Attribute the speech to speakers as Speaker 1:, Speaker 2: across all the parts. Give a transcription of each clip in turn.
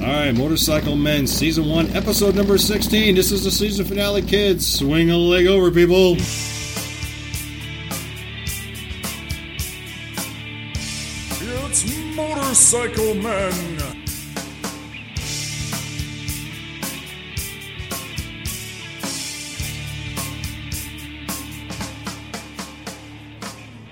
Speaker 1: All right, Motorcycle Men, Season 1, Episode Number 16. This is the season finale, kids. Swing a leg over, people.
Speaker 2: It's Motorcycle Men.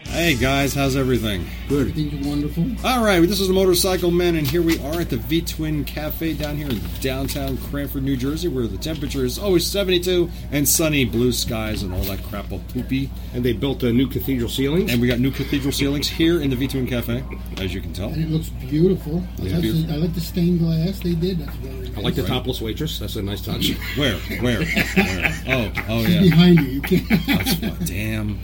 Speaker 1: Hey, guys, how's everything?
Speaker 3: Good. Everything's wonderful.
Speaker 1: All right, this is the Motorcycle Men, and here we are at the V Twin Cafe down here in downtown Cranford, New Jersey, where the temperature is always 72 and sunny, blue skies, and all that crap all poopy.
Speaker 4: And they built a new cathedral ceiling.
Speaker 1: And we got new cathedral ceilings here in the V Twin Cafe, as you can tell.
Speaker 3: And it looks beautiful. I,
Speaker 1: Yeah.
Speaker 3: like
Speaker 1: Beautiful.
Speaker 3: The, I like the stained glass they did. That's very nice.
Speaker 4: I like the topless waitress. That's a nice touch.
Speaker 1: Where? Where? Where? Oh, oh yeah.
Speaker 3: Behind you, you can't.
Speaker 1: Oh, damn.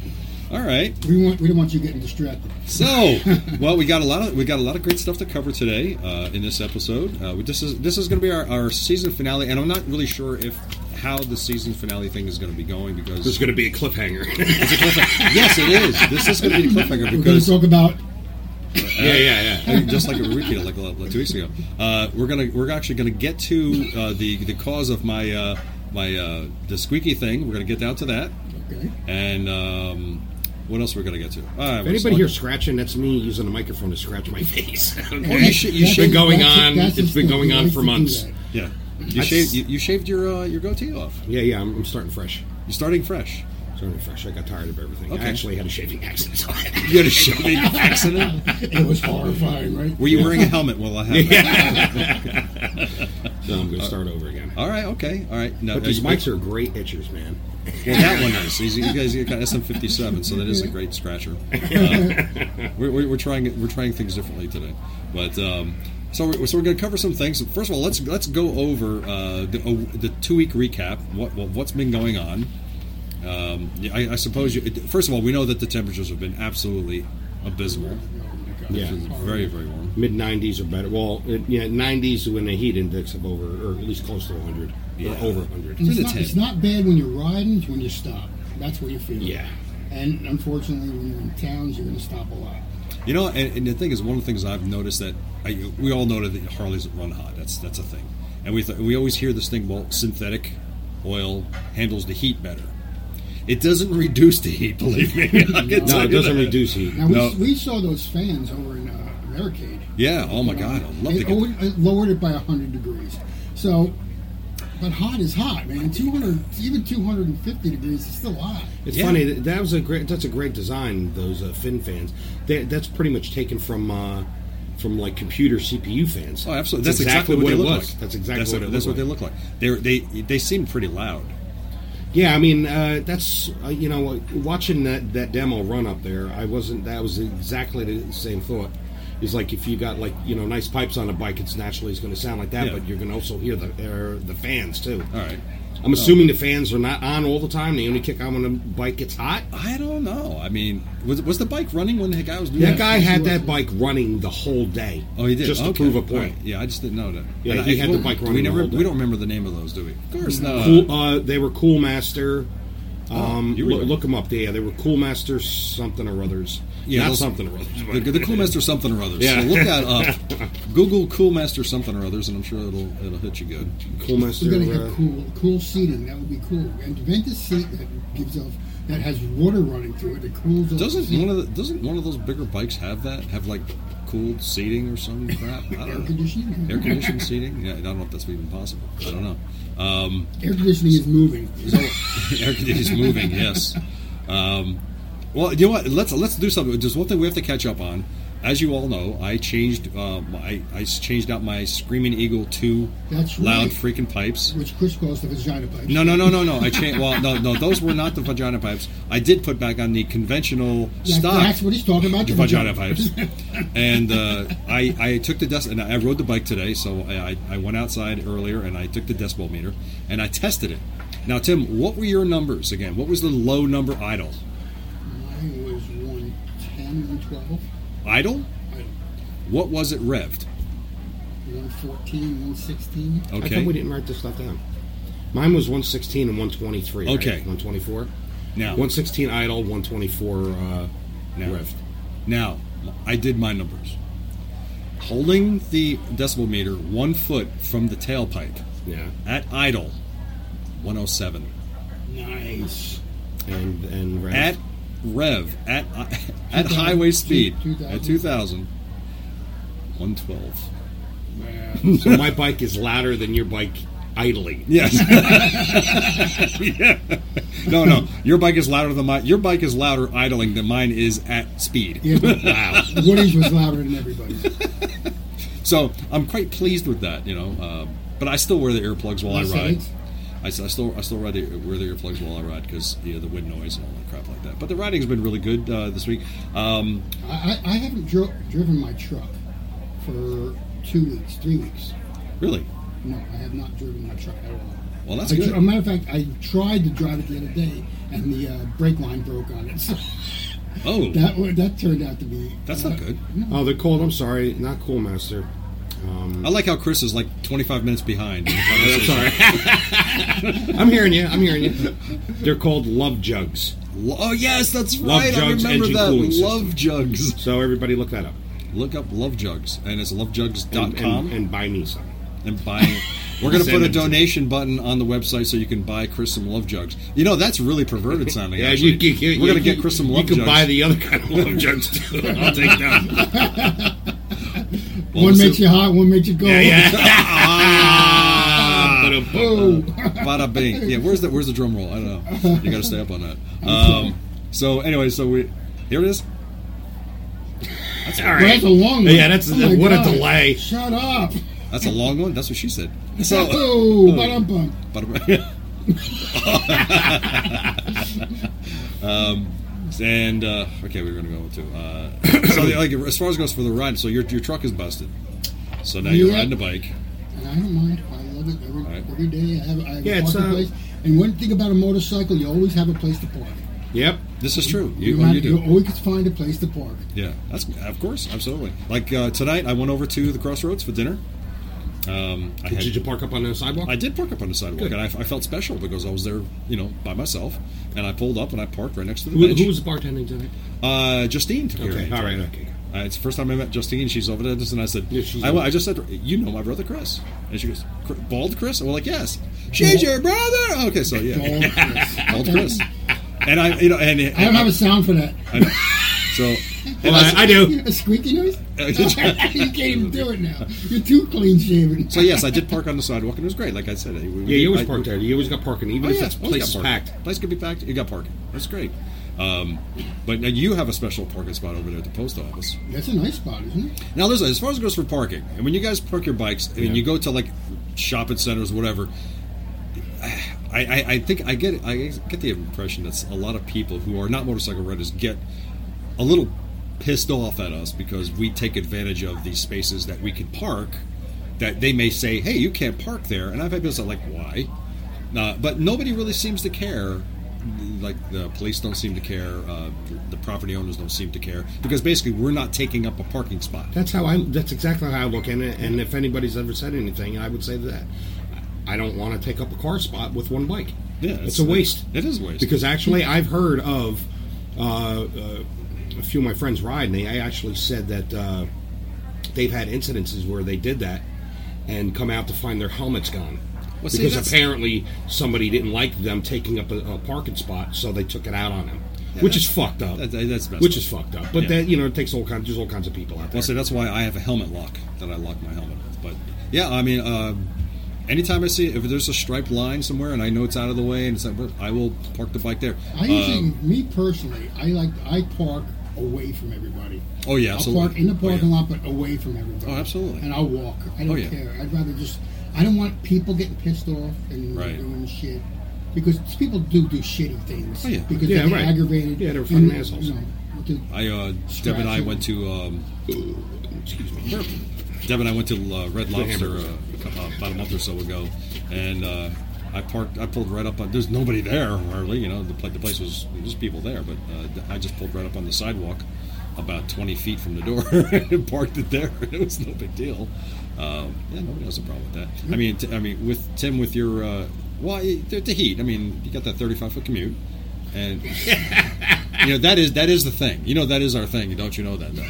Speaker 1: All right.
Speaker 3: we want. We don't want you getting distracted.
Speaker 1: So, well, we got a lot of we got a lot of great stuff to cover today uh, in this episode. Uh, this is this is going to be our, our season finale, and I'm not really sure if how the season finale thing is going to be going because
Speaker 4: There's going to be a cliffhanger.
Speaker 1: yes, it is. This is going to be a cliffhanger
Speaker 3: We're going to
Speaker 1: because
Speaker 3: talk about
Speaker 4: yeah, yeah, yeah.
Speaker 1: just like we repeated like, uh, like two weeks ago, uh, we're gonna we're actually gonna get to uh, the the cause of my uh, my uh, the squeaky thing. We're gonna get down to that,
Speaker 3: okay,
Speaker 1: and um, what else we're gonna get to? Uh,
Speaker 4: If anybody here scratching, that's me using the microphone to scratch my face.
Speaker 1: you should- you
Speaker 3: That's-
Speaker 1: should-
Speaker 4: been going
Speaker 3: that's-
Speaker 4: on.
Speaker 3: that's
Speaker 4: It's
Speaker 3: his
Speaker 4: been
Speaker 3: thing.
Speaker 4: going
Speaker 3: He
Speaker 4: on
Speaker 3: likes
Speaker 4: for
Speaker 3: to do
Speaker 4: months.
Speaker 3: that.
Speaker 1: yeah. You
Speaker 4: I
Speaker 1: shaved
Speaker 4: s-
Speaker 1: you, you shaved your uh, your goatee off.
Speaker 4: Yeah, yeah. I'm, I'm starting fresh.
Speaker 1: You're starting fresh.
Speaker 4: Starting fresh. I got tired of everything.
Speaker 1: Okay.
Speaker 4: I actually had a shaving accident. so I-
Speaker 1: You had a shaving accident?
Speaker 3: It was horrifying, right?
Speaker 1: Were you wearing a helmet while I had
Speaker 4: so I'm going to start over again.
Speaker 1: All right, okay, all right. No,
Speaker 4: But these
Speaker 1: you-
Speaker 4: mics are great itchers, man.
Speaker 1: well, that one is. He's, you guys got SM57, so that is a great scratcher. Uh, we're, we're we're trying we're trying things differently today, but um, so we're, so we're going to cover some things. First of all, let's let's go over uh, the, uh, the two week recap. What what- what's been going on? Um, yeah, I, I suppose. You, it- first of all, we know that the temperatures have been absolutely abysmal.
Speaker 4: Yeah.
Speaker 1: It's very very warm.
Speaker 4: Mid 90s or better. Well, it, yeah, 90s when the heat index of over, or at least close to 100,
Speaker 1: Yeah.
Speaker 4: or over
Speaker 3: And
Speaker 4: 100.
Speaker 1: Through
Speaker 3: it's,
Speaker 1: the
Speaker 3: not,
Speaker 1: tent.
Speaker 3: it's not bad when you're riding. It's when you stop. That's where you feel. it.
Speaker 4: Yeah.
Speaker 3: And unfortunately, when you're in towns, you're going to stop a lot.
Speaker 1: You know, and, and the thing is, one of the things I've noticed that I, we all know that Harleys run hot. That's that's a thing, and we th- we always hear this thing. Well, synthetic oil handles the heat better. It doesn't reduce the heat, believe me. I can
Speaker 4: No,
Speaker 1: tell
Speaker 4: it
Speaker 1: you
Speaker 4: doesn't
Speaker 1: that.
Speaker 4: reduce heat.
Speaker 3: Now we,
Speaker 1: No.
Speaker 3: we saw those fans over in uh, Barricade.
Speaker 1: Yeah. Oh my God, I love to
Speaker 3: It,
Speaker 1: get.
Speaker 3: lowered- it lowered it by 100 degrees. So, but hot is hot, man. 200, even 250 degrees is still hot.
Speaker 4: It's
Speaker 1: Yeah.
Speaker 4: funny that, that was a great. That's a great design. Those uh, fin fans. That, that's pretty much taken from uh, from like computer CPU fans.
Speaker 1: Oh, absolutely.
Speaker 4: It's
Speaker 1: That's exactly, what,
Speaker 4: it
Speaker 1: they look
Speaker 4: was.
Speaker 1: like.
Speaker 4: That's exactly
Speaker 1: that's
Speaker 4: what it
Speaker 1: that's what
Speaker 4: looked like.
Speaker 1: they look like. They're, they they seem pretty loud.
Speaker 4: Yeah, I mean uh, that's uh, you know uh, watching that that demo run up there. I wasn't. That was exactly the same thought. It's like if you got like you know nice pipes on a bike, it's naturally it's going to sound like that.
Speaker 1: Yeah. Uh,
Speaker 4: But you're going to also hear the er, the fans too.
Speaker 1: All right.
Speaker 4: I'm assuming the fans are not on all the time. They only kick on when the bike gets hot.
Speaker 1: I don't know. I mean, was was the bike running when the guy was doing
Speaker 4: That guy had
Speaker 3: was.
Speaker 4: that bike running the whole day.
Speaker 1: Oh, he did.
Speaker 4: Just
Speaker 1: Okay.
Speaker 4: to prove a
Speaker 1: All
Speaker 4: point.
Speaker 1: right. Yeah, I just didn't know that.
Speaker 4: Yeah,
Speaker 1: And
Speaker 4: he
Speaker 1: I-
Speaker 4: had the bike
Speaker 1: We
Speaker 4: running the
Speaker 1: never.
Speaker 4: whole day.
Speaker 1: We don't remember the name of those, do we? Of course not.
Speaker 4: Cool, uh, they were Cool Master. Um,
Speaker 1: Oh, you were
Speaker 4: loo-
Speaker 1: good.
Speaker 4: look them up. Yeah, they were Cool Master something or others.
Speaker 1: Yeah,
Speaker 4: Yeah, Not
Speaker 1: those-
Speaker 4: something or others.
Speaker 1: The,
Speaker 4: but-
Speaker 1: the Cool Master something or others.
Speaker 4: Yeah.
Speaker 1: So look that up. Google Cool Master something or others, and I'm sure it'll it'll hit you good.
Speaker 4: cool Master.
Speaker 3: We're going to
Speaker 4: uh,
Speaker 3: have cool, cool seating. That would be cool. And Ventus seat that gives off that has water running through it. It cools. off the
Speaker 1: Doesn't
Speaker 3: seat.
Speaker 1: one of the, doesn't one of those bigger bikes have that? Have like cooled seating or some crap? I
Speaker 3: air
Speaker 1: don't know.
Speaker 3: conditioning?
Speaker 1: Air conditioned seating? Yeah, I don't know if that's even possible. I don't know. Um,
Speaker 3: Air conditioning is moving.
Speaker 1: air conditioning is moving. Yes. Um, well, you know what? Let's let's do something. There's one thing we have to catch up on. As you all know, I changed um, I, I changed out my Screaming Eagle two
Speaker 3: That's
Speaker 1: loud
Speaker 3: right.
Speaker 1: freaking pipes.
Speaker 3: Which Chris calls the vagina pipe.
Speaker 1: No, no, no, no, no. I changed. Well, no, no. Those were not the vagina pipes. I did put back on the conventional
Speaker 3: That-
Speaker 1: stock
Speaker 3: That's what he's talking about.
Speaker 1: the vagina pipes. And uh, I, I took the dec- and I rode the bike today, so I, I I went outside earlier and I took the decibel meter and I tested it. Now, Tim, what were your numbers again? What was the low number idle?
Speaker 3: Mine was 110, 112,
Speaker 1: Idle?
Speaker 3: Idle.
Speaker 1: What was it revved?
Speaker 3: 114,
Speaker 1: Oh.
Speaker 3: 116.
Speaker 4: I thought we
Speaker 1: Okay.
Speaker 4: didn't write this stuff down. Mine was 116 and 123. right?
Speaker 1: Okay. Oh.
Speaker 4: 124.
Speaker 1: Now,
Speaker 4: 116 idle, 124 uh,
Speaker 1: Now.
Speaker 4: revved.
Speaker 1: now I did my numbers. holding the decibel meter one foot from the tailpipe
Speaker 4: Yeah.
Speaker 1: at idle, 107.
Speaker 3: Nice.
Speaker 4: And and rev.
Speaker 1: At rev, at at
Speaker 3: 2000,
Speaker 1: highway speed,
Speaker 3: two- 2000.
Speaker 1: at 2,000, 112.
Speaker 3: Wow.
Speaker 4: so my bike is louder than your bike idling.
Speaker 1: Yes. yeah. No, no. Your bike is louder than mine. Your bike is louder idling than mine is at speed.
Speaker 3: Yeah, but
Speaker 4: Wow.
Speaker 3: Woody's was louder than everybody's.
Speaker 1: So I'm quite pleased with that, you know. Uh, but I still wear the earplugs while I
Speaker 3: Nice
Speaker 1: ride.
Speaker 3: sides.
Speaker 1: I, s- I still I still ride the, wear the earplugs while I ride because you know, the wind noise and all that crap like that. But the riding's been really good uh, this week. Um,
Speaker 3: I, I, I haven't dro- driven my truck for two weeks, three weeks.
Speaker 1: really,
Speaker 3: No, I have not driven my truck at all.
Speaker 1: Well, that's
Speaker 3: I
Speaker 1: good.
Speaker 3: As a matter of fact, I tried to drive it the other day, and the uh, brake line broke on it. So
Speaker 1: oh,
Speaker 3: that wa- that turned out to be
Speaker 1: that's
Speaker 3: uh,
Speaker 1: not good.
Speaker 4: Oh, they're cold. I'm sorry. Not cool, master. Um,
Speaker 1: I like how Chris is like 25 minutes behind. Oh,
Speaker 4: I'm sorry. I'm hearing you. I'm hearing you. They're called love jugs.
Speaker 1: oh yes, that's
Speaker 4: Love
Speaker 1: right. I
Speaker 4: jugs,
Speaker 1: remember
Speaker 4: engine
Speaker 1: that.
Speaker 4: cooling
Speaker 1: Love
Speaker 4: system.
Speaker 1: jugs.
Speaker 4: So everybody look that up.
Speaker 1: Look up love jugs, and it's lovejugs.com.
Speaker 4: And, and, and buy me some.
Speaker 1: and buying. We're going to
Speaker 4: Send
Speaker 1: put a
Speaker 4: them to me.
Speaker 1: donation button on the website so you can buy Chris some love jugs. You know that's really perverted sounding.
Speaker 4: Yeah,
Speaker 1: actually.
Speaker 4: you, you, you,
Speaker 1: we're going to
Speaker 4: you-
Speaker 1: get Chris some love
Speaker 4: You can
Speaker 1: jugs.
Speaker 4: buy the other kind of love jugs too. I'll take that.
Speaker 1: Well,
Speaker 3: one
Speaker 1: so-
Speaker 3: makes you hot, one makes you cold.
Speaker 4: yeah, yeah. Ah, ba-da-boom.
Speaker 1: Bada bing. Yeah, where's the where's the drum roll? I don't know. You got to stay up on that. Um, so anyway, so we here it is.
Speaker 4: All
Speaker 3: Well,
Speaker 4: right.
Speaker 3: that's a long one. Oh
Speaker 4: Yeah, that's-
Speaker 3: my
Speaker 4: what a
Speaker 3: God.
Speaker 4: delay.
Speaker 3: Shut up.
Speaker 1: That's a long one. That's what she said.
Speaker 3: So,
Speaker 1: So.
Speaker 4: uh,
Speaker 3: oh, bum bum.
Speaker 1: Bada- um, and uh, okay, we are gonna go to. Uh, so, the, like, as far as goes for the ride, so your your truck is busted. So now you're
Speaker 3: Yeah.
Speaker 1: riding a bike.
Speaker 3: And I don't mind. I love it every,
Speaker 1: All right.
Speaker 3: every day. I have, I have
Speaker 4: Yeah,
Speaker 3: a
Speaker 4: it's,
Speaker 3: parking
Speaker 4: uh,
Speaker 3: place. And one thing about a motorcycle, you always have a place to park.
Speaker 4: Yep.
Speaker 1: This is true. You, oh,
Speaker 3: have,
Speaker 1: you do.
Speaker 3: always find a place to park.
Speaker 1: Yeah, that's of course, absolutely. Like uh, tonight, I went over to the Crossroads for dinner. Um, I had
Speaker 4: Did you park up on the sidewalk?
Speaker 1: I did park up on the sidewalk,
Speaker 4: Good.
Speaker 1: and I, I felt special because I was there, you know, by myself. And I pulled up and I parked right next to the
Speaker 4: Who,
Speaker 1: bench.
Speaker 4: who was bartending tonight?
Speaker 1: uh, Justine took care of me.
Speaker 4: all right. Okay.
Speaker 1: Uh, it's the first time I met Justine. She's over there, and I said,
Speaker 4: Yeah, she's
Speaker 1: I,
Speaker 4: over-
Speaker 1: I just said, to her, you know my brother Chris, and she goes, "Cr- bald Chris. And we're like, yes, she's your brother. Okay, so yeah,
Speaker 3: Dog place.
Speaker 1: bald Chris. And I, you know, and,
Speaker 3: I don't have a sound for that.
Speaker 1: I know. so
Speaker 4: Well, I, I do.
Speaker 3: A squeaky noise?
Speaker 1: Uh,
Speaker 3: you
Speaker 1: did you-
Speaker 3: can't even do it now. You're too clean shaven.
Speaker 1: so yes, I did park on the sidewalk, and it was great. Like I said, we- we-
Speaker 4: Yeah, you always
Speaker 1: I-
Speaker 4: park there. You always got parking, even
Speaker 1: Oh,
Speaker 4: if
Speaker 1: yeah,
Speaker 4: it's
Speaker 1: always
Speaker 4: place
Speaker 1: got
Speaker 4: is
Speaker 1: parking.
Speaker 4: packed.
Speaker 1: Place could be packed. You got parking. That's great. Um, but now you have a special parking spot over there at the post office.
Speaker 3: That's a nice spot, isn't it?
Speaker 1: Now, listen, as far as it goes for parking, and when you guys park your bikes and
Speaker 4: Yeah.
Speaker 1: you go to like shopping centers, whatever, I, I, I think I get I get the impression that a lot of people who are not motorcycle riders get a little pissed off at us because we take advantage of these spaces that we can park. That they may say, "Hey, you can't park there," and I've had people say, "Like, why?" Uh, but nobody really seems to care. Like the police don't seem to care. Uh, the property owners don't seem to care because basically we're not taking up a parking spot.
Speaker 4: That's how I. That's exactly how I look at it. And if anybody's ever said anything, I would say that I don't want to take up a car spot with one bike.
Speaker 1: Yeah,
Speaker 4: it's, a waste.
Speaker 1: It is a waste.
Speaker 4: Because actually, I've heard of uh, uh, a few of my friends ride, and they actually said that uh, they've had incidences where they did that and come out to find their helmets gone.
Speaker 1: Well, see,
Speaker 4: because
Speaker 1: that's-
Speaker 4: apparently somebody didn't like them taking up a, a parking spot, so they took it out on them,
Speaker 1: Yeah,
Speaker 4: which is
Speaker 1: that's-
Speaker 4: fucked up.
Speaker 1: that- that- that's messed
Speaker 4: which
Speaker 1: up.
Speaker 4: is fucked up. But
Speaker 1: Yeah.
Speaker 4: that you know, it takes all kinds. There's all kinds of people out there.
Speaker 1: Well, see, that's why I have a helmet lock that I lock my helmet with. But yeah, I mean, um, anytime I see if there's a striped line somewhere and I know it's out of the way and it's not, I will park the bike there.
Speaker 3: I usually,
Speaker 1: Um,
Speaker 3: me personally, I like I park away from everybody.
Speaker 1: oh yeah,
Speaker 3: I'll
Speaker 1: absolutely.
Speaker 3: park in the
Speaker 1: Oh, yeah.
Speaker 3: parking lot, but away from everybody.
Speaker 1: Oh, absolutely.
Speaker 3: And I'll walk. I don't
Speaker 1: Oh, yeah.
Speaker 3: care. I'd rather just. I don't want people getting pissed off and
Speaker 1: Right.
Speaker 3: doing shit because people do do shitty things.
Speaker 1: Oh, yeah.
Speaker 3: Because
Speaker 4: Yeah,
Speaker 3: they get
Speaker 4: right.
Speaker 3: aggravated.
Speaker 4: Yeah, they're
Speaker 3: and,
Speaker 4: fucking assholes.
Speaker 3: You know, with the-
Speaker 1: I uh, Deb and I went to um,
Speaker 4: Excuse me.
Speaker 1: Deb and I went to uh, Red Lobster
Speaker 4: hamburgers.
Speaker 1: uh, uh, about a month or so ago, and uh, I parked. I pulled right up on. There's nobody there hardly. You know, the, pla- the place was there was people there, but uh, I just pulled right up on the sidewalk, about 20 feet from the door, and parked it there. It was no big deal. Um, yeah, nobody has a problem with that. I mean, t- I mean, with Tim, with your uh, well, y- the, the heat. I mean, you got that 35 foot commute, and you know that is that is the thing. You know that is our thing. Don't you know that? Though?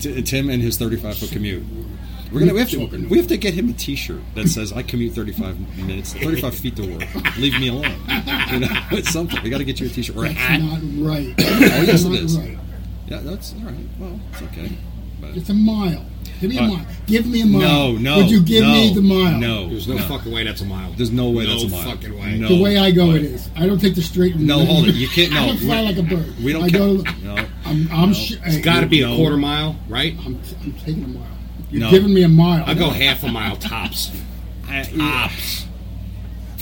Speaker 1: T- Tim and his 35 foot commute. We're gonna we have to we have to get him a T-shirt that says "I commute 35 minutes, 35 feet to work. Leave me alone." You know, it's something. We got to get you a T-shirt or a
Speaker 3: That's
Speaker 1: hat.
Speaker 3: not right.
Speaker 1: Oh, yes,
Speaker 3: That's
Speaker 1: it
Speaker 3: not
Speaker 1: is.
Speaker 3: right.
Speaker 1: Yeah, that's all right. Well, it's okay. But
Speaker 3: It's a mile. Give me a
Speaker 1: Uh,
Speaker 3: mile. Give me a mile.
Speaker 1: no, no.
Speaker 3: Would you give
Speaker 1: no,
Speaker 3: me the mile?
Speaker 1: No,
Speaker 4: There's no,
Speaker 1: no.
Speaker 4: fucking way that's a mile.
Speaker 1: There's no way that's a mile.
Speaker 4: fucking way.
Speaker 1: No.
Speaker 3: The way I go,
Speaker 1: Right.
Speaker 3: it is. I don't take the straight. and
Speaker 1: No,
Speaker 3: narrow.
Speaker 1: hold it. You can't- no,
Speaker 3: I don't fly
Speaker 1: we-
Speaker 3: like a bird.
Speaker 1: we don't
Speaker 3: I go.
Speaker 1: ca- no.
Speaker 3: I'm. I'm sh-
Speaker 4: It's got to be a
Speaker 1: No.
Speaker 4: quarter mile, right?
Speaker 3: I'm, I'm taking a mile. You're
Speaker 1: No.
Speaker 3: giving me a mile.
Speaker 4: I'll go half a mile tops.
Speaker 1: ah,
Speaker 4: Tops.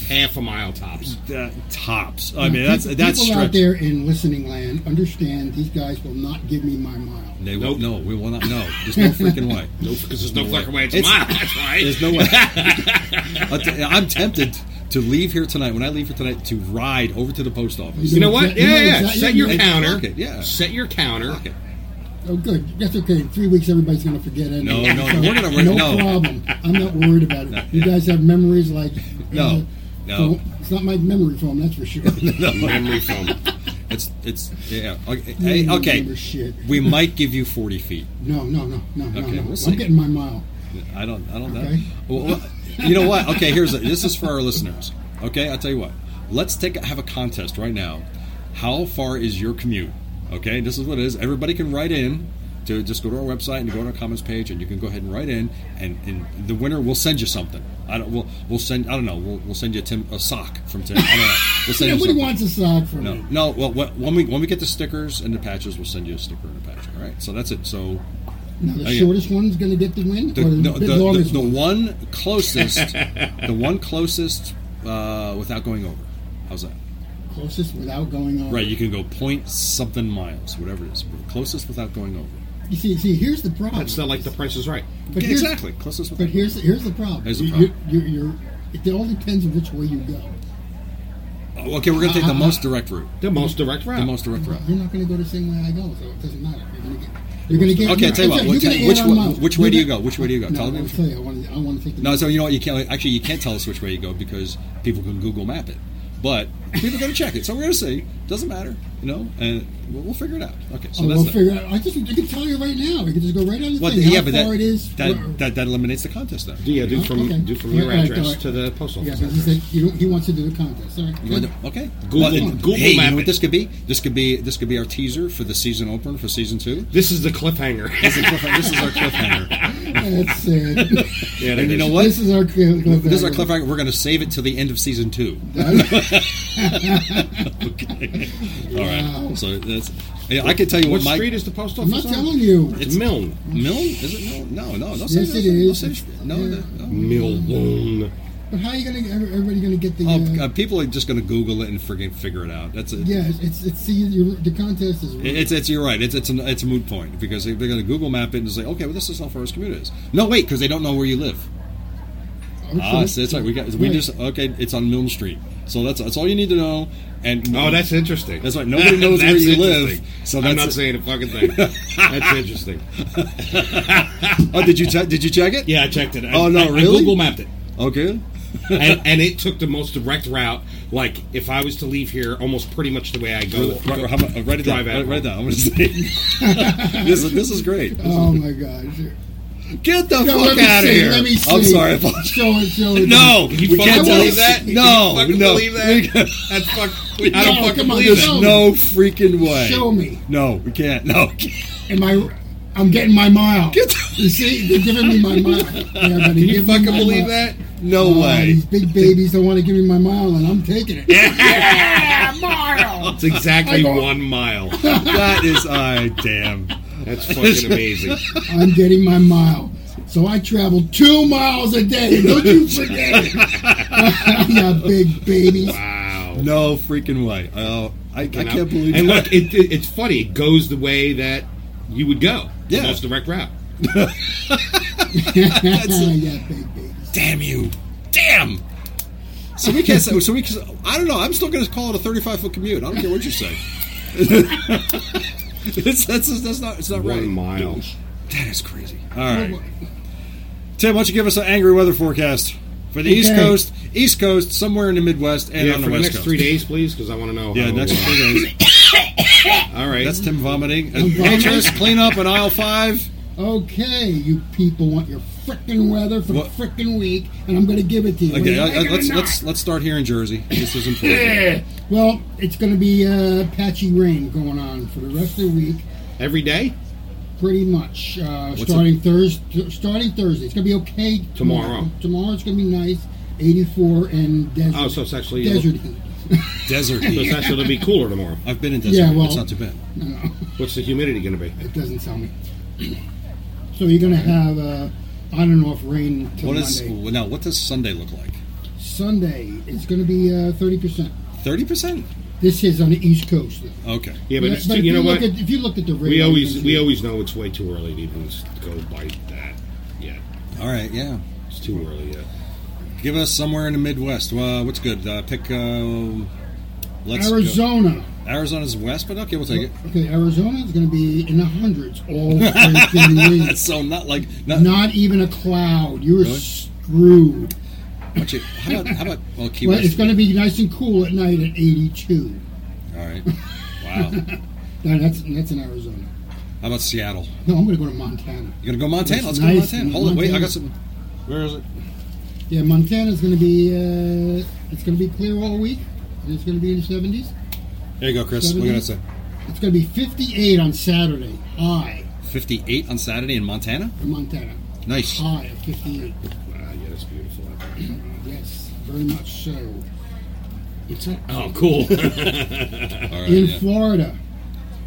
Speaker 4: Half a mile tops.
Speaker 1: Uh, tops. I mean, that's
Speaker 3: People-
Speaker 1: that's
Speaker 3: people out
Speaker 1: stretch.
Speaker 3: there in listening land understand these guys will not give me my mile.
Speaker 1: They won't. No,
Speaker 4: Nope.
Speaker 1: we will not. No, there's no freaking way.
Speaker 4: No, because there's no,
Speaker 1: No way.
Speaker 4: fucking way it's,
Speaker 1: It's-
Speaker 4: a mile. That's right.
Speaker 1: There's no way. I'll t- I'm tempted to leave here tonight. When I leave here tonight, to ride over to the post office.
Speaker 4: You know what?
Speaker 3: You
Speaker 4: Yeah,
Speaker 3: know
Speaker 4: yeah. yeah.
Speaker 3: exactly-
Speaker 4: Set your
Speaker 1: It's
Speaker 4: counter.
Speaker 1: fucking- yeah.
Speaker 4: Set your counter.
Speaker 1: Okay.
Speaker 3: Oh, good. That's okay. In three weeks, everybody's going to forget it.
Speaker 1: No,
Speaker 3: So,
Speaker 1: no, we're gonna- we're-
Speaker 3: no,
Speaker 1: no.
Speaker 3: problem. I'm not worried about it. You guys have memories like
Speaker 1: No,
Speaker 3: uh,
Speaker 1: no.
Speaker 3: foam- It's not my memory foam, that's for sure.
Speaker 4: Memory foam.
Speaker 1: It's it's yeah. Okay.
Speaker 3: You
Speaker 1: Hey,
Speaker 3: don't
Speaker 1: okay.
Speaker 3: remember shit.
Speaker 1: We might give you 40 feet.
Speaker 3: No, no, no, no, no,
Speaker 1: Okay,
Speaker 3: no.
Speaker 1: we'll see.
Speaker 3: I'm getting my mile.
Speaker 1: I don't. I don't know.
Speaker 3: Okay.
Speaker 1: Well, well, you know what? Okay, here's a, this is for our listeners. Okay, I'll tell you what. Let's take a, have a contest right now. How far is your commute? Okay, this is what it is. Everybody can write in to just go to our website and go to our comments page, and you can go ahead and write in, and, and the winner will send you something. I don't. We'll, we'll send. I don't know. We'll, we'll send you a, Tim, a sock from Tim. I don't know. We'll send you
Speaker 3: Nobody
Speaker 1: something.
Speaker 3: wants a sock from
Speaker 1: No,
Speaker 3: me.
Speaker 1: no. Well, wh- when we when we get the stickers and the patches, we'll send you a sticker and a patch. All right. So that's it. So
Speaker 3: Now, the
Speaker 1: Okay.
Speaker 3: shortest one's going to get the win,
Speaker 1: Oh, the,
Speaker 3: or the,
Speaker 1: the,
Speaker 3: bit
Speaker 1: the, the,
Speaker 3: longest
Speaker 1: the
Speaker 3: one?
Speaker 1: one closest, the one closest uh, without going over. How's that?
Speaker 3: Closest without going over.
Speaker 1: Right, you can go point something miles, whatever it is. but Closest without going over.
Speaker 3: You see, see, here's the problem.
Speaker 4: It's not like the price is right.
Speaker 3: But
Speaker 1: Yeah,
Speaker 3: here's-
Speaker 1: exactly, closest
Speaker 3: But
Speaker 1: without.
Speaker 3: here's here's the problem.
Speaker 1: Here's the
Speaker 3: You-
Speaker 1: problem.
Speaker 3: You, you, you're, it all depends on which way you go.
Speaker 1: Oh, okay, we're gonna
Speaker 3: Uh,
Speaker 1: take the most direct route.
Speaker 4: The most direct route.
Speaker 1: The most direct route.
Speaker 3: You're not going to go the same way I go, so it doesn't matter. You're going to get. You're going to get.
Speaker 1: Okay, I tell you what.
Speaker 3: you're
Speaker 1: Which,
Speaker 3: gonna add
Speaker 1: which,
Speaker 3: on
Speaker 1: wa-
Speaker 3: miles.
Speaker 1: which way
Speaker 3: You're
Speaker 1: do you
Speaker 3: gonna-
Speaker 1: go? Which way do you go?
Speaker 3: No,
Speaker 1: Tell
Speaker 3: I'll
Speaker 1: me.
Speaker 3: tell you. I want to. I want to take the.
Speaker 1: No, so you know what? You can't actually. You can't tell us which way you go because people can Google Map it, but people are gonna check it. So we're gonna see. Doesn't matter, you know, and we'll, we'll figure it out. Okay, so
Speaker 3: Oh,
Speaker 1: that's
Speaker 3: we'll
Speaker 1: it.
Speaker 3: figure it out. I just. I can tell you right now. We can just go right on the
Speaker 1: Well,
Speaker 3: thing.
Speaker 1: yeah,
Speaker 3: how
Speaker 1: but
Speaker 3: far
Speaker 1: that,
Speaker 3: it is. where-
Speaker 1: that, that that eliminates the contest then.
Speaker 4: Yeah, do
Speaker 3: Oh,
Speaker 4: from
Speaker 3: okay.
Speaker 4: do from your
Speaker 3: Right, right,
Speaker 4: address
Speaker 3: right.
Speaker 4: to the post
Speaker 3: Yeah,
Speaker 4: office.
Speaker 3: but he
Speaker 4: address.
Speaker 3: said he, don't, he wants to do the contest. All right.
Speaker 1: You want to- Okay.
Speaker 4: Google- Google
Speaker 1: hey, you
Speaker 4: Map
Speaker 1: know what
Speaker 4: it.
Speaker 1: this could be? This could be this could be our teaser for the season opener for season two.
Speaker 4: This is the cliffhanger.
Speaker 1: This is, cliff- this is our cliffhanger.
Speaker 3: That's sad.
Speaker 4: yeah,
Speaker 1: And you know what?
Speaker 3: this is our cliffhanger.
Speaker 1: This is our cliffhanger. We're going to save it till the end of season two. okay. All
Speaker 3: Wow.
Speaker 1: right. So that's. Yeah, I can tell you
Speaker 4: What
Speaker 1: what, my
Speaker 4: street is the post
Speaker 3: I'm
Speaker 4: office?
Speaker 3: not
Speaker 4: on?
Speaker 3: telling you.
Speaker 4: It's Milne.
Speaker 1: Milne? Is it Milne? No, no, no.
Speaker 3: Yes, it is.
Speaker 1: No,
Speaker 3: Yeah.
Speaker 1: no.
Speaker 4: Milne.
Speaker 3: But how are you going to? Everybody going to get the?
Speaker 1: Oh,
Speaker 3: uh,
Speaker 1: uh, people are just going to Google it and friggin' figure it out. That's it.
Speaker 3: yeah, it's it's see your, the contest is.
Speaker 1: It's, it's you're right. It's it's, an, it's a moot point because they, they're going to Google map it and say, okay, well, this is how far his commute is. No, wait, because they don't know where you live.
Speaker 3: Okay.
Speaker 1: Ah, so that's right. We got we
Speaker 3: Right.
Speaker 1: just okay. It's on Milne Street, so that's that's all you need to know. And
Speaker 4: Oh, that's interesting.
Speaker 1: That's right. Nobody knows where
Speaker 4: That's
Speaker 1: you live,
Speaker 4: interesting.
Speaker 1: so
Speaker 4: I'm
Speaker 1: that's-
Speaker 4: not saying a fucking thing. that's interesting.
Speaker 1: oh, did you te- did you check it?
Speaker 4: Yeah, I checked it. I,
Speaker 1: Oh, no,
Speaker 4: I- I
Speaker 1: really?
Speaker 4: Google mapped it.
Speaker 1: Okay.
Speaker 4: and, and it took the most direct route. Like if I was to leave here, almost pretty much the way I go.
Speaker 1: Right, right, how about- uh, write it down.
Speaker 4: Drive out.
Speaker 1: Write, write it down. I'm going to say this is this is great.
Speaker 3: Oh my gosh.
Speaker 1: Get the
Speaker 3: No,
Speaker 1: fuck
Speaker 3: let me
Speaker 1: out of
Speaker 3: see,
Speaker 1: here.
Speaker 3: Let me see.
Speaker 1: I'm sorry. I apologize.
Speaker 3: Show it. Show it.
Speaker 1: No,
Speaker 4: You
Speaker 1: we
Speaker 4: fucking
Speaker 1: can't
Speaker 3: believe
Speaker 1: us-
Speaker 4: that?
Speaker 1: No,
Speaker 4: You fucking
Speaker 1: no.
Speaker 4: believe that? That's fuck. I don't
Speaker 3: No,
Speaker 4: fucking
Speaker 3: come on,
Speaker 4: believe
Speaker 3: no.
Speaker 4: that.
Speaker 1: No freaking way.
Speaker 3: Show me.
Speaker 1: No, we can't. No. we can't.
Speaker 3: Am I? I'm getting my mile.
Speaker 1: Get the-
Speaker 3: you see, they're giving me my mile. Yeah, buddy,
Speaker 4: Can you
Speaker 3: give me
Speaker 4: fucking
Speaker 3: my
Speaker 4: believe
Speaker 3: mile.
Speaker 4: that?
Speaker 1: No
Speaker 3: Oh,
Speaker 1: way.
Speaker 3: These big babies don't want to give me my mile, and I'm taking it. Yeah, mile.
Speaker 4: It's exactly one mile.
Speaker 1: That is I damn.
Speaker 4: That's fucking amazing.
Speaker 3: I'm getting my mile. So I travel two miles a day. Don't you forget it. yeah, big babies.
Speaker 4: Wow.
Speaker 1: No freaking way. Oh, I, I can't believe
Speaker 4: And
Speaker 1: that.
Speaker 4: look, it, it, it's funny. It goes the way that you would go.
Speaker 1: Yeah.
Speaker 4: The most direct route.
Speaker 3: yeah, big babies.
Speaker 1: damn you, damn. So we can't say. So we. can- I don't know. I'm still going to call it a 35 foot commute. I don't care what you say. it's, that's, that's not. It's not right.
Speaker 4: One mile.
Speaker 1: That is crazy.
Speaker 3: Oh,
Speaker 1: All right, Tim. Why don't you give us an angry weather forecast for the East
Speaker 3: Okay.
Speaker 1: Coast, East Coast, somewhere in the Midwest, and
Speaker 4: Yeah,
Speaker 1: on
Speaker 4: for
Speaker 1: the
Speaker 4: the
Speaker 1: West
Speaker 4: next
Speaker 1: Coast.
Speaker 4: three days, please, because I want to know.
Speaker 1: Yeah,
Speaker 4: how,
Speaker 1: next
Speaker 4: uh,
Speaker 1: three days.
Speaker 4: All right.
Speaker 1: That's
Speaker 3: Oh,
Speaker 1: Tim vomiting.
Speaker 3: vomiting.
Speaker 1: Waitress, clean up in aisle five.
Speaker 3: Okay, you people want your frickin' weather for
Speaker 1: What-
Speaker 3: the frickin' week, and I'm going to give it to you.
Speaker 1: Okay,
Speaker 3: whether
Speaker 1: I, I,
Speaker 3: you like it or
Speaker 1: let's
Speaker 3: not.
Speaker 1: let's let's start here in Jersey. This is important.
Speaker 3: Well, it's going to be uh, patchy rain going on for the rest of the week,
Speaker 4: Every day?
Speaker 3: pretty much. Uh,
Speaker 1: What's
Speaker 3: starting Thursday, starting Thursday, it's going to be okay
Speaker 4: Tomorrow.
Speaker 3: Tomorrow it's going to be nice, 84 and desert.
Speaker 4: Oh, so it's actually-
Speaker 3: desert heat.
Speaker 1: Desert
Speaker 4: So
Speaker 1: heat.
Speaker 4: it's actually it'll be cooler tomorrow.
Speaker 1: I've been in desert.
Speaker 3: Yeah,
Speaker 1: heat.
Speaker 3: well-
Speaker 1: it's not too bad.
Speaker 4: What's the humidity going to be?
Speaker 3: It doesn't tell me. So you're going to have uh, on and off rain until
Speaker 1: What is
Speaker 3: Monday.
Speaker 1: now? What does Sunday look like?
Speaker 3: Sunday, it's going to be uh, 30%.
Speaker 1: Thirty percent.
Speaker 3: This is on the East Coast. Though.
Speaker 1: Okay.
Speaker 4: Yeah, but,
Speaker 3: But-
Speaker 4: it's
Speaker 3: but
Speaker 4: too,
Speaker 3: if
Speaker 4: you know
Speaker 3: look
Speaker 4: what?
Speaker 3: At, if you looked at the radar,
Speaker 4: we
Speaker 3: it's
Speaker 4: always
Speaker 3: gonna
Speaker 4: we
Speaker 3: be-
Speaker 4: always know it's way too early to even s- go by that. Yeah,
Speaker 1: All right. Yeah.
Speaker 4: it's too early yet.
Speaker 1: Give us somewhere in the Midwest. Uh, what's good? Uh, pick. Uh, let's go-
Speaker 3: Arizona.
Speaker 1: Arizona's west, but okay, we'll take it.
Speaker 3: Okay, Arizona is going to be in the hundreds all freaking week.
Speaker 1: So not like not.
Speaker 3: Not even a cloud. You're
Speaker 1: Really?
Speaker 3: screwed.
Speaker 1: actually, how about how about well, Key
Speaker 3: Well,
Speaker 1: West?
Speaker 3: it's going to be nice and cool at night at 82.
Speaker 1: All right. Wow.
Speaker 3: Now, that's that's in Arizona.
Speaker 1: How about Seattle?
Speaker 3: No, I'm going to go to Montana.
Speaker 1: You gonna go Montana? Let's
Speaker 3: That's
Speaker 1: go to
Speaker 3: nice.
Speaker 1: Montana. Hold it. Wait, I got some.
Speaker 3: Montana.
Speaker 1: Where is it?
Speaker 3: Yeah, Montana's going to be uh, it's going to be clear all week. It's going to be in the 70s.
Speaker 1: There you go, Chris. We're gonna say
Speaker 3: It's going to be 58 on Saturday. High
Speaker 1: 58 on Saturday in Montana.
Speaker 3: in Montana.
Speaker 1: Nice.
Speaker 3: High of 58.
Speaker 4: Ah, yeah, it's beautiful. out there.
Speaker 3: Yes, very much so.
Speaker 4: What's that? Oh, cool.
Speaker 1: All right.
Speaker 3: In
Speaker 1: Oh, yeah.
Speaker 3: Florida,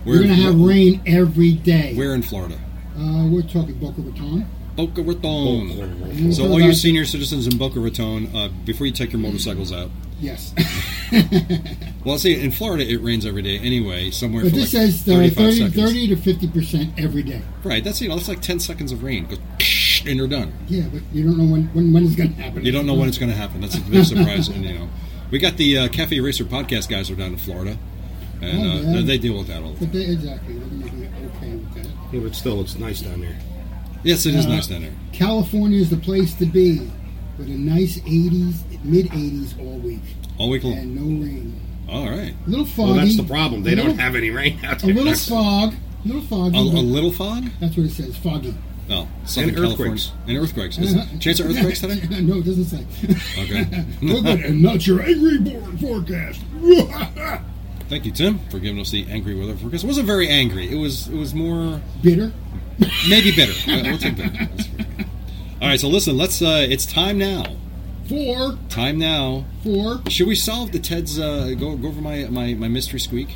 Speaker 1: Where-
Speaker 3: we're going to have
Speaker 1: where-
Speaker 3: rain every day.
Speaker 1: Where in Florida?
Speaker 3: Uh, we're talking Boca Raton.
Speaker 1: Boca Raton.
Speaker 3: Boca
Speaker 1: So all your
Speaker 3: Raton.
Speaker 1: senior citizens in Boca Raton, uh, before you take your motorcycles out.
Speaker 3: Yes.
Speaker 1: Well, see, in Florida it rains every day anyway. Somewhere.
Speaker 3: But
Speaker 1: for
Speaker 3: this
Speaker 1: like
Speaker 3: says uh,
Speaker 1: 35
Speaker 3: 30,
Speaker 1: seconds.
Speaker 3: 30 to 50% every day.
Speaker 1: Right. That's you know that's like 10 seconds of rain. Goes and you're done.
Speaker 3: Yeah, but you don't know when, when, when it's going to happen.
Speaker 1: You don't know when it's going to happen. That's a big surprise. and, you know, we got the uh, Cafe Racer podcast guys are down in Florida, and
Speaker 3: Oh,
Speaker 1: uh,
Speaker 3: yeah.
Speaker 1: they- they deal with that all the
Speaker 3: But
Speaker 1: time.
Speaker 3: they, exactly, they're going to be okay with that.
Speaker 4: yeah, but still, it's nice down there.
Speaker 1: Yes, it is
Speaker 3: Uh,
Speaker 1: nice down there.
Speaker 3: California is the place to be with a nice 80s, mid 80s all week
Speaker 1: All week long.
Speaker 3: and no rain.
Speaker 1: All right.
Speaker 3: A little foggy.
Speaker 4: Well, that's the problem. They
Speaker 3: a
Speaker 4: don't
Speaker 3: little-
Speaker 4: have any rain out
Speaker 3: a
Speaker 4: there.
Speaker 3: little
Speaker 4: That's-
Speaker 3: fog. A little foggy.
Speaker 1: A, a
Speaker 3: but
Speaker 1: little fog?
Speaker 3: that's what it says. Foggy.
Speaker 1: No. Southern
Speaker 4: And
Speaker 1: California.
Speaker 4: earthquakes.
Speaker 1: And earthquakes. Is-
Speaker 3: Uh-huh.
Speaker 1: Chance of earthquakes today?
Speaker 3: no, it doesn't say.
Speaker 1: Okay. Hmm.
Speaker 3: Look at and not your angry board forecast.
Speaker 1: Thank you, Tim, for giving us the angry weather forecast. It wasn't very angry. It was. It was more
Speaker 3: Bitter.
Speaker 1: maybe bitter. Uh, we'll take bitter. That's fair. All right. So listen. Let's. Uh, it's time now.
Speaker 3: Four.
Speaker 1: Time now.
Speaker 3: Four.
Speaker 1: Should we solve the Ted's? Uh, go go over my my, my mystery squeak.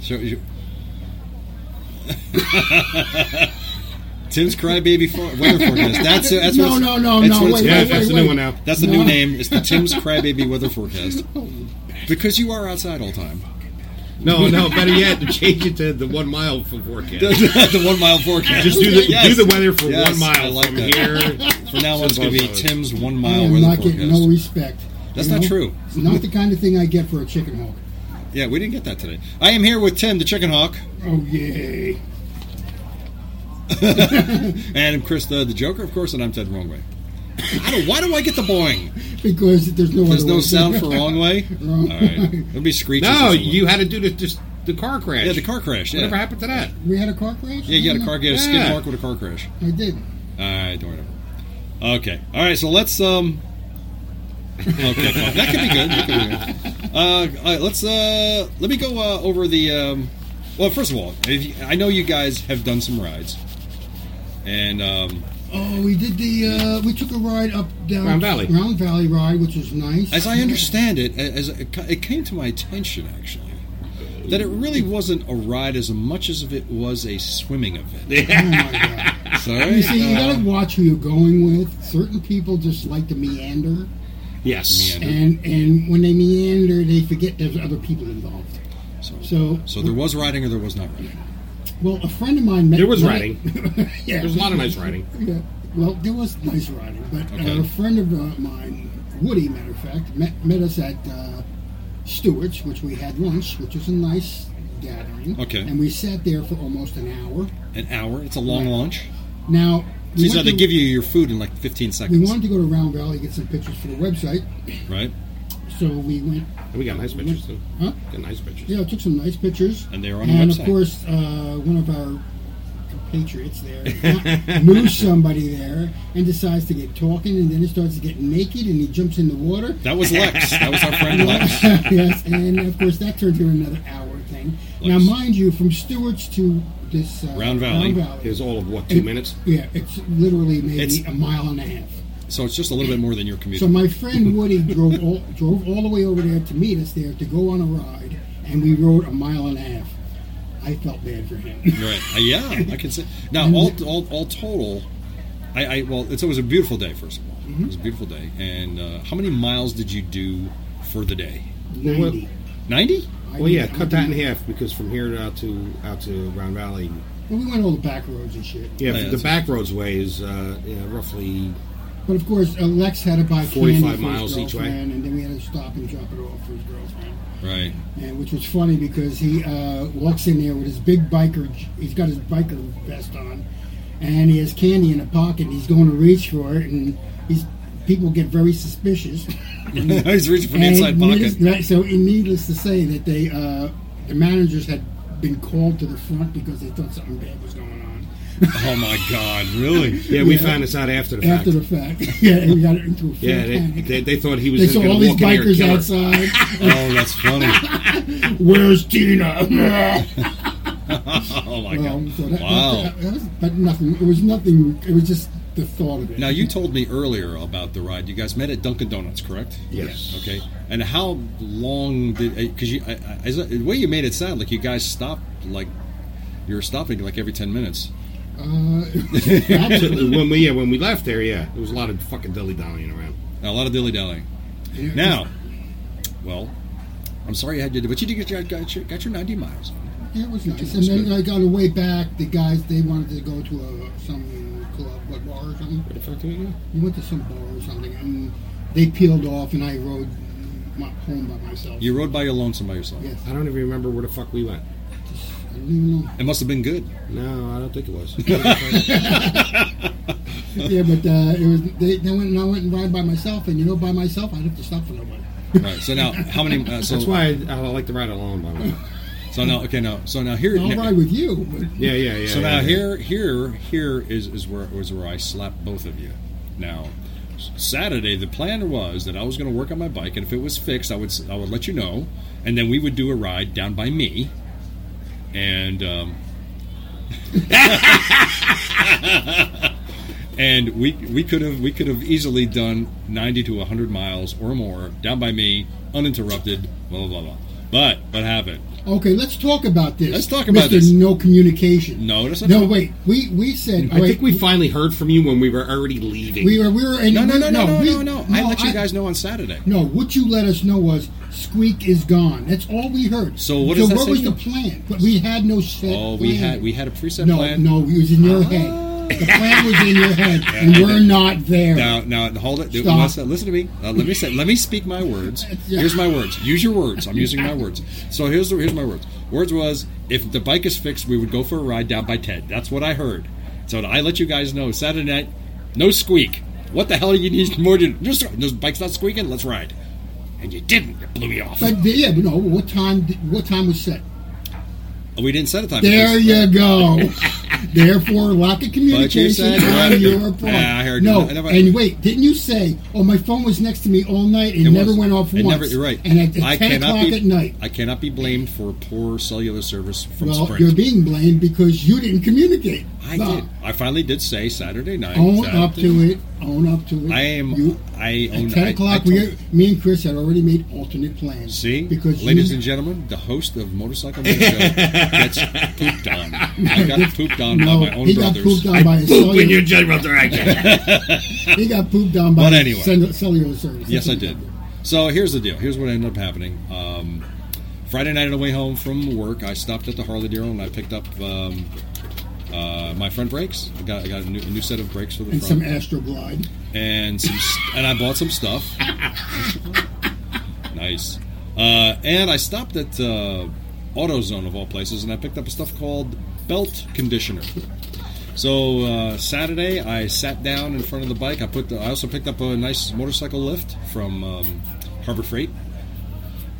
Speaker 1: So, you- Tim's crybaby for- weather forecast. That's it. That's
Speaker 3: No,
Speaker 1: what it's-
Speaker 3: no, no,
Speaker 1: that's
Speaker 3: no,
Speaker 1: what it's
Speaker 3: wait,
Speaker 1: called.
Speaker 4: Yeah,
Speaker 3: wait,
Speaker 4: that's the new one now.
Speaker 1: That's the
Speaker 3: No.
Speaker 1: new name. It's the Tim's crybaby weather forecast because you are outside all the time.
Speaker 4: No, no. Better yet, to change it to the one mile for forecast.
Speaker 1: the one mile forecast.
Speaker 4: Just do the
Speaker 1: Yes.
Speaker 4: do the weather for
Speaker 1: Yes,
Speaker 4: one
Speaker 1: I
Speaker 4: mile
Speaker 1: like
Speaker 4: from
Speaker 1: that.
Speaker 4: here.
Speaker 1: From now on, it's going to be
Speaker 4: Both of us.
Speaker 1: Tim's one
Speaker 3: I
Speaker 1: mile
Speaker 3: am
Speaker 1: weather
Speaker 3: not
Speaker 1: forecast.
Speaker 3: getting no respect.
Speaker 1: That's
Speaker 3: you
Speaker 1: not
Speaker 3: know?
Speaker 1: true.
Speaker 3: It's not the kind of thing I get for a chicken hawk.
Speaker 1: yeah, we didn't get that today. I am here with Tim, the chicken hawk,
Speaker 3: Oh yay!
Speaker 1: and Chris, the, the Joker, of course, and I'm Ted Wrongway. I don't, why do I get the boing?
Speaker 3: Because there's no
Speaker 1: There's
Speaker 3: other
Speaker 1: no
Speaker 3: way.
Speaker 1: sound for wrong way. All
Speaker 3: Wrong.
Speaker 1: right, it'll be screeching.
Speaker 4: No, you had to do the just the car crash.
Speaker 1: yeah, the car crash. Yeah,
Speaker 4: Whatever happened to that?
Speaker 3: We had a car crash.
Speaker 1: yeah, you got a car get a skid
Speaker 4: Yeah.
Speaker 1: mark with a car crash.
Speaker 3: I did.
Speaker 1: All right, don't worry. About it. Okay, all right. So let's um. Okay, fine. that could be good. That could be good. Uh, all right, let's uh, let me go uh, over the. Um, well, first of all, if you, I know you guys have done some rides, and um,
Speaker 3: Oh, we did the. Uh, we took a ride up down
Speaker 4: Round Valley.
Speaker 3: Round Valley ride, which was nice.
Speaker 1: as I understand it, a- as it ca- it came to my attention actually. That it really wasn't a ride as much as if it was a swimming event.
Speaker 3: Oh my god!
Speaker 1: Sorry,
Speaker 3: You see, you gotta watch who you're going with. Certain people just like to meander,
Speaker 4: Yes.
Speaker 1: Meander.
Speaker 3: and and when they meander, they forget there's other people involved.
Speaker 1: so,
Speaker 3: So,
Speaker 1: so there was riding or there was not riding.
Speaker 3: well, a friend of mine met.
Speaker 4: There was
Speaker 3: met-
Speaker 4: riding.
Speaker 3: yeah,
Speaker 4: There's a lot of nice riding.
Speaker 3: Yeah. Well, there was nice riding, but
Speaker 1: Okay.
Speaker 3: uh, a friend of uh, mine, Woody, matter of fact, met, met us at uh, Stewart's, which we had lunch, which was a nice gathering.
Speaker 1: Okay.
Speaker 3: And we sat there for almost an hour.
Speaker 1: An hour. It's a long launch.
Speaker 3: Now, we,
Speaker 1: These are
Speaker 3: went
Speaker 1: they
Speaker 3: to-
Speaker 1: give you your food in like 15
Speaker 3: we
Speaker 1: seconds,
Speaker 3: wanted to go to Round Valley get some pictures for the website,
Speaker 1: right?
Speaker 3: so we went.
Speaker 4: And we got nice pictures too.
Speaker 3: Huh?
Speaker 4: Got nice pictures.
Speaker 3: Yeah, took some nice pictures.
Speaker 1: And they are on the
Speaker 3: And
Speaker 1: website.
Speaker 3: of course, uh, one of our compatriots there, moves somebody there, and decides to get talking, and then he starts to get naked, and he jumps in the water.
Speaker 1: That was Lex. That was our friend Lex.
Speaker 3: yes, and of course that turns into another hour thing. Now,
Speaker 1: Lex.
Speaker 3: mind you, from Stewart's to this uh,
Speaker 1: Round Valley
Speaker 4: It was all of what two minutes.
Speaker 3: yeah, it's literally maybe
Speaker 1: It's-
Speaker 3: a mile and a half.
Speaker 1: So it's just a little bit more than your commute.
Speaker 3: So my friend Woody drove all, drove all the way over there to meet us there to go on a ride, and we rode a mile and a half. I felt bad for him.
Speaker 1: Right. Uh, yeah, I can say. Now, all, all, all total, I, I well, it's, it was a beautiful day. First of all,
Speaker 3: Mm-hmm.
Speaker 1: it was a beautiful day. And uh, how many miles did you do for the day?
Speaker 3: Ninety.
Speaker 1: Ninety.
Speaker 3: I
Speaker 4: Well, yeah,
Speaker 3: did- I
Speaker 4: cut that in
Speaker 3: did-
Speaker 4: half because from here out to out to Round Valley,
Speaker 3: Well, we went all the back roads and shit.
Speaker 1: Yeah,
Speaker 4: yeah, the
Speaker 1: that's-
Speaker 4: back roads way is uh, you know, roughly
Speaker 3: But of course, uh, Lex had to buy candy
Speaker 4: 45
Speaker 3: for
Speaker 4: miles
Speaker 3: his
Speaker 4: each way.
Speaker 3: girlfriend, and then we had to stop and drop it off for his girlfriend.
Speaker 1: Right.
Speaker 3: And which was funny because he uh, walks in there with his big biker. j- He's got his biker vest on, and he has candy in a pocket. and He's going to reach for it, and he's people get very suspicious. Mm-hmm.
Speaker 1: He's reaching for the
Speaker 3: And
Speaker 1: inside
Speaker 3: needless-
Speaker 1: pocket.
Speaker 3: right, so, and needless to say that they, uh, the managers had been called to the front because they thought something bad was going on.
Speaker 1: Oh my God! Really?
Speaker 4: yeah. We
Speaker 3: Yeah.
Speaker 4: found this out after the
Speaker 3: After
Speaker 4: fact.
Speaker 3: the fact, yeah, and we got into a full
Speaker 4: yeah, they,
Speaker 3: panic.
Speaker 4: they, they thought he was
Speaker 3: They
Speaker 4: just
Speaker 3: saw
Speaker 4: going
Speaker 3: all
Speaker 4: to
Speaker 3: these
Speaker 4: walk in there and
Speaker 3: bikers
Speaker 4: kill her.
Speaker 3: outside.
Speaker 1: Oh, that's funny.
Speaker 3: Where's Tina?
Speaker 1: Oh my
Speaker 3: Um,
Speaker 1: God!
Speaker 3: so that,
Speaker 1: wow.
Speaker 3: that- that was- but nothing. It was nothing. It was just the thought of it.
Speaker 1: Now you told me earlier about the ride. You guys met at Dunkin' Donuts, correct?
Speaker 4: Yes.
Speaker 1: Okay. And how long did? Because you, I, I, is that- the way you made it sound like you guys stopped, like you were stopping like every ten minutes.
Speaker 3: Actually,
Speaker 4: when we yeah when we left there, yeah, there was a lot of fucking dilly dallying around.
Speaker 1: Now, a lot of dilly dallying.
Speaker 3: it
Speaker 1: Now, well, I'm sorry I had to, but you did get your, got your, got your 90 miles.
Speaker 3: was- it was nice. And then like, on the way back, the guys they wanted to go to a some club, what bar or something. We went to some bar or something, and they peeled off, and I rode my, home by myself.
Speaker 1: You rode by your lonesome by yourself.
Speaker 3: yes,
Speaker 4: I don't even remember where the fuck we went.
Speaker 3: I don't even know.
Speaker 1: It must have been good.
Speaker 4: No, I don't think it was.
Speaker 3: yeah, but uh, it was. They, they went and I went and ride by myself, and you know, by myself, I'd have to stop for nobody.
Speaker 1: Right. So now, how many? Uh, so,
Speaker 4: That's why I, I like to ride alone. By the way.
Speaker 1: So now, okay, now, so now here.
Speaker 4: Oh,
Speaker 3: I'll ride with you. But
Speaker 4: Yeah, yeah, yeah.
Speaker 1: so
Speaker 4: yeah,
Speaker 1: now
Speaker 4: yeah.
Speaker 1: here, here, here is is where was where I slapped both of you. Now, s- Saturday, the plan was that I was going to work on my bike, and if it was fixed, I would s- I would let you know, and then we would do a ride down by me, and um, and we we could have we could have easily done ninety to hundred miles or more down by me, uninterrupted, blah blah blah. blah. But what happened?
Speaker 3: Okay, let's talk about this.
Speaker 1: Let's talk about
Speaker 3: Mr.
Speaker 1: this.
Speaker 3: No communication.
Speaker 1: No, that's not
Speaker 3: No,
Speaker 1: true.
Speaker 3: wait. We we said.
Speaker 4: I
Speaker 3: wait,
Speaker 4: think we finally heard from you when we were already leaving.
Speaker 3: we were we were in.
Speaker 1: No, no, no, no, no,
Speaker 3: we-
Speaker 1: no, no. I let you guys know on Saturday.
Speaker 3: No, what you let us know was Squeak is gone. That's all we heard.
Speaker 1: So what
Speaker 3: so
Speaker 1: does that
Speaker 3: what
Speaker 1: say
Speaker 3: was
Speaker 1: to
Speaker 3: the plan? But we had no set.
Speaker 1: Oh, we
Speaker 3: plan.
Speaker 1: had we had a preset
Speaker 3: no,
Speaker 1: plan. Ah.
Speaker 3: no. It was in your head. The plan was in your head, and we're not there.
Speaker 1: Now, now, hold it.
Speaker 3: Stop.
Speaker 1: Listen, listen to me. Uh, let me say, let me speak my words.
Speaker 3: Yeah.
Speaker 1: Here's my words. Use your words. I'm using my words. So here's the, here's my words. Words was if the bike is fixed, we would go for a ride down by Ted. That's what I heard. So I let you guys know Saturday night, no squeak. What the hell you need more to? Just this bike's not squeaking. Let's ride. And you didn't. You blew me off.
Speaker 3: But yeah, but no. What time? did- What time was set?
Speaker 1: we didn't set a time.
Speaker 3: There
Speaker 1: because-
Speaker 3: you go. Therefore, lack of
Speaker 1: said
Speaker 3: communication
Speaker 1: what?
Speaker 3: on your part.
Speaker 1: Yeah, I heard
Speaker 3: No,
Speaker 1: you. I never-
Speaker 3: and wait, didn't you say, "Oh, my phone was next to me all night and
Speaker 1: It
Speaker 3: never
Speaker 1: was.
Speaker 3: went off
Speaker 1: It
Speaker 3: once"?
Speaker 1: never- you're right.
Speaker 3: And at, at
Speaker 1: I
Speaker 3: ten
Speaker 1: cannot
Speaker 3: o'clock
Speaker 1: be,
Speaker 3: at night.
Speaker 1: I cannot be blamed for poor cellular service from
Speaker 3: Well,
Speaker 1: Sprint.
Speaker 3: you're being blamed because you didn't communicate.
Speaker 1: I
Speaker 3: Well,
Speaker 1: did. I finally did say Saturday night.
Speaker 3: Own
Speaker 1: that-
Speaker 3: up to it. Own up to it.
Speaker 1: I am.
Speaker 3: You,
Speaker 1: I own.
Speaker 3: at ten
Speaker 1: I-
Speaker 3: o'clock,
Speaker 1: I told-
Speaker 3: we, me and Chris had already made alternate plans.
Speaker 1: See,
Speaker 3: because
Speaker 1: ladies
Speaker 3: you,
Speaker 1: and gentlemen, the host of Motorcycle Man Show gets pooped on. I got pooped on
Speaker 3: no,
Speaker 1: by my own
Speaker 3: he
Speaker 1: brothers.
Speaker 3: got pooped on by his
Speaker 4: poop in
Speaker 3: cellular.
Speaker 4: your general direction.
Speaker 3: he got pooped on by
Speaker 1: But
Speaker 3: his
Speaker 1: anyway.
Speaker 3: cellu- cellular service.
Speaker 1: Yes, I
Speaker 3: That's what
Speaker 1: did.
Speaker 3: he
Speaker 1: So here's the deal. Here's what ended up happening. Um, Friday night on the way home from work, I stopped at the Harley Dealer and I picked up um, uh, my front brakes. I got, I got a, new, a new set of brakes for the
Speaker 3: And
Speaker 1: front.
Speaker 3: some astroglide.
Speaker 1: and some st- and I bought some stuff. nice. Uh, and I stopped at uh, AutoZone of all places, and I picked up a stuff called belt conditioner. So uh, Saturday, I sat down in front of the bike. I put. The, I also picked up a nice motorcycle lift from um, Harbor Freight.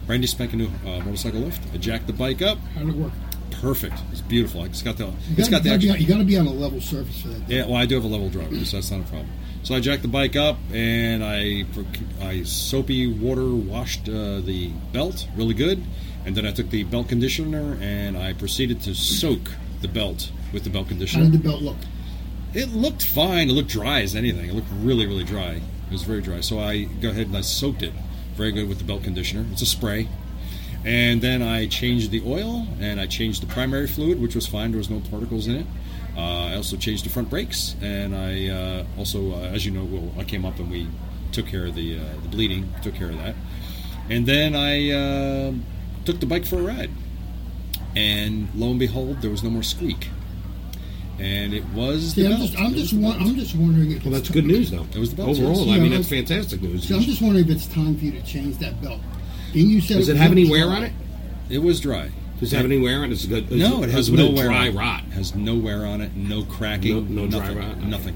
Speaker 1: Brandy spanking new uh, motorcycle lift. I jacked the bike up.
Speaker 3: How'd it work?
Speaker 1: perfect. It's beautiful. It's got the
Speaker 3: You
Speaker 1: it's got
Speaker 3: gotta,
Speaker 1: the
Speaker 3: you,
Speaker 1: actual,
Speaker 3: gotta be, you gotta be on a level surface for that.
Speaker 1: yeah. Well, I do have a level driver, so that's not a problem. So I jacked the bike up and I proc- I soapy water washed uh, the belt really good, and then I took the belt conditioner and I proceeded to soak the belt with the belt
Speaker 3: How
Speaker 1: conditioner.
Speaker 3: did the belt look?
Speaker 1: It looked fine. It looked dry as anything. It looked really, really dry. It was very dry. So I go ahead and I soaked it very good with the belt conditioner. It's a spray. And then I changed the oil and I changed the primary fluid, which was fine. There was no particles in it. Uh, I also changed the front brakes. And I uh, also, uh, as you know, well, I came up and we took care of the, uh, the bleeding, took care of that. And then I uh, took the bike for a ride. And lo and behold, there was no more squeak. And it was
Speaker 3: See,
Speaker 1: the
Speaker 3: I'm
Speaker 1: belt.
Speaker 3: just, I'm
Speaker 1: It was
Speaker 3: just,
Speaker 1: the
Speaker 3: wa-
Speaker 1: belt.
Speaker 3: I'm just wondering if.
Speaker 4: Well,
Speaker 3: it's
Speaker 4: that's good news, though.
Speaker 1: It was the belt.
Speaker 4: Overall,
Speaker 3: Yeah,
Speaker 4: I mean,
Speaker 3: I-
Speaker 4: that's fantastic news.
Speaker 3: See, I'm just wondering if it's time for you to change that belt. Didn't you say
Speaker 4: Does it
Speaker 3: was
Speaker 4: have any
Speaker 3: empty?
Speaker 4: wear on it?
Speaker 1: It was dry.
Speaker 4: Does it have any wear on it? It's good. it's-
Speaker 1: No, it has
Speaker 4: it's
Speaker 1: no
Speaker 4: a
Speaker 1: wear.
Speaker 4: dry
Speaker 1: on it.
Speaker 4: rot.
Speaker 1: It has no wear on it. No cracking.
Speaker 4: No- no dry
Speaker 1: nothing,
Speaker 4: rot? Okay.
Speaker 1: Nothing.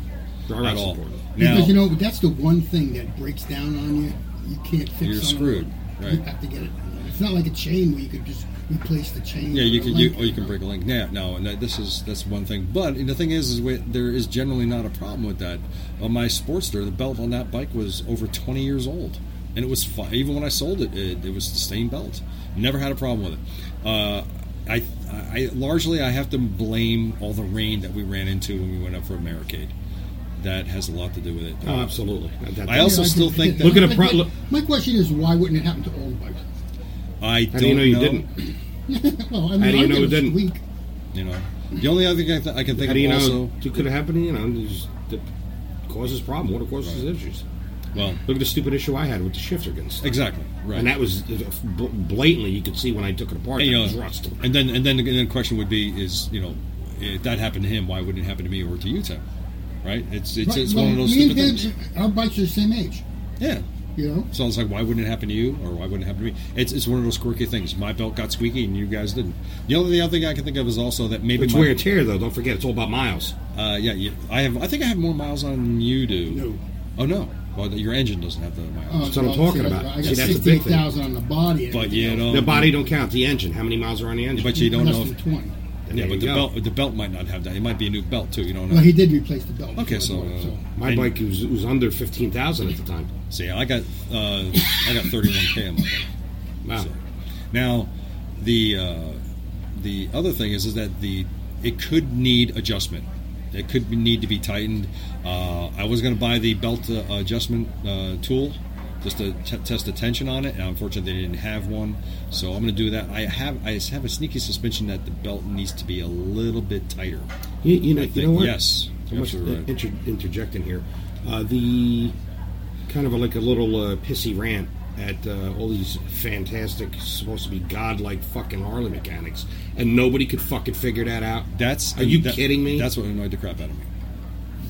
Speaker 4: Dry
Speaker 1: at
Speaker 4: rot's
Speaker 1: all.
Speaker 4: important.
Speaker 1: Now,
Speaker 3: Because you know that's the one thing that breaks down on you. You can't fix.
Speaker 1: You're
Speaker 3: on it.
Speaker 1: screwed,
Speaker 3: You
Speaker 1: right.
Speaker 3: have to get it. It's not like a chain where you could just replace the chain.
Speaker 1: yeah, you
Speaker 3: or
Speaker 1: can
Speaker 3: link.
Speaker 1: you, or you can break a link. Yeah, no, and that, this is that's one thing. But the thing is, is we, there is generally not a problem with that. On my Sportster, the belt on that bike was over 20 years old, and it was fine. Even when I sold it, it, it was the same belt. Never had a problem with it. Uh, I, I largely I have to blame all the rain that we ran into when we went up for a barricade. That has a lot to do with it.
Speaker 4: Oh, absolutely. That- that-
Speaker 1: I also
Speaker 3: Yeah, I
Speaker 1: still
Speaker 3: can-
Speaker 1: think that
Speaker 4: Look at a
Speaker 3: my-
Speaker 4: pro-
Speaker 3: my-
Speaker 4: look-
Speaker 3: My question is, why wouldn't it happen to all the bikes?
Speaker 1: I don't
Speaker 4: How do you know you didn't?
Speaker 3: well, I mean,
Speaker 4: How do you
Speaker 3: I
Speaker 4: know
Speaker 3: give
Speaker 4: it didn't?
Speaker 3: squeak.
Speaker 1: You know, the only other thing I, th- I can think
Speaker 4: How do you
Speaker 1: of
Speaker 4: know
Speaker 1: also.
Speaker 4: it could have happened? You know, it just- it causes problem. What it causes issues.
Speaker 1: Well,
Speaker 4: Look at the stupid issue I had with the shifter getting stuck.
Speaker 1: exactly right.
Speaker 4: And that was bl- blatantly, you could see when I took it apart.
Speaker 1: And,
Speaker 4: that
Speaker 1: you
Speaker 4: it was
Speaker 1: know,
Speaker 4: rust.
Speaker 1: and then and then the, and then the question would be is you know if that happened to him why wouldn't it happen to me or to you Tim? Right? It's it's, it's
Speaker 3: Right,
Speaker 1: one of
Speaker 3: well,
Speaker 1: those
Speaker 3: me
Speaker 1: stupid
Speaker 3: and
Speaker 1: things.
Speaker 3: Dave, Our bikes are the same age,
Speaker 1: Yeah.
Speaker 3: you know.
Speaker 1: So it's like why wouldn't it happen to you or why wouldn't it happen to me? It's it's one of those quirky things. My belt got squeaky and you guys didn't. The only the other thing I can think of is also that maybe
Speaker 4: It's
Speaker 1: my,
Speaker 4: wear and tear, though. Don't forget, it's all about miles.
Speaker 1: Uh, yeah, you, I have. I think I have more miles on than you do.
Speaker 3: No.
Speaker 1: Oh no. Well, your engine doesn't have the miles.
Speaker 4: That's what I'm
Speaker 3: Uh, well,
Speaker 4: talking
Speaker 3: see,
Speaker 4: about.
Speaker 3: I got
Speaker 4: See, that's the big
Speaker 3: sixty-eight
Speaker 4: thing.
Speaker 3: thousand on the body. and
Speaker 1: but you
Speaker 3: everything
Speaker 1: know
Speaker 4: The body don't count. The engine. How many miles are on the engine?
Speaker 1: Um, But you don't
Speaker 3: less
Speaker 1: know.
Speaker 3: than
Speaker 1: If,
Speaker 3: twenty.
Speaker 4: There
Speaker 1: yeah,
Speaker 4: you
Speaker 1: but the
Speaker 4: go.
Speaker 1: belt the belt might not have that. It might be a new belt too. You don't know.
Speaker 3: Well, he did replace the belt.
Speaker 1: okay, so,
Speaker 3: before I bought
Speaker 1: uh,
Speaker 3: it,
Speaker 4: My
Speaker 1: and-
Speaker 4: bike was, was under fifteen thousand at the time.
Speaker 1: See, I got uh, I got 31k on my bike.
Speaker 4: Wow.
Speaker 1: So, now, the uh, the other thing is is that the it could need adjustment. It could be, need to be tightened. Uh, I was going to buy the belt uh, adjustment uh, tool just to t- test the tension on it, and unfortunately, they didn't have one. So I'm going to do that. I have I have a sneaky suspicion that the belt needs to be a little bit tighter.
Speaker 4: You, you know, you know what?
Speaker 1: Yes,
Speaker 4: So much
Speaker 1: Absolutely right.
Speaker 4: inter- interjecting here. Uh, the kind of like a little uh, pissy rant at uh, all these fantastic, supposed to be godlike fucking Harley mechanics, and nobody could fucking figure that out.
Speaker 1: That's
Speaker 4: are you
Speaker 1: that-
Speaker 4: kidding me?
Speaker 1: That's what annoyed the crap out of me.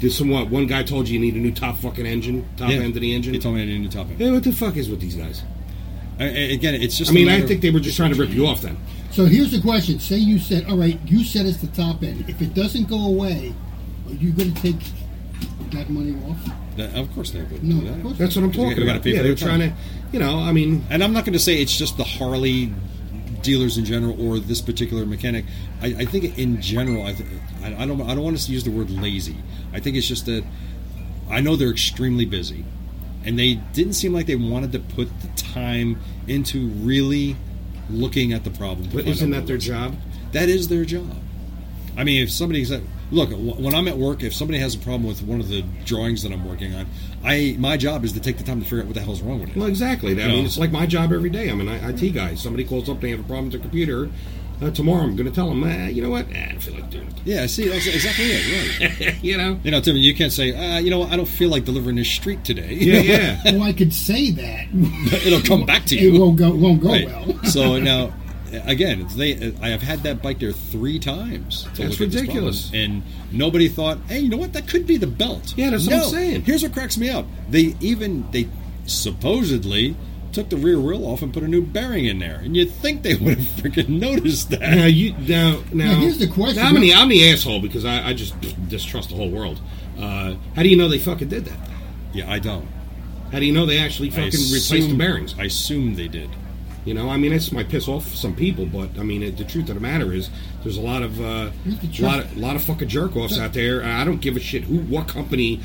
Speaker 4: Did some what? One guy told you you need a new top fucking engine, top
Speaker 1: Yeah.
Speaker 4: end of the engine.
Speaker 1: He told me I didn't need to top end.
Speaker 4: Hey, what the fuck is with these guys?
Speaker 1: I, I- again, it's just.
Speaker 4: I
Speaker 1: a
Speaker 4: mean, I
Speaker 1: matter of-
Speaker 4: think they were just trying to rip you off then.
Speaker 3: So. So here's the question: Say you said, "All right, you said it's the top end. If it doesn't go away, are you going to take that money off?"
Speaker 1: That- of course they would.
Speaker 3: No,
Speaker 1: do that.
Speaker 3: of course.
Speaker 4: That's what I'm
Speaker 1: Because
Speaker 4: talking
Speaker 1: they gotta
Speaker 4: about.
Speaker 1: pay
Speaker 4: Yeah,
Speaker 1: for
Speaker 4: they're
Speaker 1: their time.
Speaker 4: trying to, you know, I mean,
Speaker 1: And I'm not going to say it's just the Harley dealers in general or this particular mechanic. I, I think in general, I, th- I I don't I don't want to use the word lazy. I think it's just that I know they're extremely busy, and they didn't seem like they wanted to put the time into really looking at the problem. to
Speaker 4: but
Speaker 1: find
Speaker 4: isn't
Speaker 1: out
Speaker 4: that their
Speaker 1: what it was.
Speaker 4: job?
Speaker 1: That is their job. I mean, if somebody's at, look, wh- when I'm at work, if somebody has a problem with one of the drawings that I'm working on, I my job is to take the time to figure out what the hell's wrong with it.
Speaker 4: Well, exactly. I
Speaker 1: No.
Speaker 4: mean, it's like my job every day. I'm an I- IT guy. Somebody calls up, they have a problem with their computer. Uh, tomorrow, I'm going to tell them, eh, you know what? Eh, I don't feel like doing
Speaker 1: Yeah, see, that's exactly it. Right.
Speaker 4: it. you know?
Speaker 1: You know, Tim, you can't say, uh, you know, what, I don't feel like delivering this street today.
Speaker 4: Yeah, yeah.
Speaker 3: Well, I could say that.
Speaker 1: It'll come back to you.
Speaker 3: It won't go. Won't go
Speaker 4: Oh,
Speaker 1: Right.
Speaker 3: well.
Speaker 1: so now, again, they I have had that bike there three times. to
Speaker 4: That's
Speaker 1: look at this
Speaker 4: ridiculous.
Speaker 1: problem. and nobody thought, hey, you know what? That could be the belt.
Speaker 4: Yeah, that's what
Speaker 1: no.
Speaker 4: I'm saying.
Speaker 1: Here's what cracks me up. They even they supposedly took the rear wheel off and put a new bearing in there, and you'd think they would have freaking noticed that.
Speaker 4: Now, you, now, now,
Speaker 3: Now, here's the question.
Speaker 4: Now, I'm, the, I'm the asshole because I, I just distrust the whole world. Uh, how do you know they fucking did that?
Speaker 1: Yeah, I don't.
Speaker 4: How do you know they actually
Speaker 1: I
Speaker 4: fucking replaced the
Speaker 1: assume-
Speaker 4: bearings?
Speaker 1: I assume they did.
Speaker 4: You know, I mean, this might piss off some people, but I mean, it, the truth of the matter is, there's a lot of uh,
Speaker 3: Not the jerk.
Speaker 4: lot of, lot of fucking jerk offs out there. and I don't give a shit who, what company,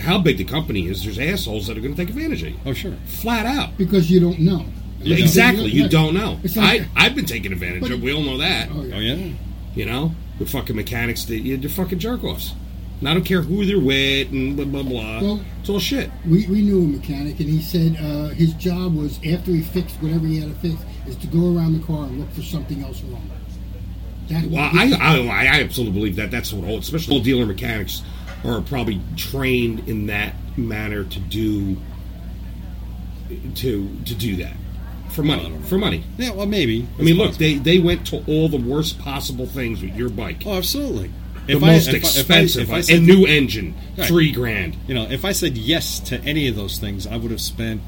Speaker 4: how big the company is. There's assholes that are going to take advantage of you,
Speaker 1: Oh, sure.
Speaker 4: flat out.
Speaker 3: because you don't know.
Speaker 1: don't.
Speaker 4: Exactly, you don't know.
Speaker 3: It's like-
Speaker 4: I I've been taken advantage of. We all know that.
Speaker 3: Oh, yeah.
Speaker 1: Oh, yeah.
Speaker 4: You know, the fucking mechanics, they, they're fucking jerk offs. And I don't care who they're with and blah, blah, blah.
Speaker 3: Well-
Speaker 4: it's all shit.
Speaker 3: We, we knew a mechanic, and he said uh, his job was after he fixed whatever he had to fix, is to go around the car and look for something else wrong. That
Speaker 4: Well, I, I, I absolutely believe that that's what all, especially all dealer mechanics are probably trained in that manner to do to to do that for
Speaker 1: I
Speaker 4: money
Speaker 1: don't know.
Speaker 4: for money.
Speaker 1: Yeah, well, maybe.
Speaker 4: I mean, look, they they went to all the worst possible things with your bike.
Speaker 1: Oh, absolutely.
Speaker 4: the most expensive,
Speaker 1: if I,
Speaker 4: a
Speaker 1: said,
Speaker 4: new engine,
Speaker 1: Right.
Speaker 4: three grand.
Speaker 1: you know, if I said yes to any of those things, I would have spent.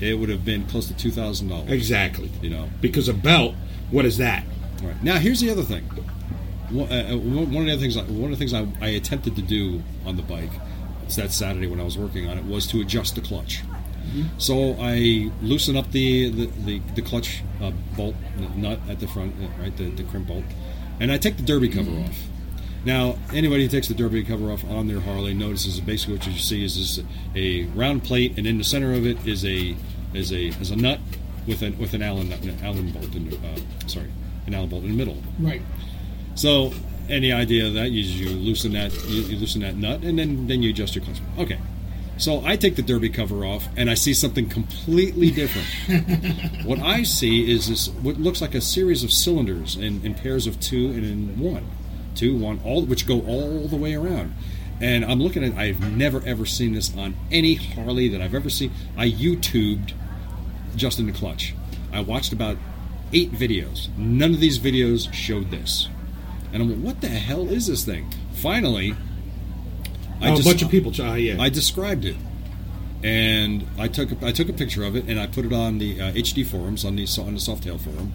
Speaker 1: It would have been close to two thousand dollars.
Speaker 4: Exactly.
Speaker 1: You know.
Speaker 4: Because a belt, what is that?
Speaker 1: Right. Now, here's the other thing. One, uh, uh, one one of the things, I- one of the things I, I attempted to do on the bike, it's that Saturday when I was working on it, was to adjust the clutch. So I loosen up the the, the, the clutch uh, bolt n- nut at the front, uh, right, the, the crimp bolt, and I take the derby cover off. Now, anybody who takes the derby cover off on their Harley notices basically what you see is, is a round plate, and in the center of it is a is a is a nut with an with an Allen nut, an Allen bolt. In the, uh, sorry, an Allen bolt in the middle.
Speaker 3: right.
Speaker 1: So, any idea of that? You, you loosen that you, you loosen that nut, and then then you adjust your clutch. Okay. So I take the derby cover off, and I see something completely different. what I see is this: what looks like a series of cylinders in, in pairs of two and in one, two, one, all which go all the way around. And I'm looking at. I've never ever seen this on any Harley that I've ever seen. I YouTubed Justin the Clutch. I watched about eight videos. None of these videos showed this. And I'm like, what the hell is this thing? Finally, I
Speaker 4: oh,
Speaker 1: just-
Speaker 4: a bunch of people. Uh, yeah.
Speaker 1: I described it, and I took a, I took a picture of it, and I put it on the uh, HD forums on the so- on the Softail forum,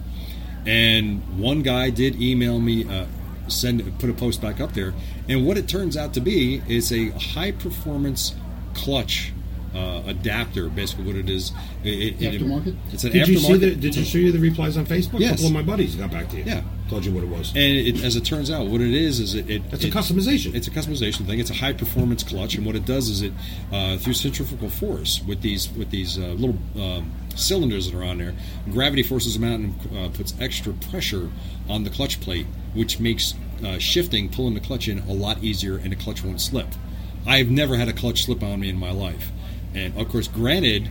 Speaker 1: and one guy did email me, uh, send put a post back up there, and what it turns out to be is a high performance clutch. Uh, adapter, basically, what it is. It, it-
Speaker 3: Aftermarket?
Speaker 1: It's an aftermarket.
Speaker 4: did you see the? Did you show you the replies on Facebook?
Speaker 1: Yes.
Speaker 4: A couple of my buddies got back to you.
Speaker 1: Yeah.
Speaker 4: Told you what it was.
Speaker 1: and it, as it turns out, what it is is it. it
Speaker 4: That's a
Speaker 1: it-
Speaker 4: customization.
Speaker 1: It's a customization thing. It's a high performance clutch, and what it does is it uh, through centrifugal force with these with these uh, little um, cylinders that are on there, gravity forces them out and uh, puts extra pressure on the clutch plate, which makes uh, shifting, pulling the clutch in, a lot easier, and the clutch won't slip. I've never had a clutch slip on me in my life, and of course, granted.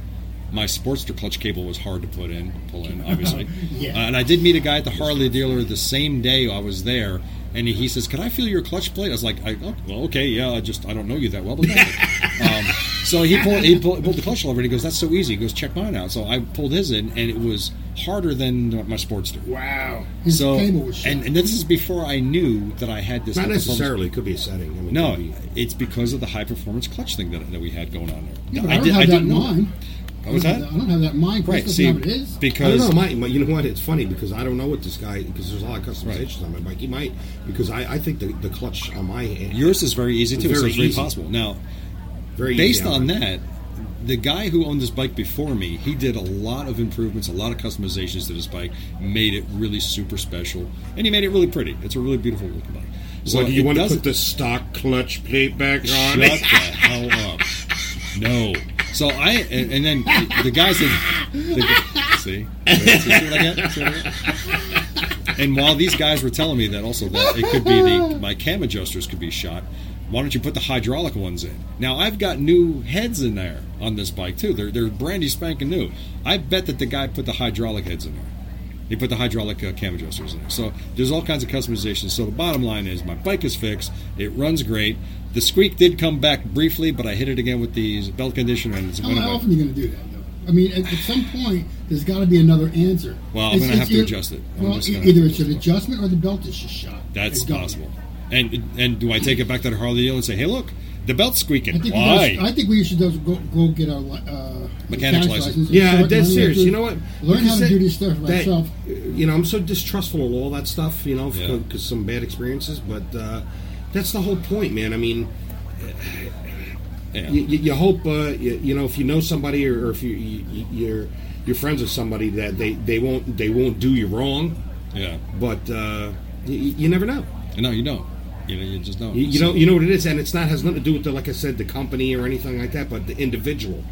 Speaker 1: My Sportster clutch cable was hard to put in, pull in, obviously.
Speaker 3: Yeah.
Speaker 1: Uh, and I did meet a guy at the Harley dealer the same day I was there, and he says, "Can I feel your clutch plate?" I was like, I, oh, "Well, okay, yeah. I just I don't know you that well." But thank you." um, so he pulled he pulled, pulled the clutch over, and he goes, "That's so easy." He goes, "Check mine out." So I pulled his in, and it was harder than my Sportster.
Speaker 4: wow.
Speaker 3: His
Speaker 1: So
Speaker 3: cable was shot.
Speaker 1: and, and this is before I knew that I had this. high
Speaker 4: Not
Speaker 1: performance-
Speaker 4: necessarily. It could be a setting. I mean, it
Speaker 1: No,
Speaker 4: could be-
Speaker 1: it's because of the high performance clutch thing that, that we had going on there.
Speaker 3: Yeah, but I, don't have that in mind.
Speaker 1: What was
Speaker 3: I don't
Speaker 1: that?
Speaker 3: have I don't have that in mind. Chris
Speaker 1: Right,
Speaker 3: doesn't
Speaker 1: see,
Speaker 3: know what it is.
Speaker 4: I don't
Speaker 1: because
Speaker 4: know. My, my, you know what? It's funny because I don't know what this guy because there's a lot of customizations on my bike. He might because I, I think the, the clutch on my hand
Speaker 1: yours is very easy too. so
Speaker 4: Very
Speaker 1: it's very
Speaker 4: easy.
Speaker 1: possible. Now,
Speaker 4: very
Speaker 1: based
Speaker 4: easy
Speaker 1: on that the guy who owned this bike before me he did a lot of improvements a lot of customizations to this bike made it really super special and he made it really pretty it's a really beautiful looking bike so
Speaker 4: Well, do you
Speaker 1: it
Speaker 4: want to
Speaker 1: doesn't-
Speaker 4: put the stock clutch plate back on?
Speaker 1: shut the hell up no so i and, and then the guy said the, guy- see see what I got? See what I got? and while these guys were telling me that also that it could be the my cam adjusters could be shot why don't you put the hydraulic ones in now i've got new heads in there on this bike too they're, they're brandy spanking new i bet that the guy put the hydraulic heads in there he put the hydraulic uh, cam adjusters in there so there's all kinds of customizations so the bottom line is my bike is fixed it runs great the squeak did come back briefly but i hit it again with the belt conditioner and it's
Speaker 3: How,
Speaker 1: went
Speaker 3: Oh, how
Speaker 1: away.
Speaker 3: often are you going to do that? though? I mean, at, at some point, there's got to be another answer.
Speaker 1: Well, I'm
Speaker 3: It's-
Speaker 1: gonna have
Speaker 3: it's
Speaker 1: to
Speaker 3: e-
Speaker 1: adjust it. I'm
Speaker 3: Well,
Speaker 1: just
Speaker 3: e-
Speaker 1: gonna have
Speaker 3: either
Speaker 1: to
Speaker 3: it's an
Speaker 1: adjust it.
Speaker 3: adjustment or the belt is just shot.
Speaker 1: That's
Speaker 3: It's gone.
Speaker 1: possible. And and do I take it back to the Harley dealer and say, "Hey, look, the belt's
Speaker 3: I
Speaker 1: squeaking.
Speaker 3: think,
Speaker 1: Why?"
Speaker 3: We should, I think we should just go, go get our li- uh,
Speaker 1: Mechanics license.
Speaker 3: and
Speaker 4: Yeah,
Speaker 3: start
Speaker 4: that's
Speaker 3: learning
Speaker 4: serious.
Speaker 3: how to-
Speaker 4: You know what?
Speaker 3: Learn how
Speaker 4: Because
Speaker 3: to
Speaker 4: that-
Speaker 3: do this stuff
Speaker 4: that-
Speaker 3: myself.
Speaker 4: You know, I'm so distrustful of all that stuff. You know,
Speaker 1: Yeah.
Speaker 4: because some bad experiences. But uh, that's the whole point, man. I mean,
Speaker 1: Yeah.
Speaker 4: You, you, you hope uh, you, you know if you know somebody or, or if you, you you're you're friends with somebody that they, they won't they won't do you wrong,
Speaker 1: yeah.
Speaker 4: but uh, you, you never know.
Speaker 1: And no, you don't. You know, you just don't.
Speaker 4: You, you know you know what it is, and it's not has nothing to do with the like I said the company or anything like that, but the individual.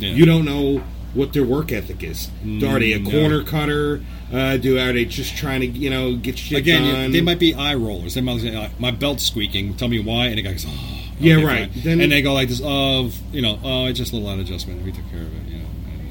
Speaker 1: Yeah. Mm,
Speaker 4: You don't know what their work ethic is. are they a
Speaker 1: no.
Speaker 4: corner cutter? Uh, do are they just trying to you know get shit
Speaker 1: Again,
Speaker 4: done?
Speaker 1: you- they might be eye rollers. They might say, like, "My belt's squeaking. Tell me why." And the guy goes, "Oh,
Speaker 4: Yeah, right.
Speaker 1: fine."
Speaker 4: Then-
Speaker 1: and they go like this, "Of you know, oh, it's just a little line adjustment. We took care of it, you know."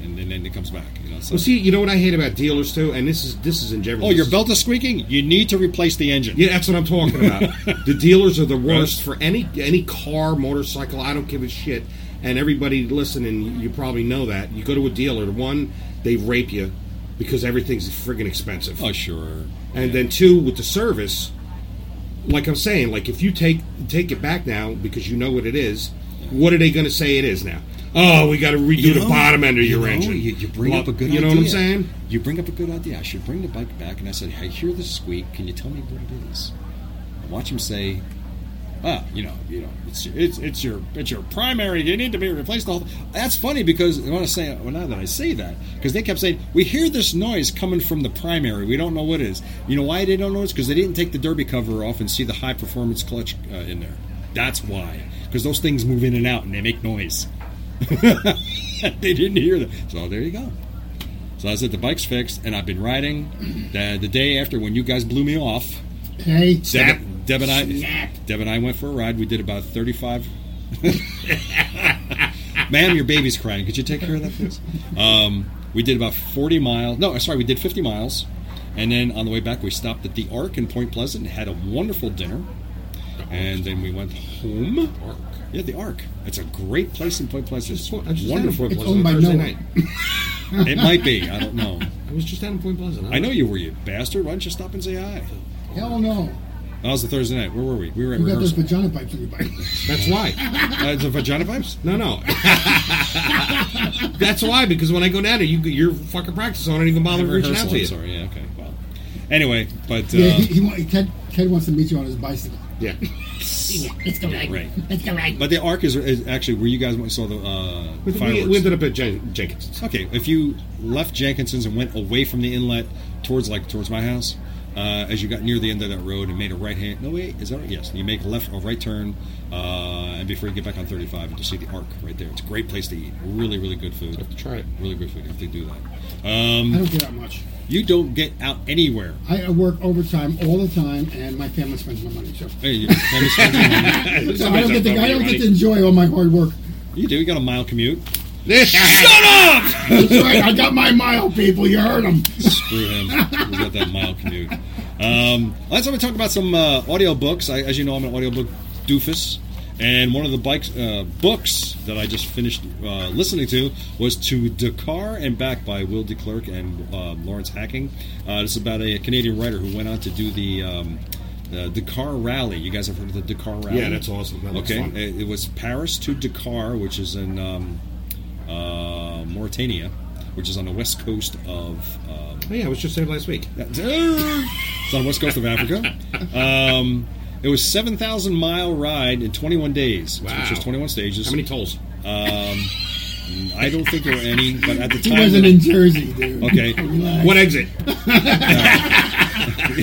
Speaker 1: And, and then it comes back. You know, so.
Speaker 4: Well, see, you know what I hate about dealers too, and this is this is in general.
Speaker 1: oh, your belt is squeaking. You need to replace the engine.
Speaker 4: Yeah, that's what I'm talking about. the dealers are the worst for any any car, motorcycle. I don't give a shit. And everybody listening, you probably know that. You go to a dealer, one, they rape you because everything's friggin' expensive,
Speaker 1: Oh, sure.
Speaker 4: and then two, with the service, like I'm saying, like if you take take it back now because you know what it is, what are they going to say it is now? Oh, we got to redo the
Speaker 1: know,
Speaker 4: bottom end of
Speaker 1: you
Speaker 4: your
Speaker 1: know,
Speaker 4: engine.
Speaker 1: You, you bring
Speaker 4: Well,
Speaker 1: up a good
Speaker 4: You know
Speaker 1: idea.
Speaker 4: what I'm saying?
Speaker 1: You bring up a good idea. I should bring the bike back. And I said, I hear the squeak. Can you tell me what it is? I watch him say, ah, you know, you know, it's it's it's your it's your primary. You need to be replaced. The whole. That's funny because I want to say well now that I say that because they kept saying we hear this noise coming from the primary. We don't know what it is. You know why they don't know it's because they didn't take the derby cover off and see the high performance clutch uh, in there. That's why because those things move in and out and they make noise. they didn't hear that. So there you go. So I said the bike's fixed, and I've been riding. The, the day after when you guys blew me off,
Speaker 3: Hey,
Speaker 1: Deb, Deb and I,
Speaker 3: Snap.
Speaker 1: Deb and I went for a ride. We did about thirty-five. Ma'am, your baby's crying. Could you take care of that, please? Um, we did about forty miles. No, sorry, we did fifty miles, and then on the way back we stopped at the Ark in Point Pleasant and had a wonderful dinner, and then we went home. Ark. Yeah, the Ark. It's a great place in Point Pleasant.
Speaker 4: Just- I just
Speaker 1: wonderful.
Speaker 4: Had a
Speaker 3: It's
Speaker 4: Point
Speaker 3: owned
Speaker 4: Pleasant
Speaker 3: by
Speaker 4: on Thursday
Speaker 3: Noah.
Speaker 4: night.
Speaker 1: it might be. I don't know.
Speaker 4: I was just down in Point Pleasant.
Speaker 1: I know you were, you bastard. Why don't you stop and say hi?
Speaker 3: hell no.
Speaker 1: That was the Thursday night. Where were we? We were at
Speaker 3: You got those
Speaker 1: rehearsal.
Speaker 3: vagina pipes in your bike.
Speaker 4: That's why.
Speaker 1: uh, the vagina pipes?
Speaker 4: No, no. That's why because when I go down there, you you're fucking practicing. I don't even bother reaching out
Speaker 1: Rehearsal,
Speaker 4: to
Speaker 1: I'm
Speaker 4: you.
Speaker 1: sorry. Yeah, okay. Well, anyway, but uh,
Speaker 3: yeah, he, he, wa- Ted, Ted wants to meet you on his bicycle.
Speaker 4: Yeah.
Speaker 5: Let's go right.
Speaker 1: right.
Speaker 5: Let's go right.
Speaker 1: But the arc is, is actually where you guys went and saw the uh,
Speaker 4: We,
Speaker 1: fireworks.
Speaker 4: we ended up at Jen- Jenkins.
Speaker 1: okay, if you left Jenkinson's and went away from the inlet towards like towards my house, uh, as you got near the end of that road and made a right hand. No wait, is that right? Yes, you make a left or right turn, uh, and before you get back on 35, and you see the arc right there. It's a great place to eat. Really, really good food.
Speaker 4: have to try it.
Speaker 1: Really good food. You have to do that.
Speaker 3: I
Speaker 1: Um,
Speaker 3: don't get out much.
Speaker 1: you don't get out anywhere.
Speaker 3: I I work overtime all the time, and my family spends my money. So,
Speaker 1: Hey, you- let me spend your money.
Speaker 3: so I don't, get to, I don't get to
Speaker 4: Everybody-
Speaker 3: enjoy all my hard work.
Speaker 1: You do. You got a mile commute.
Speaker 3: That's right. I got my mile, people. You heard them.
Speaker 1: Screw him. We got that mile commute. Um, let's have a talk about some uh, audio books. I, as you know, I'm an audiobook doofus, and one of the bikes uh, books that I just finished uh, listening to was "To Dakar and Back" by Will De Klerk and uh, Lawrence Hacking. Uh, this is about a, Canadian writer who went on to do the. Um, the Dakar Rally. You guys have heard of the Dakar Rally?
Speaker 4: Yeah, that's awesome. That looks
Speaker 1: okay,
Speaker 4: fun.
Speaker 1: It, it was Paris to Dakar, which is in um, uh, Mauritania, which is on the west coast of um,
Speaker 4: Oh, yeah, I was just there last week.
Speaker 1: it's on the west coast of Africa. Um, it was seven thousand mile ride in twenty one days,
Speaker 4: Wow.
Speaker 1: which was twenty one stages.
Speaker 4: How many tolls?
Speaker 1: I don't think there were any, but at the
Speaker 3: He
Speaker 1: time,
Speaker 3: wasn't in Jersey, dude.
Speaker 1: okay,
Speaker 4: What exit?
Speaker 3: Seven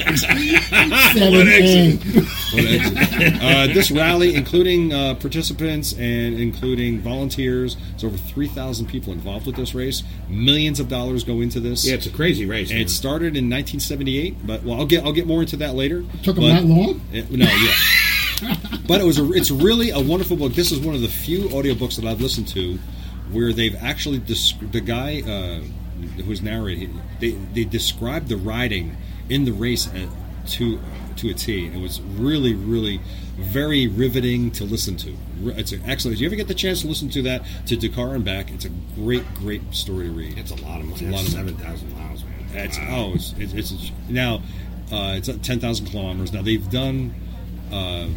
Speaker 3: A.
Speaker 1: Well, that's- uh, this rally, including uh, participants and including volunteers, there's over 3,000 people involved with this race. Millions of dollars go into this.
Speaker 4: Yeah, it's a crazy race.
Speaker 1: And
Speaker 4: man.
Speaker 1: it started in 1978, but well, I'll get I'll get more into that later.
Speaker 3: Took him
Speaker 1: But-
Speaker 3: that long?
Speaker 1: It- no, yeah. but it was a, it's really a wonderful book. This is one of the few audiobooks that I've listened to where they've actually desc- the guy uh, who's narrating they they described the riding in the race at, to to a T. It was really really very riveting to listen to. Re- It's an excellent. If you ever get the chance to listen to that to Dakar and back, it's a great great story to read.
Speaker 4: It's a lot of money.
Speaker 1: a lot of money.
Speaker 4: seven thousand miles, man.
Speaker 1: It's
Speaker 4: Wow.
Speaker 1: oh, it's, it's, it's now uh, it's at ten thousand kilometers. Now they've done, uh,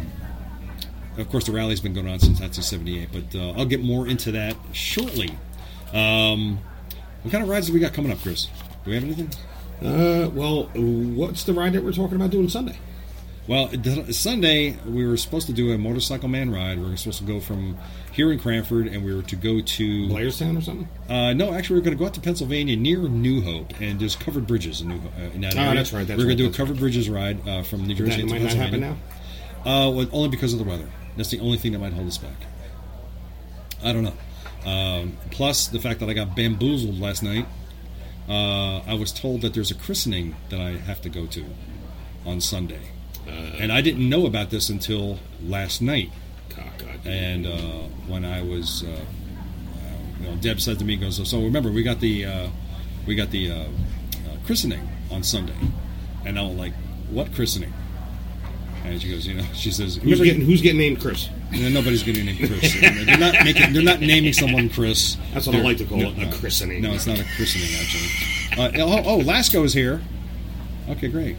Speaker 1: of course, the rally's been going on since 1978. But uh, I'll get more into that shortly. Um, what kind of rides do we got coming up, Chris? Do we have anything?
Speaker 4: Uh, well, what's the ride that we're talking about doing Sunday?
Speaker 1: Well, the- Sunday we were supposed to do a motorcycle man ride. We were supposed to go from here in Cranford, and we were to go to
Speaker 4: Blairstown or something?
Speaker 1: Uh, no, actually, we are going to go out to Pennsylvania near New Hope, and there's covered bridges in New Hope. Uh, in that
Speaker 4: Oh,
Speaker 1: area.
Speaker 4: that's right, that's
Speaker 1: we're going to
Speaker 4: right,
Speaker 1: do a
Speaker 4: that's
Speaker 1: covered bridges ride uh, from New Jersey
Speaker 4: That
Speaker 1: to
Speaker 4: might not happen
Speaker 1: Pennsylvania.
Speaker 4: now.
Speaker 1: Uh, well, only because of the weather. That's the only thing that might hold us back. I don't know. Um, plus, the fact that I got bamboozled last night. Uh, I was told that there's a christening that I have to go to on Sunday,
Speaker 4: Uh.
Speaker 1: and I didn't know about this until last night.
Speaker 4: God, God.
Speaker 1: And uh, when I was, uh, uh, you know, Deb said to me, "Goes so, so remember we got the uh, we got the uh, uh, christening on Sunday," and I'm like, "What christening?" And she goes, "You know," she says,
Speaker 4: who's getting who's getting named Chris?
Speaker 1: No, nobody's getting named Chris. they're not making. They're not naming someone Chris.
Speaker 4: That's what I
Speaker 1: They're-
Speaker 4: like to call
Speaker 1: no,
Speaker 4: it, a
Speaker 1: no.
Speaker 4: christening.
Speaker 1: No, it's not a christening actually. Uh, oh, oh, Lasco's here. Okay, great.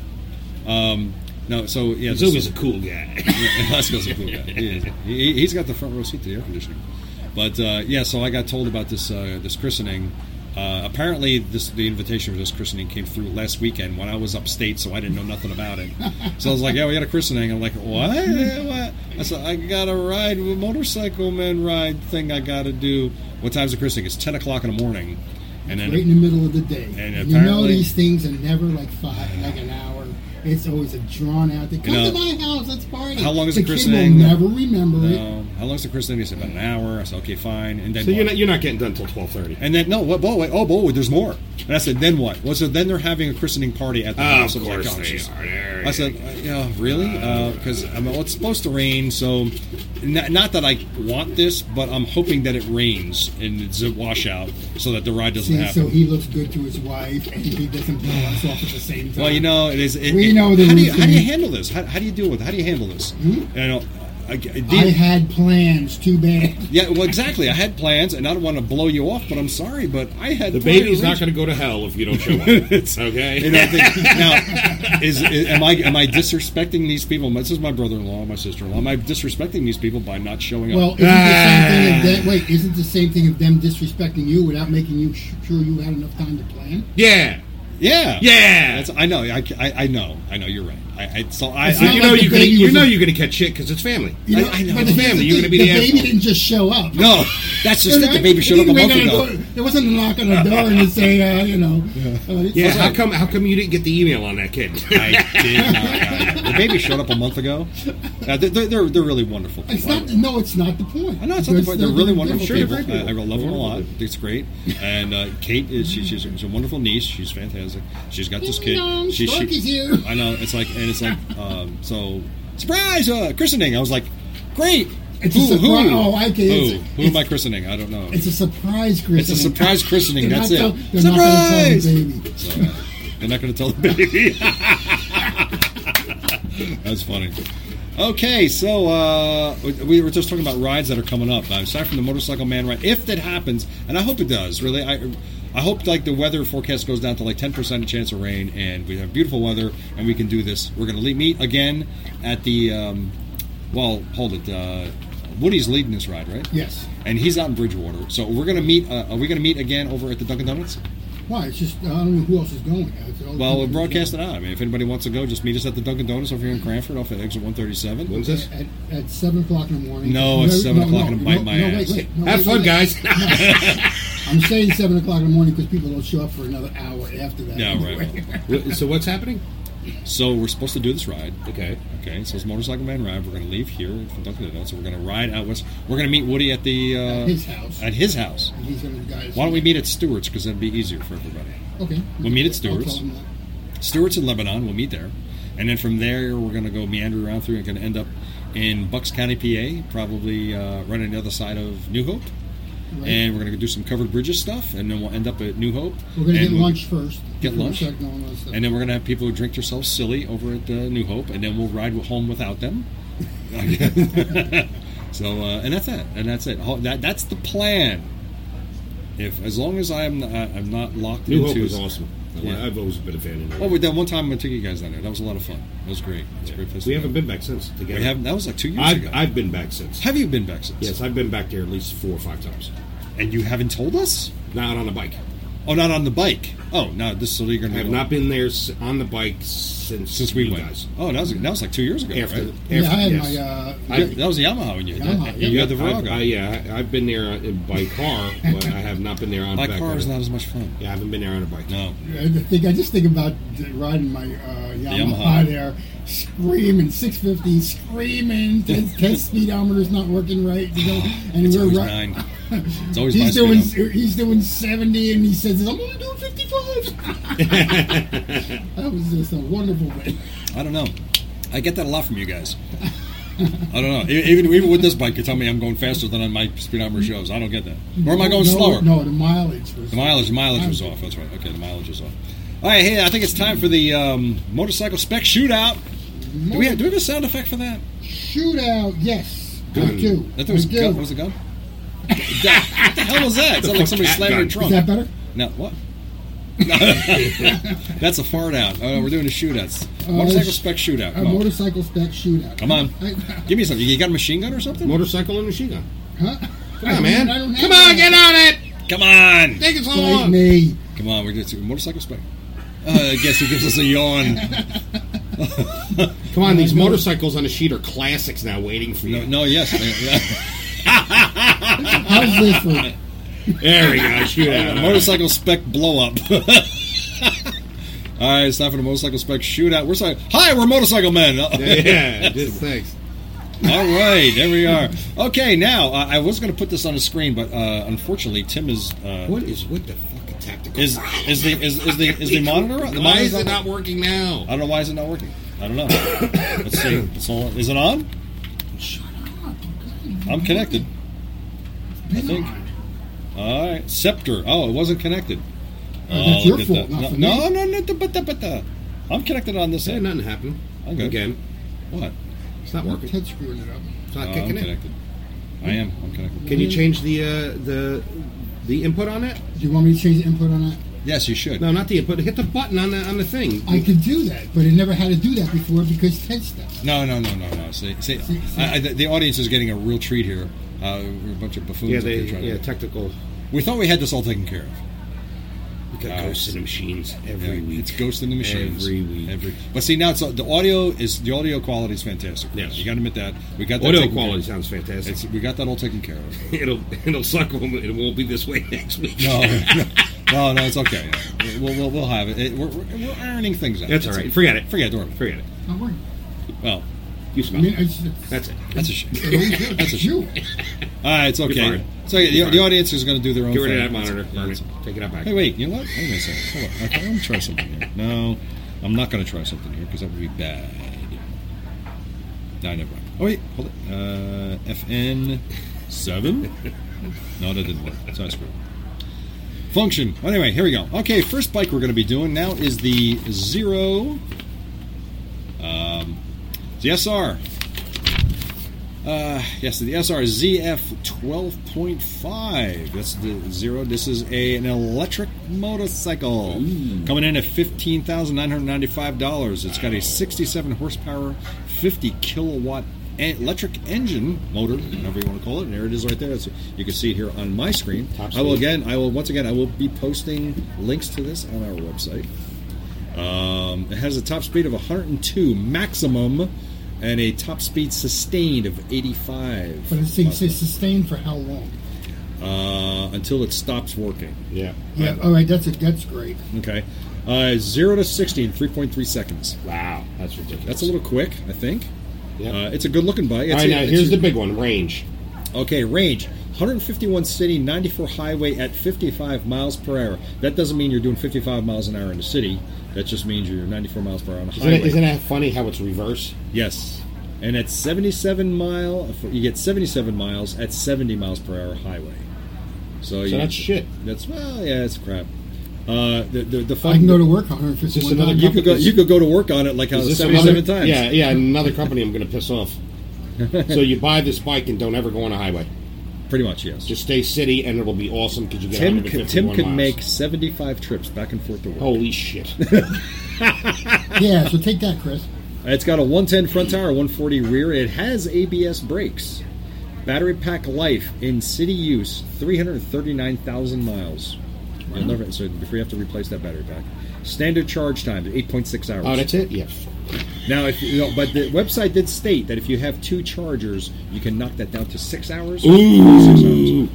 Speaker 1: Um, no, so yeah,
Speaker 4: He's
Speaker 1: this-
Speaker 4: always a cool guy.
Speaker 1: yeah, Lasco's a cool guy. He is. He, he's got the front row seat to the air conditioning. But uh, yeah, so I got told about this uh, this christening. Uh, apparently, this the invitation for this christening came through last weekend when I was upstate, so I didn't know nothing about it. So I was like, "Yeah, we got a christening." I'm like, "What? what?" I said, "I got a ride, with motorcycle man ride thing. I got to do. What time's the christening? It's ten o'clock in the morning." And then
Speaker 3: right in the middle of the day.
Speaker 1: And
Speaker 3: you know
Speaker 1: apparently-
Speaker 3: these things are never like five, like an hour. It's always a drawn out. thing. come
Speaker 1: know,
Speaker 3: to my house, let's party.
Speaker 1: how long is
Speaker 3: the
Speaker 1: the
Speaker 3: kid
Speaker 1: christening?
Speaker 3: will never remember it.
Speaker 1: um, how long's the christening? He said about an hour. I said, "Okay, fine." And then
Speaker 4: so you're
Speaker 1: what?
Speaker 4: not you're not getting done till twelve thirty.
Speaker 1: And then no, what? Boy, wait, oh boy, there's more. And I said, then what? Well, so then they're having a christening party at the
Speaker 4: Ah,
Speaker 1: house. I was like, oh, jeez. I said, uh, yeah, really? Because I mean, well, it's supposed to rain, so not, not that I want this, but I'm hoping that it rains and it's a washout so that the ride doesn't
Speaker 3: See,
Speaker 1: happen.
Speaker 3: so he looks good to his wife, and he doesn't blow us off at the same time.
Speaker 1: Well, you know, it is. It,
Speaker 3: We
Speaker 1: it-
Speaker 3: know the
Speaker 1: how do you
Speaker 3: routine.
Speaker 1: how do you handle this? How, how do you deal with? How do you handle this? And I, don't- I, I did-
Speaker 3: I had plans. Too bad.
Speaker 1: yeah, well, exactly. I had plans, and I don't want to blow you off, but I'm sorry, but I had
Speaker 4: The
Speaker 1: plans
Speaker 4: baby's
Speaker 1: to
Speaker 4: not
Speaker 1: reach-
Speaker 4: going to go to hell if you don't show up. okay.
Speaker 1: You know, I think, now, is, is- am I am I disrespecting these people? This is my brother-in-law, my sister-in-law. Am I disrespecting these people by not showing up?
Speaker 3: Well, isn't
Speaker 1: Ah.
Speaker 3: the same thing of that? Wait, isn't the same thing of them disrespecting you without making you sh- sure you had enough time to plan?
Speaker 4: yeah.
Speaker 1: yeah,
Speaker 4: Yeah.
Speaker 1: That's, I know. I, I, I know. I know. You're right. I, I so I,
Speaker 3: It's
Speaker 1: I
Speaker 3: not
Speaker 4: you
Speaker 3: like
Speaker 4: know
Speaker 3: the
Speaker 4: you're gonna,
Speaker 3: baby
Speaker 4: you
Speaker 3: was
Speaker 4: know
Speaker 3: a-
Speaker 4: you're going to catch shit because it's family.
Speaker 3: You
Speaker 1: I- I know.
Speaker 3: But the
Speaker 4: Family,
Speaker 3: thing,
Speaker 4: you're gonna be the
Speaker 3: baby
Speaker 4: asshole.
Speaker 3: didn't just show up.
Speaker 1: no. That's just it. The baby showed up a month ago.
Speaker 3: There wasn't a knock on the door and say, uh, you know, uh,
Speaker 4: Yeah.
Speaker 3: it's-
Speaker 4: How come how come you didn't get the email on that kid?
Speaker 1: I did not. The baby showed up a month ago. Uh, they're, they're they're really wonderful. People.
Speaker 3: It's not. No, it's not the point.
Speaker 1: I know it's not the point. They're really wonderful
Speaker 3: Sure,
Speaker 1: people.
Speaker 3: they're
Speaker 1: I, I love them a lot.
Speaker 4: Wonderful
Speaker 1: It's great. And uh, Kate is she, she's, she's a wonderful niece. She's fantastic. She's got this
Speaker 3: Ding
Speaker 1: kid.
Speaker 3: dong,
Speaker 1: She,
Speaker 3: Stork is here.
Speaker 1: I know. It's like and it's like um, so surprise uh, christening. I was like, great.
Speaker 3: It's a
Speaker 1: who, who?
Speaker 3: surpri- oh, I get it.
Speaker 1: Who? Who am I christening? I don't know.
Speaker 3: It's a surprise christening.
Speaker 1: It's a surprise christening.
Speaker 3: They're
Speaker 1: That's
Speaker 3: not
Speaker 1: it.
Speaker 3: tell- they're not gonna tell the
Speaker 1: Surprise!
Speaker 3: baby.
Speaker 1: So, uh, they're not going to tell the baby. That's funny. Okay, so uh, we- we were just talking about rides that are coming up. Now, aside from the motorcycle man ride, if that happens, and I hope it does, really, I I hope like the weather forecast goes down to like ten percent chance of rain, and we have beautiful weather, and we can do this. We're going to meet again at the um, well, hold it. Uh, Woody's leading this ride, right?
Speaker 3: Yes.
Speaker 1: and he's out in Bridgewater. So we're going to meet. Uh, are we going to meet again over at the Dunkin' Donuts?
Speaker 3: Why? It's just I don't know who else is going. It's all-
Speaker 1: Well, we'll broadcast it out. I mean, if anybody wants to go, just meet us at the Dunkin' Donuts over here in Cranford off at exit 137.
Speaker 4: When's this?
Speaker 3: at, at seven o'clock in the morning.
Speaker 1: No, it's seven o'clock and bite my
Speaker 3: no, wait,
Speaker 1: ass.
Speaker 3: Wait, no,
Speaker 4: Have
Speaker 3: wait,
Speaker 4: fun,
Speaker 3: wait.
Speaker 4: guys.
Speaker 3: I'm saying seven o'clock in the morning because people don't show up for another hour after that.
Speaker 1: Yeah, right.
Speaker 4: so what's happening?
Speaker 1: So we're supposed to do this ride.
Speaker 4: Okay.
Speaker 1: Okay, so it's Motorcycle Man Ride. We're going to leave here from Dunkin' Donuts. and We're going to ride out west. We're going to meet Woody at the uh,
Speaker 3: At his house.
Speaker 1: At his house.
Speaker 3: And he's gonna guys.
Speaker 1: Why don't we meet at Stewart's? Because that'd be easier for everybody.
Speaker 3: Okay.
Speaker 1: We'll meet at
Speaker 3: I'll tell
Speaker 1: Stewart's.
Speaker 3: him that.
Speaker 1: Stewart's in Lebanon. We'll meet there, and then from there we're going to go meander around through and going to end up in Bucks County, PA, probably uh, right on the other side of New Hope.
Speaker 3: Right.
Speaker 1: And we're going to do some covered bridges stuff, and then we'll end up at New Hope.
Speaker 3: We're
Speaker 1: and
Speaker 3: gonna get
Speaker 1: we'll-
Speaker 3: lunch first.
Speaker 1: Get
Speaker 3: before we
Speaker 1: lunch?
Speaker 3: start going on stuff.
Speaker 1: and then we're going to have people who drink themselves silly over at uh, New Hope, and then we'll ride home without them. so, uh, and that's it, and that's it. Ho- That that's the plan. If as long as I am, I- I'm not locked
Speaker 4: New
Speaker 1: into.
Speaker 4: Hope is awesome.
Speaker 1: Yeah.
Speaker 4: I've always been a fan of New
Speaker 1: Oh,
Speaker 4: Hope.
Speaker 1: we that one time I took you guys down there. That was a lot of fun. That was great. It's a great place.
Speaker 4: We
Speaker 1: to
Speaker 4: haven't
Speaker 1: go.
Speaker 4: been back since together.
Speaker 1: We haven't. That was like two years ago.
Speaker 4: I've, I've been back since.
Speaker 1: have you been back since?
Speaker 4: Yes, I've been back there at least four or five times.
Speaker 1: And you haven't told us?
Speaker 4: Not on a bike.
Speaker 1: Oh, not on the bike. Oh, no, this so you're going
Speaker 4: I
Speaker 1: to
Speaker 4: have not been there s- on the bike since
Speaker 1: since we
Speaker 4: you
Speaker 1: went.
Speaker 4: guys.
Speaker 1: Oh, that was that was like two years ago.
Speaker 4: After,
Speaker 1: right?
Speaker 4: after
Speaker 3: yeah, I had
Speaker 4: yes.
Speaker 3: my. Uh,
Speaker 4: I-
Speaker 1: Yeah, that was the Yamaha when you had
Speaker 3: Yamaha,
Speaker 1: that. You had the
Speaker 4: I've-
Speaker 1: Virago.
Speaker 4: I, yeah, I- I've been there uh, by car, but I have not been there on
Speaker 1: My
Speaker 4: back
Speaker 1: car
Speaker 4: on
Speaker 1: is
Speaker 4: it.
Speaker 1: not as much fun.
Speaker 4: Yeah, I haven't been there on a bike.
Speaker 1: No.
Speaker 3: I just think I just think about riding my uh, Yamaha,
Speaker 1: Yamaha.
Speaker 3: there, screaming 650, screaming. Ten, ten speedometer's not working right, you know, and
Speaker 1: It's
Speaker 3: we're
Speaker 1: always
Speaker 3: ri-
Speaker 1: nine. It's always my
Speaker 3: He's doing
Speaker 1: speed.
Speaker 3: he's doing 70, and he says, "I'm only doing 55." that was just a wonderful thing.
Speaker 1: I don't know. I get that a lot from you guys. I don't know. E- Even even with this bike, you tell me I'm going faster than on my speedometer shows. I don't get that. Or am I going
Speaker 3: no,
Speaker 1: slower?
Speaker 3: No, the mileage was.
Speaker 1: The mileage, the mileage was off. That's right. Okay, the mileage was off. All right, hey, I think it's time for the um, motorcycle spec shootout. Do we have, do we have a sound effect for that?
Speaker 3: shootout. Yes, I
Speaker 4: Gun.
Speaker 3: do.
Speaker 1: That thing was
Speaker 3: I
Speaker 1: a
Speaker 3: do.
Speaker 1: gun. What was a gun? what the hell was that? It sounded like somebody
Speaker 4: Cat
Speaker 1: slammed their
Speaker 4: gun.
Speaker 1: trunk.
Speaker 3: Is that better?
Speaker 1: No, what? That's a fart out. Oh, we're doing the shootouts.
Speaker 4: Uh,
Speaker 1: Motorcycle
Speaker 3: it's-
Speaker 1: spec shootout.
Speaker 3: A
Speaker 1: Come on.
Speaker 3: motorcycle spec shootout.
Speaker 1: Come on.
Speaker 3: I,
Speaker 1: Give me something. You got a machine gun or something?
Speaker 4: Motorcycle and machine gun.
Speaker 3: huh?
Speaker 4: Come on,
Speaker 3: mean,
Speaker 4: man.
Speaker 3: I don't have
Speaker 4: Come
Speaker 3: that.
Speaker 4: on, get on it.
Speaker 1: Come on.
Speaker 4: Take it so
Speaker 3: Fight
Speaker 4: long.
Speaker 3: me.
Speaker 1: Come on, we're just motorcycle spec. Uh, I guess who gives us a yawn?
Speaker 4: Come on, these motorcycles on the sheet are classics now, waiting for you.
Speaker 1: No, no yes. man.
Speaker 3: How's this one?
Speaker 4: There we go. Shoot
Speaker 1: Yeah. motorcycle spec blow up. All right, it's time for the motorcycle spec shootout. We're sorry. Hi, we're motorcycle men.
Speaker 4: Yeah, just thanks.
Speaker 1: All right, there we are. Okay, now uh, I was going to put this on the screen, but uh, unfortunately, Tim is uh,
Speaker 4: What is what the fuck tactical?
Speaker 1: is is the is, is the is the monitor on? the
Speaker 4: Why
Speaker 1: monitor's
Speaker 4: is it
Speaker 1: on?
Speaker 4: not working
Speaker 1: I
Speaker 4: now?
Speaker 1: don't know why is it not working. I don't know. Let's see. It's all, is it on? I'm connected. I think. All right, scepter. Oh, it wasn't connected.
Speaker 3: Oh,
Speaker 1: Oh,
Speaker 3: that's your
Speaker 1: look at
Speaker 3: fault,
Speaker 1: that.
Speaker 3: not for
Speaker 1: No,
Speaker 3: me.
Speaker 1: no, no, no, but the- but the- I'm connected on this
Speaker 4: Yeah,
Speaker 1: end.
Speaker 4: nothing happened.
Speaker 1: Okay.
Speaker 4: Again,
Speaker 1: What?
Speaker 4: it's not
Speaker 3: Mark
Speaker 4: working.
Speaker 3: Ted's screwing it up.
Speaker 4: It's
Speaker 1: Oh,
Speaker 4: not
Speaker 1: I'm
Speaker 4: kicking in.
Speaker 1: connected. I am. I'm connected.
Speaker 4: Can you change the uh, the the input on it?
Speaker 3: Do you want me to change the input on that?
Speaker 1: Yes, you should.
Speaker 4: No, not the input. Hit the button on the on the thing.
Speaker 3: I could do that, but I never had to do that before because Ted's stuff.
Speaker 1: No, no, no, no, no. See, see,
Speaker 3: See, see.
Speaker 1: I, I, the, the audience is getting a real treat here. Uh, we're a bunch of buffoons.
Speaker 4: Yeah,
Speaker 1: up
Speaker 4: they
Speaker 1: here trying
Speaker 4: yeah
Speaker 1: to-
Speaker 4: technical.
Speaker 1: we thought we had this all taken care of.
Speaker 4: We got ghosts in the machines every
Speaker 1: Yeah,
Speaker 4: week.
Speaker 1: It's Ghost in the Machines.
Speaker 4: Every week.
Speaker 1: Every, but see now, it's the audio is the audio quality is fantastic.
Speaker 4: Yes.
Speaker 1: you got to admit that we got that
Speaker 4: Audio
Speaker 1: taken
Speaker 4: quality
Speaker 1: Care
Speaker 4: sounds
Speaker 1: of.
Speaker 4: fantastic.
Speaker 1: It's, we got that all taken care of.
Speaker 4: it'll it'll suck when we- it won't be this way next week.
Speaker 1: No, no, no, no, it's okay. We'll, we'll, we'll have it. It- we're, we're, we're ironing things out.
Speaker 4: That's all right. Forget it.
Speaker 1: Forget it. Don't worry.
Speaker 4: Forget it.
Speaker 3: It's not working.
Speaker 1: Well,
Speaker 4: You
Speaker 3: I
Speaker 4: smell.
Speaker 3: mean,
Speaker 4: it.
Speaker 3: it's,
Speaker 4: That's it.
Speaker 1: that's a shame.
Speaker 3: it's,
Speaker 1: That's a shame.
Speaker 3: you.
Speaker 1: All right, it's
Speaker 4: You're
Speaker 1: okay.
Speaker 4: fine.
Speaker 1: So the,
Speaker 4: You're
Speaker 1: the
Speaker 4: fine.
Speaker 1: audience is going to do their own.
Speaker 4: Get rid of
Speaker 1: thing.
Speaker 4: that monitor.
Speaker 1: Yeah,
Speaker 4: Burn
Speaker 1: it's-
Speaker 4: it. Take it out back.
Speaker 1: Hey, wait. You know what? Wait a second. Hold on. Okay, I'm gonna try something here. No, I'm not gonna try something here because that would be bad. No, never mind. Oh wait, hold it. Uh, FN seven. No, that didn't work. So I screwed. up. Function. Well, anyway, here we go. Okay, first bike we're gonna be doing now is the zero. Um, the SR. Uh, yes, the SRZF 12.5. That's the zero. This is a, an electric motorcycle coming in at $15,995. It's got a 67 horsepower, 50 kilowatt en- electric engine motor, whatever you want to call it. And there it is right there. It's, you can see it here on my screen.
Speaker 4: Top
Speaker 1: I will
Speaker 4: speed.
Speaker 1: again, I will once again, I will be posting links to this on our website. Um, it has a top speed of 102 maximum and a top speed sustained of 85.
Speaker 3: But it's, it's, it's sustained for how long?
Speaker 1: uh, until it stops working.
Speaker 4: Yeah.
Speaker 3: Yeah. All right. That's a, that's great.
Speaker 1: Okay. Uh, 0 to 60 in 3.3 seconds.
Speaker 4: Wow, that's ridiculous.
Speaker 1: That's a little quick, I think.
Speaker 4: Yep.
Speaker 1: Uh, it's a good looking bike. It's
Speaker 4: All right,
Speaker 1: a-
Speaker 4: now
Speaker 1: it's
Speaker 4: here's
Speaker 1: a-
Speaker 4: the big one: range.
Speaker 1: Okay, range 151 city, 94 highway at 55 miles per hour. That doesn't mean you're doing 55 miles an hour in the city. That just means you're 94 miles per hour on the
Speaker 4: Isn't
Speaker 1: highway.
Speaker 4: it, isn't that funny how it's reverse?
Speaker 1: Yes. And at 77 mile, you get 77 miles at 70 miles per hour highway. So, you,
Speaker 4: that's shit.
Speaker 1: That's well, yeah, it's crap. Uh, the the, the fun,
Speaker 3: I can go to work 151.
Speaker 4: Is this another
Speaker 3: times.
Speaker 1: You could go. You could go to work on it like how
Speaker 4: Is this
Speaker 1: 77
Speaker 4: another-
Speaker 1: times.
Speaker 4: Yeah, yeah. Another company I'm going to piss off. so you buy this bike and don't ever go on a highway.
Speaker 1: pretty much. Yes.
Speaker 4: Just stay city, and it'll be awesome because you get
Speaker 1: Tim could,
Speaker 4: 151
Speaker 1: Tim could
Speaker 4: miles.
Speaker 1: make 75 trips back and forth to work.
Speaker 4: Holy shit!
Speaker 3: Yeah. So take that, Chris.
Speaker 1: It's got a 110 front tire, 140 rear. It has ABS brakes. Battery pack life in city use 339,000 miles. Yeah, no, right, so before you have to replace that battery pack. Standard charge time is 8.6 hours.
Speaker 4: Oh, that's it. Yes.
Speaker 1: Now, if you know, but the website did state that if you have two chargers, you can knock that down to six hours.
Speaker 4: Ooh,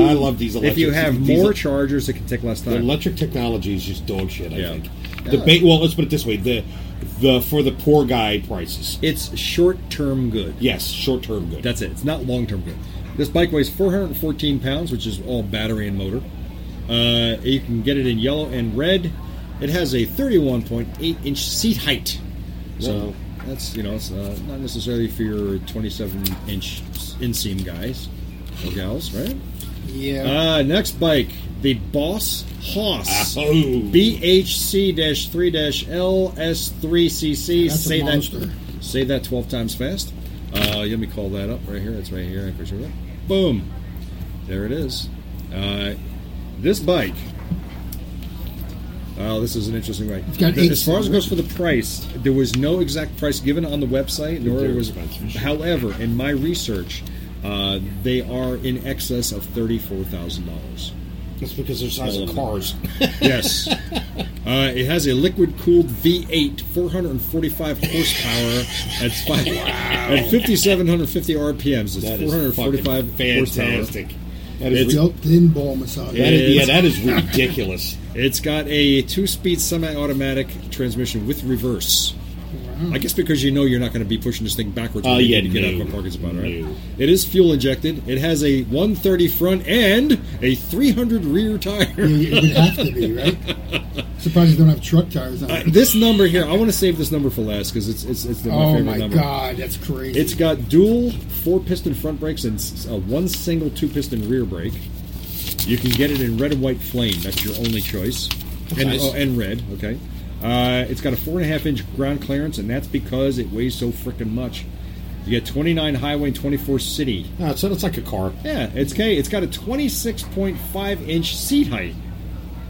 Speaker 4: I love these electric.
Speaker 1: If you have
Speaker 4: these-
Speaker 1: more chargers, it can take less
Speaker 4: the
Speaker 1: time.
Speaker 4: electric technology is just dog shit. I
Speaker 1: Yeah.
Speaker 4: think the ba- well, let's put it this way: the the for the poor guy prices.
Speaker 1: it's short-term good.
Speaker 4: Yes, short term good.
Speaker 1: That's it. It's not long term good. This bike weighs 414 pounds, which is all battery and motor. Uh, you can get it in yellow and red. It has a 31.8 inch seat height. So that's you know it's uh, not necessarily for your 27 inch inseam guys or gals, right?
Speaker 3: Yeah.
Speaker 1: Uh, next bike, the Boss Hoss
Speaker 4: Oh.
Speaker 1: BHC 3 LS3CC.
Speaker 3: That's a
Speaker 1: say that
Speaker 3: monster.
Speaker 1: say that 12 times fast. Uh, let me call that up right here. It's right here. Boom. There it is. Uh, this bike. Oh, this is an interesting bike.
Speaker 3: got
Speaker 1: The-
Speaker 3: eight
Speaker 1: as far as it goes
Speaker 3: cylinders.
Speaker 1: for the price, there was no exact price given on the website, nor
Speaker 4: They're
Speaker 1: was.
Speaker 4: expensive.
Speaker 1: However, in my research, uh, they are in excess of thirty-four thousand dollars.
Speaker 4: That's because they're size
Speaker 1: All
Speaker 4: of
Speaker 1: of
Speaker 4: cars.
Speaker 1: Yes. Uh, it has a liquid cooled V8, 445 horsepower at, five, at 5,750 RPMs. It's
Speaker 4: That is
Speaker 1: 445
Speaker 4: fucking
Speaker 1: horsepower.
Speaker 4: fantastic. That is,
Speaker 1: It's-
Speaker 4: ri-
Speaker 3: Built in ball massage.
Speaker 4: that is- yeah,
Speaker 1: is-
Speaker 4: that is ridiculous.
Speaker 1: It's got a two speed semi automatic transmission with reverse. I guess because you know you're not going to be pushing this thing backwards
Speaker 4: Oh,
Speaker 1: when you
Speaker 4: yeah,
Speaker 1: need to get out
Speaker 4: no,
Speaker 1: of a parking spot, right?
Speaker 4: no.
Speaker 1: It is fuel injected. It has a 130 front and a 300 rear tire.
Speaker 3: It would have to be, right? Surprised you don't have truck tires on
Speaker 1: Uh,
Speaker 3: it.
Speaker 1: this number here, I want to save this number for last because it's it's, it's my
Speaker 3: Oh
Speaker 1: favorite
Speaker 3: my
Speaker 1: number.
Speaker 3: god, that's crazy.
Speaker 1: It's got dual four piston front brakes and s- uh, one single two piston rear brake. You can get it in red and white flame. That's your only choice. And,
Speaker 4: Nice.
Speaker 1: oh, and red, okay. Uh, it's got a four and a half inch ground clearance, and that's because it weighs so freaking much. You get 29 highway and 24 city.
Speaker 4: No, so it's like a car.
Speaker 1: Yeah, it's okay. It's got a 26.5 inch seat height.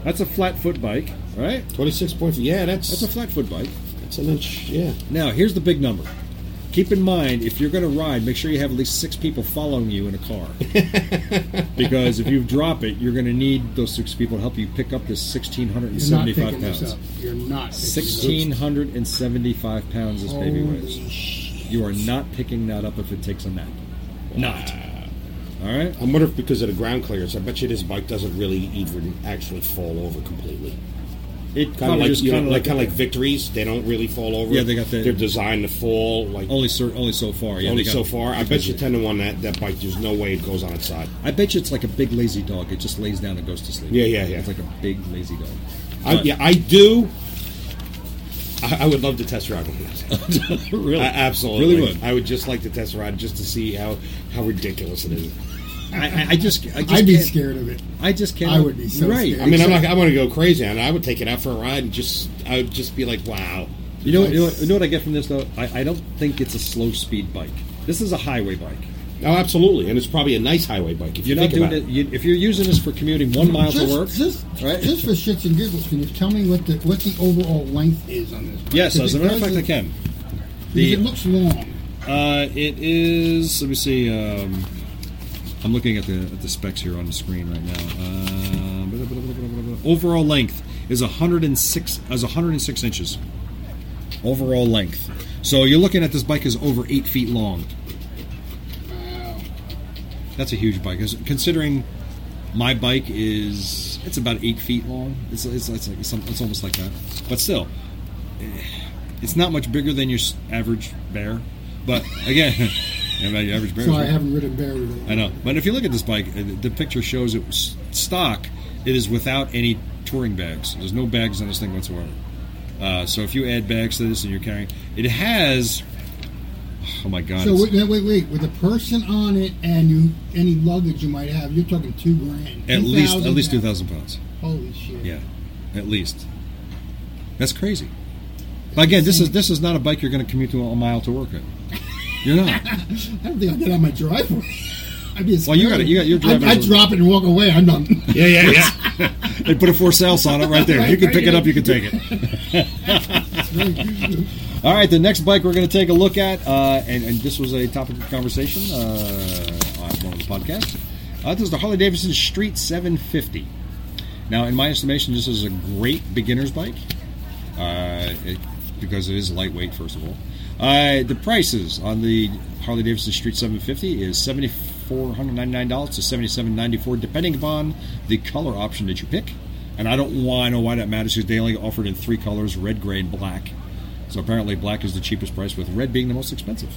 Speaker 1: That's a flat foot bike, right?
Speaker 4: Twenty six points. Yeah, that's
Speaker 1: That's a flat foot bike.
Speaker 4: that's an inch. Yeah.
Speaker 1: Now, here's the big number. Keep in mind, if you're going to ride, make sure you have at least six people following you in a car. because if you drop it, you're going to need those six people to help you pick up this
Speaker 3: You're not
Speaker 1: 1,675
Speaker 3: picking this
Speaker 1: pounds.
Speaker 3: up. You're not. picking this up.
Speaker 1: 1,675 pounds this baby
Speaker 3: Holy
Speaker 1: weighs.
Speaker 3: shit.
Speaker 1: You are not picking that up if it takes a nap. Not. All right?
Speaker 4: I wonder if because of the ground clearance, I bet you this bike doesn't really even actually fall over completely.
Speaker 1: It
Speaker 4: Kind of
Speaker 1: probably
Speaker 4: like
Speaker 1: just
Speaker 4: you know,
Speaker 1: kinda
Speaker 4: like kind of like victories, they don't really fall over.
Speaker 1: Yeah, they got the-
Speaker 4: They're designed to fall like
Speaker 1: only so, only so far. Yeah,
Speaker 4: only
Speaker 1: they got-
Speaker 4: so far. I bet you ten to one that that bike. There's no way it goes on its side.
Speaker 1: I bet you it's like a big lazy dog. It just lays down and goes to sleep.
Speaker 4: Yeah, yeah, yeah.
Speaker 1: It's like a big lazy dog.
Speaker 4: I,
Speaker 1: But-
Speaker 4: yeah, I do. I, I would love to test ride one of these.
Speaker 1: really,
Speaker 4: I absolutely
Speaker 1: really would.
Speaker 4: I would just like to test ride just to see how how ridiculous it is.
Speaker 1: I, I- I just, I just
Speaker 3: I'd be
Speaker 1: can't-
Speaker 3: scared of it.
Speaker 1: I just can't.
Speaker 3: I would be so
Speaker 1: right.
Speaker 3: scared.
Speaker 4: I mean, I'm not. I want to go crazy on it. I would take it out for a ride and just. I would just be like, wow.
Speaker 1: You know, you know, you know what I get from this though. I, I don't think it's a slow speed bike. This is a highway bike.
Speaker 4: Oh, absolutely, and it's probably a nice highway bike. If you
Speaker 1: You're not
Speaker 4: think
Speaker 1: doing
Speaker 4: about
Speaker 1: it. You, if you're using this for commuting one mile
Speaker 3: just,
Speaker 1: to work,
Speaker 3: Just,
Speaker 1: right?
Speaker 3: just for shits and giggles, can you tell me what the what the overall length is on this?
Speaker 1: yes,
Speaker 3: Because
Speaker 1: as a
Speaker 3: it
Speaker 1: matter of fact,
Speaker 3: doesn't-
Speaker 1: I can.
Speaker 3: because
Speaker 1: the-
Speaker 3: it looks long.
Speaker 1: Uh, it is. Let me see. Um, I'm looking at the at the specs here on the screen right now. Uh, blah, blah, blah, blah, blah, blah. overall length is 106 is 106 inches. Overall length. So you're looking at this bike is over eight feet long.
Speaker 3: Wow.
Speaker 1: That's a huge bike. Cons- Considering my bike is it's about eight feet long. It's it's it's, like, it's, al- it's almost like that. But still, eh, it's not much bigger than your s- average bear. But again, yeah, about your average bear.
Speaker 3: So
Speaker 1: is
Speaker 3: I
Speaker 1: right.
Speaker 3: haven't ridden barely.
Speaker 1: I know. But if you look at this bike, uh, the picture shows it was stock. It is without any touring bags. There's no bags on this thing whatsoever. Uh, so if you add bags to this and you're carrying, it has. Oh my god!
Speaker 3: So
Speaker 1: it's-
Speaker 3: wait, no, wait, wait. With a person on it and you any luggage you might have, you're talking two grand.
Speaker 1: at least at least two
Speaker 3: $2,000.
Speaker 1: thousand pounds.
Speaker 3: Holy shit!
Speaker 1: Yeah, at least. That's crazy. But again, this is this is not a bike you're going to commute to a mile to work in. You're not.
Speaker 3: I don't think I'd get on my driveway. I'd be
Speaker 1: Well, you got it. You got your driveway.
Speaker 3: I would drop it and walk away. I'm done.
Speaker 4: it. Yeah, yeah, yeah.
Speaker 1: They put a for sale sign up right there. You can pick it up. You can take it. All right, the next bike we're going to take a look at, uh, and, and this was a topic of conversation uh, on one of the podcasts. Uh, this is the Harley Davidson Street 750.
Speaker 4: Now, in my estimation, this is a great beginner's bike uh, it, because it is lightweight. First of all, uh, the prices on the Harley Davidson Street 750 is seventy four hundred ninety nine dollars to seventy seven ninety four, depending upon the color option that you pick. And I don't why I know why that matters because they only offered in three colors: red, gray, and black. So apparently, black is the cheapest price, with red being the most expensive.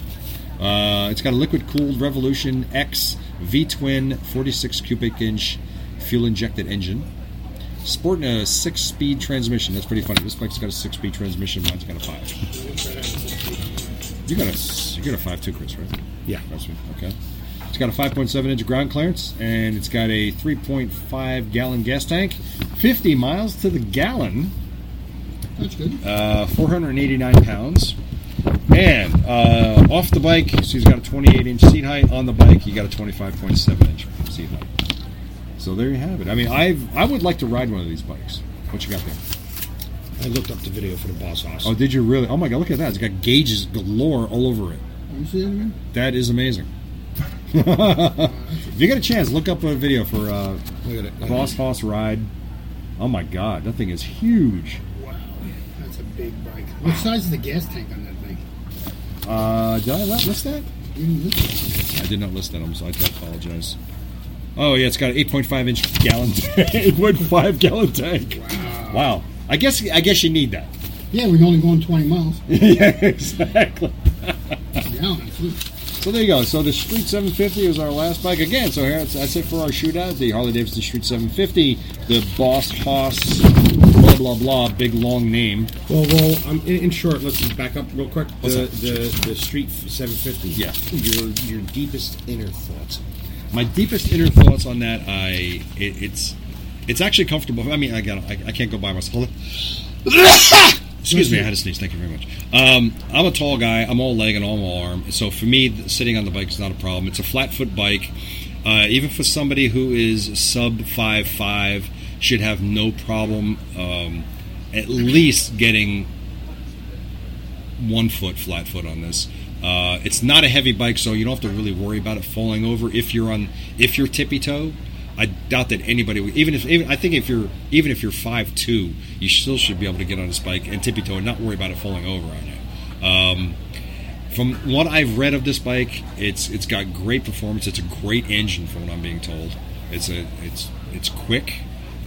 Speaker 4: Uh, it's got a liquid cooled Revolution X V twin 46 cubic inch fuel injected engine. Sporting a six speed transmission. That's pretty funny. This bike's got a six speed transmission, mine's got a five. You got a you got a five too, Chris, right?
Speaker 1: Yeah.
Speaker 4: That's right. Okay. It's got a 5.7 inch ground clearance, and it's got a 3.5 gallon gas tank, 50 miles to the gallon
Speaker 3: That's good.
Speaker 4: uh, 489 pounds. And uh, off the bike, so he's got a 28 inch seat height. On the bike, you got a 25.7 inch seat height. So there you have it. I mean, I've I would like to ride one of these bikes. What you got there?
Speaker 1: I looked up the video for the boss house.
Speaker 4: Oh, did you really? Oh my God, look at that! It's got gauges galore all over it.
Speaker 3: Let me see that again.
Speaker 4: That is amazing. if you get a chance, look up a video for uh,
Speaker 1: Look at it.
Speaker 4: Boss Hoss Ride. Oh my God, that thing is huge.
Speaker 3: Wow, that's a big bike. What size is the gas tank on that thing?
Speaker 4: Uh, did I not list that?
Speaker 3: You didn't look at it.
Speaker 4: I did not list that. I'm sorry. I apologize. Oh yeah, it's got an 8.5 inch gallon, 8.5 gallon tank. Wow. I guess I guess you need that.
Speaker 3: Yeah, we're only going 20 miles.
Speaker 4: yeah, exactly.
Speaker 3: Yeah, absolutely.
Speaker 4: So there you go. So the Street 750 was our last bike again. So here that's, that's it for our shootout. The Harley Davidson Street 750, the Boss Hoss, blah blah blah, big long name.
Speaker 1: Well, well, um, in, in short, let's just back up real quick. The, the the street 750.
Speaker 4: Yeah.
Speaker 1: Your your deepest inner thoughts.
Speaker 4: my deepest inner thoughts on that i it, it's it's actually comfortable i mean i got I, I can't go by myself excuse me i had a sneeze thank you very much um, i'm a tall guy i'm all leg and all my arm so for me th- sitting on the bike is not a problem it's a flat foot bike uh, even for somebody who is sub five five, should have no problem um, at least getting one foot flat foot on this. Uh, it's not a heavy bike, so you don't have to really worry about it falling over if you're on if you're tippy toe. I doubt that anybody, would, even if even, I think if you're even if you're five two, you still should be able to get on this bike and tippy toe and not worry about it falling over on you. Um, from what I've read of this bike, it's it's got great performance. It's a great engine, from what I'm being told. It's a it's it's quick.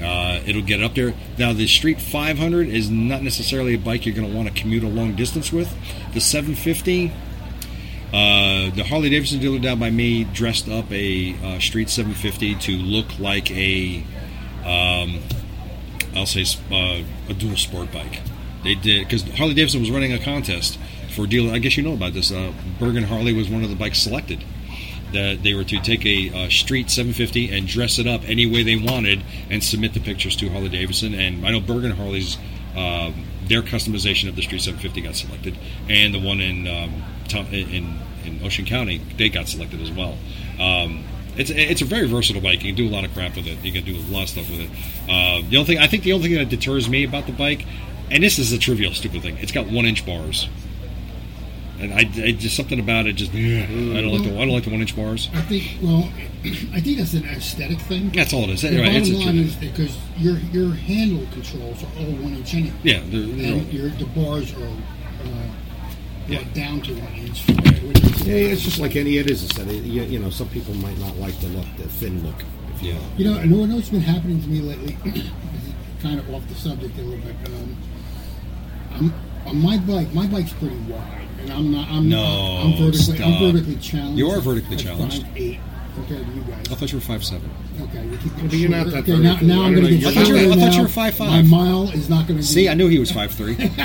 Speaker 4: Uh, it'll get up there. Now the Street 500 is not necessarily a bike you're going to want to commute a long distance with. The 750, uh, the Harley Davidson dealer down by me dressed up a uh, Street 750 to look like a um, I'll say uh, a dual sport bike. They did because Harley Davidson was running a contest for dealer. I guess you know about this. Uh, Bergen Harley was one of the bikes selected. That they were to take a uh, street 750 and dress it up any way they wanted and submit the pictures to Harley Davidson. And I know Bergen Harley's um, their customization of the street 750 got selected, and the one in um, Tom- in in Ocean County they got selected as well. Um, it's it's a very versatile bike. You can do a lot of crap with it. You can do a lot of stuff with it. Uh, the only thing I think the only thing that deters me about the bike, and this is a trivial stupid thing, it's got one inch bars, and I, I just something about it just I don't like the I don't like the one inch bars.
Speaker 3: I think, well, I think that's an aesthetic thing.
Speaker 4: That's all it is.
Speaker 3: The
Speaker 4: Right, it's a
Speaker 3: bottom line
Speaker 4: trivial-
Speaker 3: is because your your handle controls are all one inch anyway.
Speaker 4: Yeah, they're, they're
Speaker 3: And
Speaker 4: all-
Speaker 3: your, the bars are uh,
Speaker 4: Yeah.
Speaker 3: brought down to one inch. which is-
Speaker 1: Yeah, it's just like any. It is. It's that you, you know some people might not like the look, the thin look.
Speaker 4: yeah.
Speaker 3: You know, and what has been happening to me lately, this is kind of off the subject a little bit. but, Um, I'm, on my bike, my bike's pretty wide, and I'm not. I'm
Speaker 4: No,
Speaker 3: I'm vertically,
Speaker 4: stop.
Speaker 3: I'm vertically challenged.
Speaker 4: You are vertically
Speaker 3: at
Speaker 4: challenged. Oh.
Speaker 3: Five, eight, compared to you guys.
Speaker 4: I thought you were five seven.
Speaker 3: Okay, we keep
Speaker 1: but you're not that
Speaker 3: okay, now,
Speaker 1: vertical.
Speaker 3: now
Speaker 1: I
Speaker 3: I'm
Speaker 1: don't
Speaker 3: going
Speaker 1: know,
Speaker 3: to
Speaker 1: you're
Speaker 3: get.
Speaker 4: not- I thought you were- I thought you were
Speaker 3: now.
Speaker 4: 5'5".
Speaker 3: My mile is not going to.
Speaker 4: See, I knew he was five three.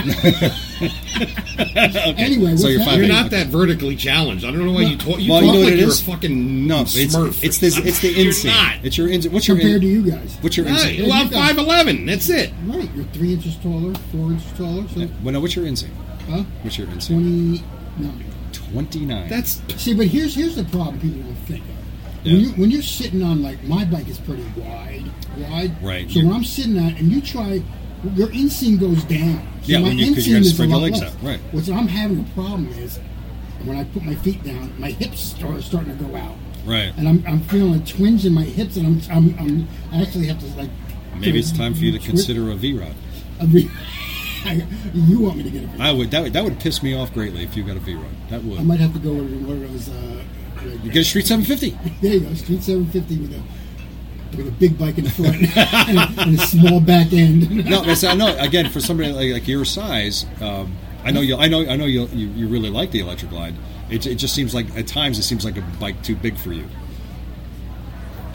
Speaker 3: Anyway, what's
Speaker 4: So you're
Speaker 3: happening?
Speaker 1: You're
Speaker 4: mean,
Speaker 1: not that vertically challenged. I don't know why you talk. You
Speaker 4: Well, you
Speaker 1: talk
Speaker 4: know what
Speaker 1: like
Speaker 4: it
Speaker 1: you're
Speaker 4: is?
Speaker 1: a fucking
Speaker 4: No, it's
Speaker 1: Smurf.
Speaker 4: it's this it's the
Speaker 1: You're
Speaker 4: inseam.
Speaker 1: not.
Speaker 4: It's your inseam. What's your
Speaker 3: compared to
Speaker 4: in,
Speaker 3: you guys.
Speaker 4: what's your
Speaker 1: Right.
Speaker 4: inseam?
Speaker 1: Well, I'm five eleven. That's it.
Speaker 3: Right, you're three inches taller, four inches taller, so
Speaker 4: Well, no, what's your inseam?
Speaker 3: huh?
Speaker 4: What's your inseam?
Speaker 3: Twenty. No.
Speaker 4: Twenty nine.
Speaker 1: That's
Speaker 3: See, but here's here's the problem people don't think of. When,
Speaker 4: Yeah.
Speaker 3: you, when you're sitting on like my bike is pretty wide, wide.
Speaker 4: Right.
Speaker 3: So when I'm sitting on it and you try, your inseam goes down. So
Speaker 4: Yeah,
Speaker 3: my
Speaker 4: when you- 'cause you
Speaker 3: inseam
Speaker 4: gotta
Speaker 3: is a
Speaker 4: spread your
Speaker 3: lot
Speaker 4: legs
Speaker 3: less.
Speaker 4: out, right.
Speaker 3: What I'm having a problem is when I put my feet down, my hips are starting to go out,
Speaker 4: right.
Speaker 3: and I'm, I'm feeling a twinge in my hips, and I'm, I'm, I'm I actually have to like
Speaker 1: Maybe it's time for you to consider a V rod.
Speaker 3: I mean, you want me to get a
Speaker 1: I would that would that would piss me off greatly if you got a V rod. That would.
Speaker 3: I might have to go with one of those. Uh, like-
Speaker 1: you get a Street 750.
Speaker 3: there you go, Street 750 with a with a big bike in the front and, a, and a small back end.
Speaker 1: no, that's, I know. Again, for somebody like, like your size, um, I know you. I know. I know you. You, you really like the electric glide. It, it just seems like at times it seems like a bike too big for you.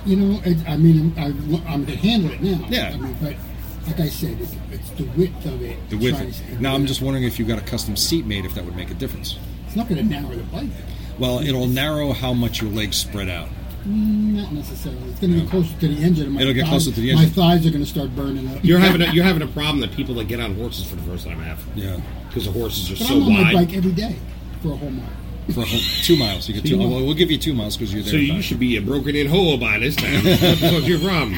Speaker 3: you know, it, I mean, I'm, I, I'm to handle it now.
Speaker 1: Yeah.
Speaker 3: I mean, but like I said, it's, it's the width of it.
Speaker 1: The
Speaker 3: Tries-
Speaker 1: width. Now I'm just wondering if you got a custom seat made, if that would make a difference.
Speaker 3: It's not going to narrow the bike.
Speaker 1: Well, it'll narrow how much your legs spread out.
Speaker 3: Not necessarily. It's going to get closer to the engine. and My
Speaker 1: It'll get
Speaker 3: thighs-
Speaker 1: closer to the
Speaker 3: My
Speaker 1: engine.
Speaker 3: thighs are going to start burning up.
Speaker 4: You're having a, you're having a problem that people that get on horses for the first time have
Speaker 1: Yeah,
Speaker 4: because the horses are
Speaker 3: but
Speaker 4: so
Speaker 3: I'm on my
Speaker 4: wide.
Speaker 3: bike every day for a whole mile.
Speaker 1: for a whole, two miles. You get two.
Speaker 4: Two
Speaker 1: Well, we'll give you two miles because you're there.
Speaker 4: So
Speaker 1: in
Speaker 4: you
Speaker 1: time.
Speaker 4: should be a broken in hole by this time. What's your problem?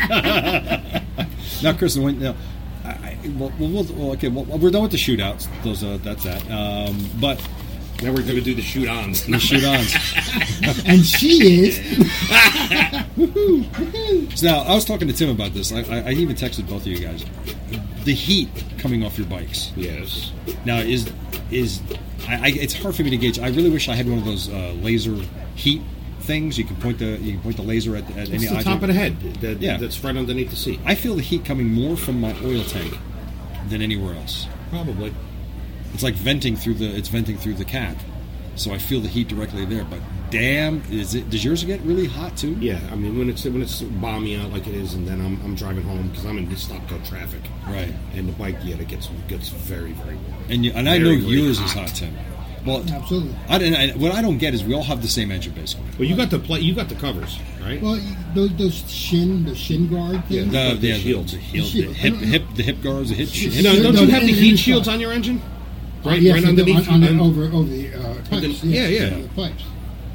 Speaker 1: Now, Kristen, when, now, I, I, well, well, we'll, well, okay, well, we're done with the shootouts. Those, uh, that's that. Um, but
Speaker 4: Now we're going to do the shoot ons.
Speaker 1: the shoot-ons.
Speaker 3: And she is.
Speaker 1: so now, I was talking to Tim about this. I, I, I even texted both of you guys. The heat coming off your bikes.
Speaker 4: Yes.
Speaker 1: Now, is is I, I, it's hard for me to gauge. I really wish I had one of those uh, laser heat things. You can point the you can point the laser at, at any
Speaker 4: It's the
Speaker 1: object.
Speaker 4: top of the head that,
Speaker 1: Yeah.
Speaker 4: that's right underneath the seat.
Speaker 1: I feel the heat coming more from my oil tank than anywhere else.
Speaker 4: Probably.
Speaker 1: It's like venting through the it's venting through the cap, so I feel the heat directly there. But damn, is it? Does yours get really hot too?
Speaker 4: Yeah, I mean when it's when it's balmy out like it is, and then I'm, I'm driving home because I'm in this stop go traffic,
Speaker 1: Right.
Speaker 4: and the bike yeah it gets gets very very warm.
Speaker 1: And you, and I know
Speaker 4: Very, very
Speaker 1: yours is
Speaker 4: hot.
Speaker 1: hot too. Well,
Speaker 3: Absolutely.
Speaker 1: I, and I, what I don't get is we all have the same engine basically.
Speaker 4: Well, you got the play, you got the covers, right?
Speaker 3: Well, those, those shin, the shin guard things.
Speaker 4: Yeah.
Speaker 1: The,
Speaker 4: The
Speaker 1: yeah,
Speaker 4: shields.
Speaker 1: the, the, heel- the
Speaker 3: Shield.
Speaker 1: hip, hip, the hip guards, the hip. hip
Speaker 4: no, uh, don't
Speaker 3: no,
Speaker 4: you have the
Speaker 3: and-
Speaker 4: heat
Speaker 3: and-
Speaker 4: shields on your engine?
Speaker 3: Uh, Oh,
Speaker 4: Right,
Speaker 3: Yes,
Speaker 4: right
Speaker 3: you do,
Speaker 4: underneath.
Speaker 3: on, on,
Speaker 4: um,
Speaker 3: over over the uh, pipes.
Speaker 4: the- yeah,
Speaker 3: yes,
Speaker 4: yeah.
Speaker 3: The pipes.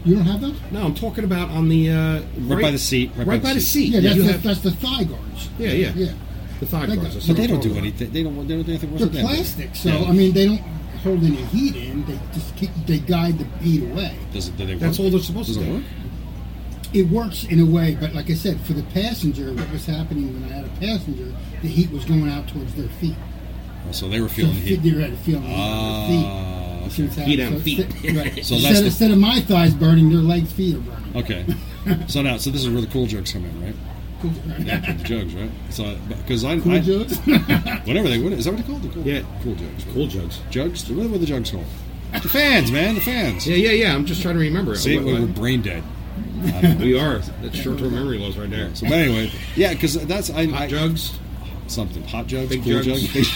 Speaker 3: You don't have those?
Speaker 4: no, I'm talking about on the uh, right,
Speaker 1: by the seat, right
Speaker 4: right,
Speaker 1: by the
Speaker 4: by the
Speaker 1: seat.
Speaker 4: seat.
Speaker 3: Yeah, that's,
Speaker 4: you
Speaker 3: the,
Speaker 4: have-
Speaker 3: that's the thigh guards.
Speaker 4: yeah, yeah,
Speaker 3: Yeah.
Speaker 4: The thigh
Speaker 3: Like that.
Speaker 4: guards. that's
Speaker 1: But
Speaker 4: what
Speaker 1: they
Speaker 4: I'm
Speaker 1: don't do
Speaker 4: talking about.
Speaker 1: anything. They don't. They don't do anything worse
Speaker 3: They're
Speaker 1: than that.
Speaker 3: plastic, so
Speaker 1: Yeah.
Speaker 3: I mean they don't hold any heat in. They just keep they guide the heat away.
Speaker 1: Does it, do they
Speaker 4: That's
Speaker 1: work?
Speaker 4: all they're supposed
Speaker 1: Does
Speaker 4: to
Speaker 1: it
Speaker 4: do.
Speaker 1: work?
Speaker 3: It works in a way, but like I said, for the passenger, what was happening when I had a passenger, the heat was going out towards their feet.
Speaker 1: Oh, so they were
Speaker 3: So
Speaker 1: feeling
Speaker 3: the
Speaker 1: heat.
Speaker 3: feet- they were feeling the heat on their feet.
Speaker 1: Ah,
Speaker 3: You see what's
Speaker 4: Heat
Speaker 3: happening?
Speaker 4: on
Speaker 3: So
Speaker 4: feet.
Speaker 3: instead- right.
Speaker 1: So that's
Speaker 3: instead,
Speaker 1: the-
Speaker 3: instead of my thighs burning, their legs' feet are burning.
Speaker 1: Okay. so now, so this is where the cool jokes come in, right?
Speaker 3: Cool.
Speaker 1: Yeah, the jugs, right? So, because I,
Speaker 3: Cool
Speaker 1: I
Speaker 3: jokes?
Speaker 1: whatever they what is that what they call the cool,
Speaker 4: Yeah.
Speaker 1: cool jugs, right?
Speaker 4: Cool jugs.
Speaker 1: jugs. What were the jugs called? The fans, man, the fans.
Speaker 4: Yeah, yeah, yeah. I'm just trying to remember. it.
Speaker 1: See,
Speaker 4: What-
Speaker 1: we were
Speaker 4: what-
Speaker 1: brain dead.
Speaker 4: we are. That's short-term memory loss right there.
Speaker 1: So, but anyway, yeah, because that's I,
Speaker 4: Hot
Speaker 1: I
Speaker 4: jugs.
Speaker 1: something hot jugs,
Speaker 4: Big
Speaker 1: cool
Speaker 4: jugs.
Speaker 1: jugs, big,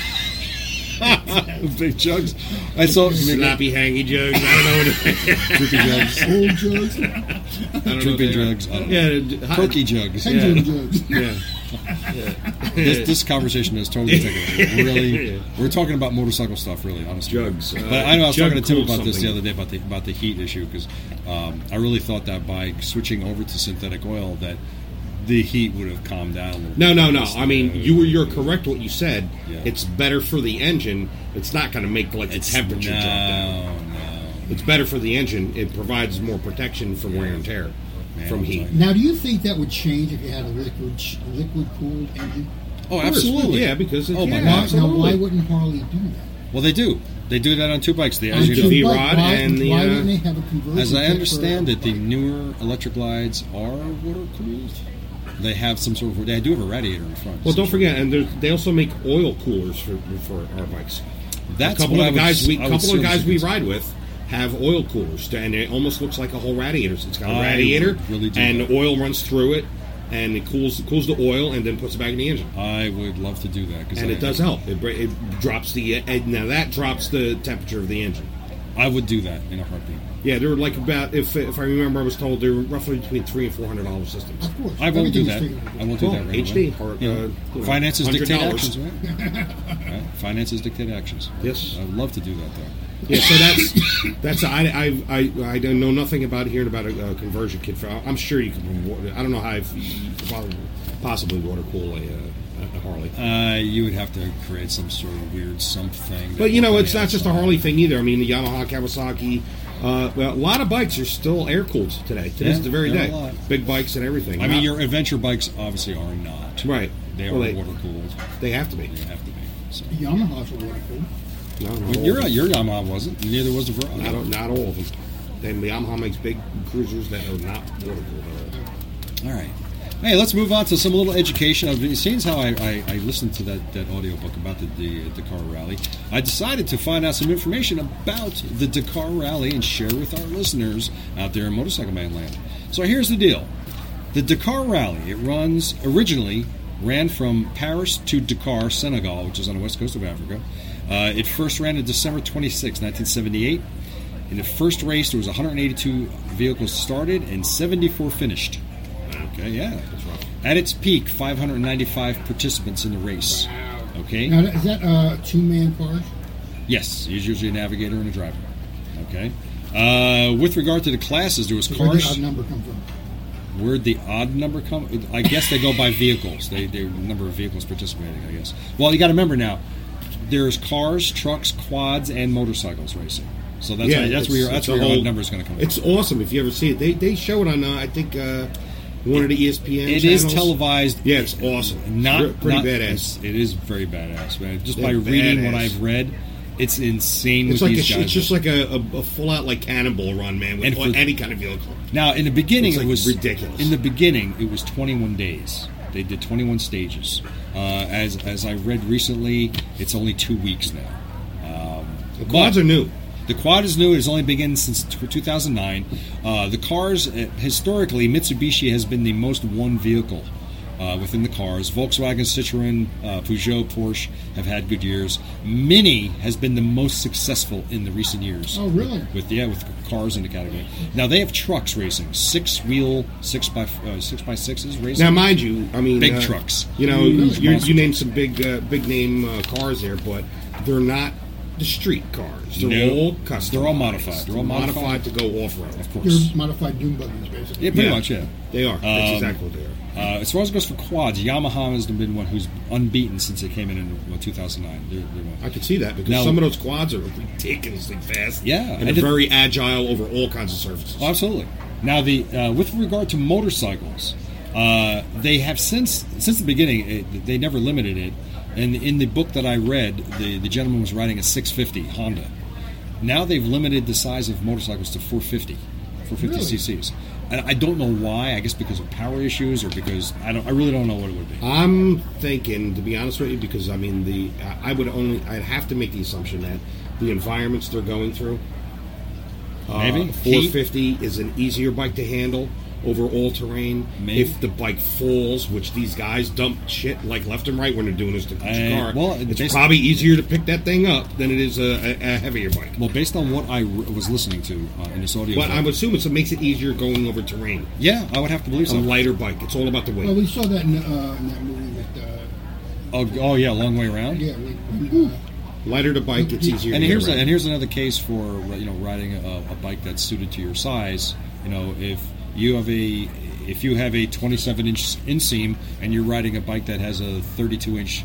Speaker 1: big jugs. I saw
Speaker 4: Sloppy hangy jugs. I don't know. What,
Speaker 1: droopy jugs,
Speaker 3: Old jugs,
Speaker 4: I don't know what
Speaker 1: droopy
Speaker 4: they are.
Speaker 1: jugs. I don't know.
Speaker 4: Yeah, d- hot,
Speaker 1: Perky jugs.
Speaker 4: Yeah.
Speaker 3: pendulum jugs.
Speaker 4: Yeah.
Speaker 1: This, this conversation is totally taken. We're Really,
Speaker 4: Yeah.
Speaker 1: we're talking about motorcycle stuff, really, honestly.
Speaker 4: Jugs.
Speaker 1: But I
Speaker 4: Uh,
Speaker 1: know I was
Speaker 4: jug
Speaker 1: talking to Tim
Speaker 4: cooled
Speaker 1: about this the
Speaker 4: something.
Speaker 1: other day about the about the heat issue because um, I really thought that by switching over to synthetic oil that the heat would have calmed down. A little
Speaker 4: No,
Speaker 1: bit.
Speaker 4: no, no. I mean, you were you're correct what you said.
Speaker 1: Yeah.
Speaker 4: It's better for the engine. It's not going to make like the
Speaker 1: It's
Speaker 4: temperature
Speaker 1: no,
Speaker 4: drop down.
Speaker 1: no.
Speaker 4: It's better for the engine. It provides more protection from wear and tear,
Speaker 1: Man,
Speaker 4: from
Speaker 1: I'm
Speaker 4: heat.
Speaker 1: telling
Speaker 3: Now, do you think that would change if you had a liquid liquid cooled engine?
Speaker 1: Oh,
Speaker 4: course,
Speaker 1: absolutely.
Speaker 4: yeah, because it-
Speaker 1: oh my god.
Speaker 4: yeah.
Speaker 3: Why, now, why
Speaker 4: absolutely.
Speaker 3: wouldn't Harley do that?
Speaker 1: Well, they do. They do that on two bikes. They, as
Speaker 4: On
Speaker 1: you
Speaker 4: two
Speaker 1: know.
Speaker 4: bikes.
Speaker 3: Why-
Speaker 4: V-Rod
Speaker 3: why-
Speaker 4: and the,
Speaker 3: why didn't
Speaker 4: uh,
Speaker 3: they have a conversion?
Speaker 1: As I
Speaker 3: kit for-
Speaker 1: understand it, the newer electric glides are water cooled. They have some sort of. They do have a radiator in front.
Speaker 4: Well, don't
Speaker 1: essentially.
Speaker 4: forget, and there's- they also make oil coolers for for our bikes.
Speaker 1: That's
Speaker 4: a couple
Speaker 1: what I
Speaker 4: of
Speaker 1: would
Speaker 4: the guys
Speaker 1: s-
Speaker 4: we
Speaker 1: I would
Speaker 4: couple
Speaker 1: assume
Speaker 4: of guys
Speaker 1: should
Speaker 4: we
Speaker 1: be-
Speaker 4: ride with have oil coolers, and it almost looks like a whole radiator. So It's got a
Speaker 1: I
Speaker 4: radiator,
Speaker 1: would really do
Speaker 4: and
Speaker 1: that.
Speaker 4: oil runs through it, and it cools cools the oil, and then puts it back in the engine.
Speaker 1: I would love to do that because
Speaker 4: And it does help. It, bra- it drops the uh, and now that drops the temperature of the engine.
Speaker 1: I would do that in a heartbeat.
Speaker 4: Yeah, they're like about if if I remember, I was told they're roughly between three and four hundred dollars systems.
Speaker 3: Of course,
Speaker 1: I won't do
Speaker 3: everything's
Speaker 1: that.
Speaker 3: figured out.
Speaker 1: I won't do
Speaker 4: Well,
Speaker 1: that. Right
Speaker 4: HD
Speaker 1: away.
Speaker 4: or,
Speaker 1: You know,
Speaker 4: uh, you know,
Speaker 1: finances dictate
Speaker 4: $100.
Speaker 1: actions, right? Right? Finances dictate actions.
Speaker 4: Yes.
Speaker 1: I'd love to do that though.
Speaker 4: Yeah, so that's that's I I I, I don't know nothing about hearing about a, a conversion kit. For, I'm sure you can. wa- I don't know how I've possibly, possibly water cool a, uh, a Harley.
Speaker 1: Uh, you would have to create some sort of weird something. that
Speaker 4: But you know,
Speaker 1: nobody
Speaker 4: it's not
Speaker 1: else
Speaker 4: just a
Speaker 1: saw.
Speaker 4: Harley thing either. I mean, the Yamaha, Kawasaki, uh, well, a lot of bikes are still air cooled today. Today's
Speaker 1: Yeah,
Speaker 4: the very
Speaker 1: there are a
Speaker 4: day.
Speaker 1: lot.
Speaker 4: Big bikes and everything.
Speaker 1: I mean,
Speaker 4: Not-
Speaker 1: your adventure bikes obviously are not.
Speaker 4: right.
Speaker 1: They
Speaker 4: Well,
Speaker 1: are
Speaker 4: they-
Speaker 1: water cooled.
Speaker 4: They have to be.
Speaker 1: They have to be. So.
Speaker 3: Yamaha's a water cool.
Speaker 4: No, no,
Speaker 1: Well, your your Yamaha wasn't. Neither was the Verano.
Speaker 4: Not, all- not all of them. Then the Yamaha makes big cruisers that are not water cooled at all.
Speaker 1: All right. Hey, let's move on to some little education. I've been, seeing how I, I, I listened to that, that audiobook about the, the uh, Dakar Rally, I decided to find out some information about the Dakar Rally and share with our listeners out there in Motorcycle Man Land. So here's the deal. The Dakar Rally, it runs originally ran from Paris to Dakar, Senegal, which is on the west coast of Africa. Uh, it first ran on December 26, 1978. In the first race, there was 182 vehicles started and 74 finished. Okay, yeah. At its peak, 595 participants in the race.
Speaker 3: Now,
Speaker 1: Okay?
Speaker 3: that- is that uh, two man cars?
Speaker 1: Yes, he's usually a navigator and a driver. Okay? Uh, with regard to the classes, there was
Speaker 3: Where did
Speaker 1: cars.
Speaker 3: that number come from?
Speaker 1: Where'd the odd number come? I guess they go by vehicles. They the number of vehicles participating. I guess. Well, you got to remember now. There's cars, trucks, quads, and motorcycles racing. So that's where, that's
Speaker 4: it's-
Speaker 1: where your, that's
Speaker 4: it's
Speaker 1: where
Speaker 4: a
Speaker 1: your
Speaker 4: whole-
Speaker 1: odd number is going to come.
Speaker 4: It's awesome if you ever see it. They, they show it on, uh, I think, uh, one of the ESPN
Speaker 1: from. It is
Speaker 4: channels.
Speaker 1: televised.
Speaker 4: Yeah, it's awesome.
Speaker 1: Not
Speaker 4: Pre- pretty
Speaker 1: not-
Speaker 4: badass.
Speaker 1: it's- It is very badass, man. Just
Speaker 4: Yeah,
Speaker 1: by reading what
Speaker 4: badass.
Speaker 1: I've read, it's insane.
Speaker 4: It's
Speaker 1: what
Speaker 4: like a,
Speaker 1: these guys
Speaker 4: it's just
Speaker 1: do.
Speaker 4: like a, a, a full out like cannonball run, man, with
Speaker 1: And for-
Speaker 4: any kind of vehicle.
Speaker 1: Now, in the beginning,
Speaker 4: It's, like,
Speaker 1: it was
Speaker 4: ridiculous.
Speaker 1: In the beginning, it was 21 days. They did 21 stages. Uh, as as I read recently, it's only two weeks now. Um,
Speaker 4: The quads
Speaker 1: but-
Speaker 4: are new.
Speaker 1: The quad is new. It's only been since t- 2009. Uh, the cars, uh, historically, Mitsubishi has been the most one vehicle uh, within the cars. Volkswagen, Citroen, uh, Peugeot, Porsche have had good years. Mini has been the most successful in the recent years.
Speaker 3: Oh, really?
Speaker 1: With yeah, with cars in the category. Now they have trucks racing, six wheel, six by uh, six by sixes racing.
Speaker 4: Now, mind you, I mean,
Speaker 1: Big
Speaker 4: uh,
Speaker 1: trucks.
Speaker 4: You know,
Speaker 1: Mm,
Speaker 4: you,
Speaker 1: monster
Speaker 4: you named some big, uh, big name uh, cars there, but they're not the street cars. They're
Speaker 1: No.
Speaker 4: all custom.
Speaker 1: They're all modified. They're all modified.
Speaker 4: to go off road.
Speaker 1: of
Speaker 3: They're
Speaker 1: coose
Speaker 3: modified dune buggies, basically.
Speaker 1: Yeah, pretty much. Yeah.
Speaker 4: They are. That's
Speaker 1: Um,
Speaker 4: exactly what they are.
Speaker 1: Uh, as far as it goes for quads, Yamaha has been one who's unbeaten since they came in in well, 2009. They're, they're one.
Speaker 4: I can see that because
Speaker 1: Now-
Speaker 4: some of those quads are ridiculously fast.
Speaker 1: Yeah, and
Speaker 4: and, they're
Speaker 1: it-
Speaker 4: very agile over all kinds of surfaces.
Speaker 1: Oh, absolutely. Now, the uh, with regard to motorcycles, uh, they have since since the beginning it, they never limited it. And in the book that I read, the the gentleman was riding a 650 Honda. Now they've limited the size of motorcycles to 450, 450 cc's. And I don't know why. I guess because of power issues, or because I don't. I really don't know what it would be.
Speaker 4: I'm thinking, to be honest with you, because I mean, the I I would only I'd have to make the assumption that the environments they're going through,
Speaker 1: Maybe
Speaker 4: uh,
Speaker 1: Heat?
Speaker 4: 450 is an easier bike to handle over all terrain.
Speaker 1: Maybe.
Speaker 4: If the bike falls, which these guys dump shit like left and right when they're doing this to
Speaker 1: I-
Speaker 4: the car,
Speaker 1: well,
Speaker 4: it's
Speaker 1: basi-
Speaker 4: probably easier to pick that thing up than it is a, a, a heavier bike.
Speaker 1: Well, based on what I re- was listening to uh, in this audio,
Speaker 4: But
Speaker 1: book-
Speaker 4: I would assume it's, it makes it easier going over terrain.
Speaker 1: yeah, I would have to believe
Speaker 4: It's
Speaker 1: so.
Speaker 4: a lighter bike. It's all about the weight.
Speaker 3: Well, we saw that in, uh, in that movie with, uh,
Speaker 1: Oh, oh yeah, long way around.
Speaker 3: yeah, we, we, uh,
Speaker 4: Lighter the bike, it's easier.
Speaker 1: And
Speaker 4: to
Speaker 1: here's
Speaker 4: get
Speaker 1: a,
Speaker 4: around.
Speaker 1: and here's another case for you know riding a, a bike that's suited to your size. You know, if you have a if you have a 27 inch inseam and you're riding a bike that has a 32 inch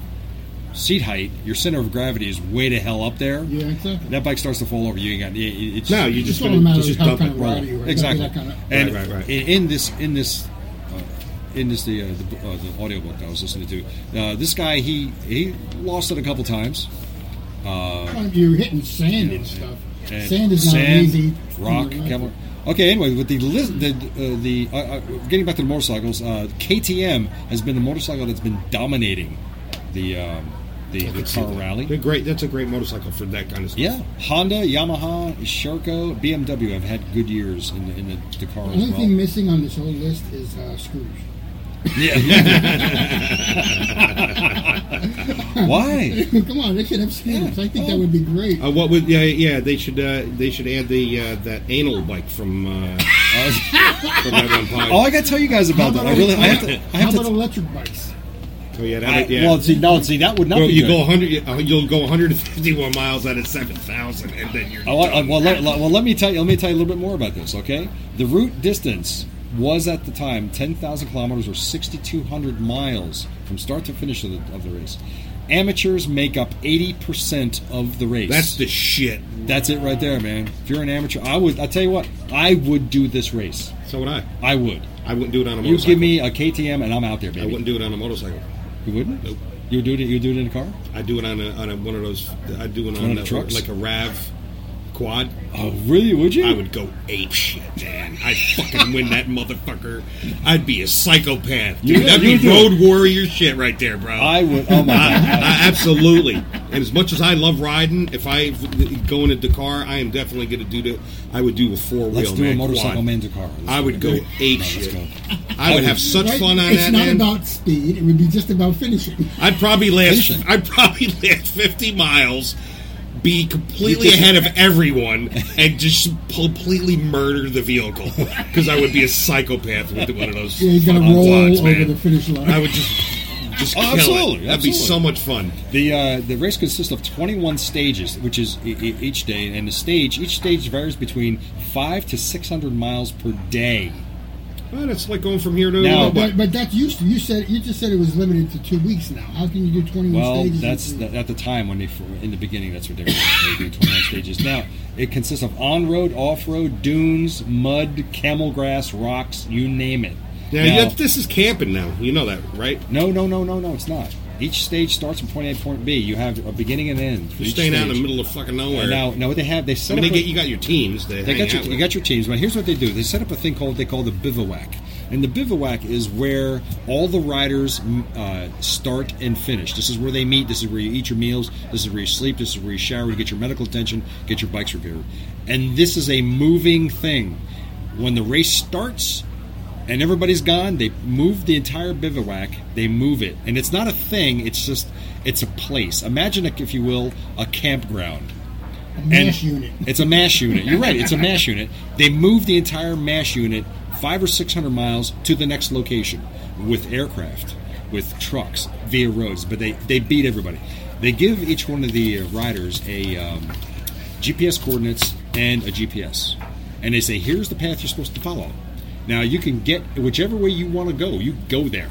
Speaker 1: seat height, your center of gravity is way to hell up there.
Speaker 3: yeah, exactly.
Speaker 1: That bike starts to fall over. You ain't got it- it- it's
Speaker 4: no, you're
Speaker 3: it's
Speaker 4: just
Speaker 3: all
Speaker 4: going
Speaker 3: a matter
Speaker 4: to
Speaker 3: of
Speaker 4: just
Speaker 3: how
Speaker 4: dump
Speaker 3: kind
Speaker 4: it.
Speaker 3: of
Speaker 1: Right.
Speaker 3: rider you are.
Speaker 1: Exactly.
Speaker 3: That kind of-
Speaker 1: and
Speaker 4: Right, right, right.
Speaker 1: in- in this, in this, uh, in this, the uh, the, uh, the audiobook I was listening to, uh, this guy he he lost it a couple times.
Speaker 3: You're hitting sand and stuff.
Speaker 1: And
Speaker 3: Sand is not
Speaker 1: sand,
Speaker 3: easy.
Speaker 1: Rock, camel. Okay, anyway, with the lis- the uh, the uh, uh, getting back to the motorcycles, uh, KTM has been the motorcycle that's been dominating the um, the, the car rally.
Speaker 4: They're great. That's a great motorcycle for that kind of stuff.
Speaker 1: Yeah, Honda, Yamaha, Sherco, BMW have had good years in the, in the, the car as
Speaker 3: The only
Speaker 1: well.
Speaker 3: thing missing on this whole list is uh, screws.
Speaker 1: Why?
Speaker 3: Come on, they should have screws. I think that
Speaker 1: Oh.
Speaker 3: would be great.
Speaker 4: Uh, what would? Yeah, yeah. They should. Uh, they should add the uh, that anal bike from, uh, from that one pod.
Speaker 1: Oh, I got to tell you guys
Speaker 3: How
Speaker 1: about that.
Speaker 3: about,
Speaker 1: I really, I have to. I
Speaker 3: how
Speaker 1: have
Speaker 3: about
Speaker 1: to
Speaker 3: electric bikes?
Speaker 4: Oh, yeah, that,
Speaker 1: I,
Speaker 4: yeah.
Speaker 1: Well, see, no, see, that would not
Speaker 4: Well,
Speaker 1: be
Speaker 4: you
Speaker 1: good.
Speaker 4: go 100. uh, You'll go 151 miles out of 7,000, and then you're.
Speaker 1: Oh, well, uh, well, let, well, let me tell you. Let me tell you a little bit more about this. Okay, the route distance was at the time ten thousand kilometers or sixty two hundred miles from start to finish of the, of the race. Amateurs make up eighty percent of the race.
Speaker 4: That's the shit.
Speaker 1: that's it right there, man. If you're an amateur, I would. I tell you what, I would do this race.
Speaker 4: So would I.
Speaker 1: I would.
Speaker 4: I wouldn't do it on a
Speaker 1: You
Speaker 4: motorcycle.
Speaker 1: give me a KTM and I'm out there,
Speaker 4: I
Speaker 1: baby.
Speaker 4: wouldn't do it on a motorcycle.
Speaker 1: You wouldn't?
Speaker 4: Nope.
Speaker 1: You would do it. You would do it in a car?
Speaker 4: I do it on a, on a, one of those. I do it
Speaker 1: One
Speaker 4: on
Speaker 1: of the
Speaker 4: a-
Speaker 1: trucks?
Speaker 4: like a Rav quad.
Speaker 1: Oh, really? Would you?
Speaker 4: I would go ape shit, man. I'd fucking win that motherfucker. I'd be a psychopath. Dude,
Speaker 1: You-
Speaker 4: that'd
Speaker 1: you
Speaker 4: be
Speaker 1: do it.
Speaker 4: road warrior shit right there, bro.
Speaker 1: I would. Oh my
Speaker 4: I-
Speaker 1: god.
Speaker 4: I- absolutely. And as much as I love riding, if I go into Dakar, I am definitely going to do the. I would do a four wheel.
Speaker 1: Let's do
Speaker 4: man,
Speaker 1: a motorcycle
Speaker 4: quad.
Speaker 1: man to car. Let's
Speaker 4: I
Speaker 1: do
Speaker 4: would
Speaker 1: it.
Speaker 4: go
Speaker 1: No,
Speaker 4: ape
Speaker 1: let's
Speaker 4: shit.
Speaker 1: go.
Speaker 4: I would have such
Speaker 3: Right?
Speaker 4: fun on
Speaker 3: it's
Speaker 4: that.
Speaker 3: not
Speaker 4: man.
Speaker 3: about speed. It would be just about finishing.
Speaker 4: I'd probably last.
Speaker 1: Patient.
Speaker 4: I'd probably last fifty miles, be completely ahead of everyone, and just completely murder the vehicle because I would be a psychopath with one of those.
Speaker 3: Yeah, he's gonna
Speaker 4: fucking
Speaker 3: roll
Speaker 4: quads,
Speaker 3: over
Speaker 4: man.
Speaker 3: the finish line.
Speaker 4: I would just just
Speaker 1: Oh,
Speaker 4: kill
Speaker 1: absolutely,
Speaker 4: it. That'd be
Speaker 1: absolutely.
Speaker 4: so much fun.
Speaker 1: The uh, the race consists of 21 stages, which is e- e- each day, and the stage each stage varies between five to 600 miles per day.
Speaker 4: Well, that's like going from here to
Speaker 1: Now-
Speaker 4: what?
Speaker 3: But, but that's used to you said you just said it was limited to two weeks now. How can you do twenty one
Speaker 1: Well,
Speaker 3: stages? in
Speaker 1: that's
Speaker 3: three
Speaker 1: that, at the time when they fir- in the beginning that's what they were doing. They were doing 21 stages. Now it consists of on road, off road, dunes, mud, camel grass, rocks, you name it.
Speaker 4: Yeah,
Speaker 1: Now-
Speaker 4: that's- this is camping now. You know that, right?
Speaker 1: no, no, no, no, no, it's not. Each stage starts from point A to point B. You have a beginning and end. for
Speaker 4: You're
Speaker 1: each
Speaker 4: staying out in the
Speaker 1: stage.
Speaker 4: middle of fucking nowhere.
Speaker 1: And Now, now what they have they
Speaker 4: I
Speaker 1: set
Speaker 4: mean, they
Speaker 1: up
Speaker 4: get,
Speaker 1: a-
Speaker 4: you got your teams. They,
Speaker 1: They
Speaker 4: hang
Speaker 1: got your
Speaker 4: out
Speaker 1: you
Speaker 4: with.
Speaker 1: got your teams, but here's what they do: they set up a thing called they call the bivouac, and the bivouac is where all the riders m- uh, start and finish. This is where they meet. This is where you eat your meals. This is where you sleep. This is where you shower to get your medical attention, get your bikes repaired, and this is a moving thing. When the race starts, and everybody's gone. They move the entire bivouac. They move it, and it's not a thing. It's just it's a place. Imagine, a, if you will, a campground.
Speaker 3: mash unit.
Speaker 1: It's a mash unit. You're right. It's a mash unit. They move the entire mash unit five or six hundred miles to the next location with aircraft, with trucks, via roads. But they they beat everybody. They give each one of the uh, riders a um, GPS coordinates and a GPS, and they say, "Here's the path you're supposed to follow." Now you can get whichever way you want to go. You go there.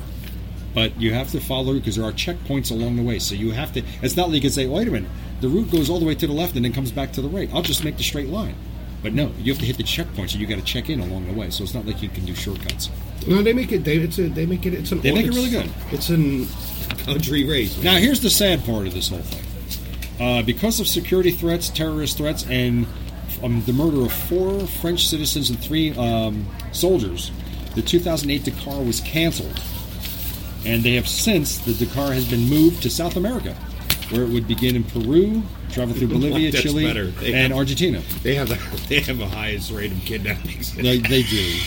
Speaker 1: But you have to follow because there are checkpoints along the way. So you have to. It's not like you can say, "Wait a minute, the route goes all the way to the left and then comes back to the right. I'll just make the straight line." But no, you have to hit the checkpoints and you got to check in along the way. So it's not like you can do shortcuts.
Speaker 4: No, they make it. They, it's a, they make it. It's an.
Speaker 1: They make it
Speaker 4: it's-
Speaker 1: really good.
Speaker 4: It's an country race. man.
Speaker 1: Now here's the sad part of this whole thing. Uh, because of security threats, terrorist threats, and um, the murder of four French citizens and three um, soldiers, the 2008 Dakar was canceled. and they have since the Dakar has been moved to South America, where it would begin in Peru, travel through Bolivia,
Speaker 4: That's
Speaker 1: Chile,
Speaker 4: better. They
Speaker 1: and
Speaker 4: have-
Speaker 1: Argentina.
Speaker 4: They have the they have the highest rate of kidnappings.
Speaker 1: They, they do.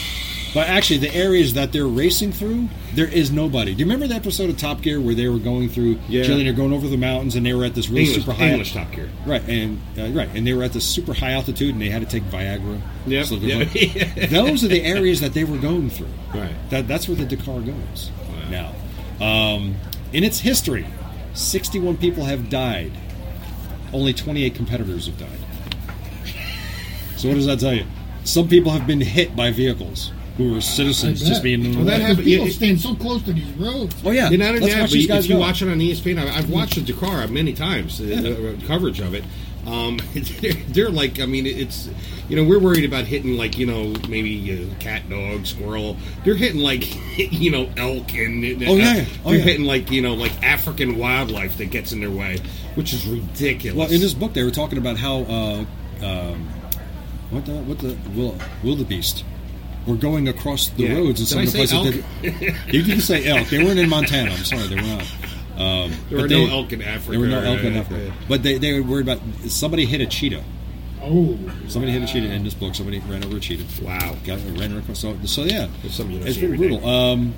Speaker 1: But actually, the areas that they're racing through, there is nobody. Do you remember the episode of Top Gear where they were going through
Speaker 4: Yeah.
Speaker 1: Chile? and They're going over the mountains, and they were at this really
Speaker 4: English,
Speaker 1: super high
Speaker 4: English Top Gear.
Speaker 1: Right, and uh, right, and they were at the super high altitude, and they had to take Viagra.
Speaker 4: Yep,
Speaker 1: So
Speaker 4: yeah.
Speaker 1: they're- those are the areas that they were going through.
Speaker 4: Right.
Speaker 1: that, that's where the Dakar goes now. Um, in its history, sixty-one people have died. Only twenty-eight competitors have died. So what does that tell you? Some people have been hit by vehicles who were citizens
Speaker 3: I bet.
Speaker 1: just being.
Speaker 4: Well, that
Speaker 3: Because
Speaker 4: happened-
Speaker 3: people
Speaker 4: it-
Speaker 3: stand so close to these roads.
Speaker 1: oh yeah,
Speaker 4: And not only
Speaker 1: let's
Speaker 4: that,
Speaker 1: watch
Speaker 4: but
Speaker 1: these guys
Speaker 4: if you
Speaker 1: go.
Speaker 4: watch it on E ESPN, I- I've watched the Dakar many times, the, the coverage of it. Um, they're, they're like, I mean, it's you know, we're worried about hitting like you know maybe uh, cat, dog, squirrel. They're hitting like you know elk and uh,
Speaker 1: Oh, yeah, yeah. Oh,
Speaker 4: they're
Speaker 1: yeah.
Speaker 4: hitting like you know like African wildlife that gets in their way, which is ridiculous.
Speaker 1: Well, in this book, they were talking about how uh, um, what the what the wil- wildebeest were going across the
Speaker 4: Yeah.
Speaker 1: roads in
Speaker 4: Did
Speaker 1: some
Speaker 4: I
Speaker 1: of the
Speaker 4: say
Speaker 1: places. That, you didn't say elk. They weren't in Montana. I'm sorry, they were not. Um,
Speaker 4: There
Speaker 1: but
Speaker 4: were
Speaker 1: they-
Speaker 4: no elk in Africa.
Speaker 1: There were no
Speaker 4: Right,
Speaker 1: elk in
Speaker 4: right,
Speaker 1: Africa.
Speaker 4: right.
Speaker 1: But they, they were worried about somebody hit a cheetah.
Speaker 3: Oh,
Speaker 1: Somebody hit a cheetah in this book. Somebody ran over a cheetah.
Speaker 4: Wow.
Speaker 1: Got ran across. So, so yeah,
Speaker 4: There's something you don't
Speaker 1: it's
Speaker 4: see
Speaker 1: pretty
Speaker 4: every day.
Speaker 1: brutal. Um,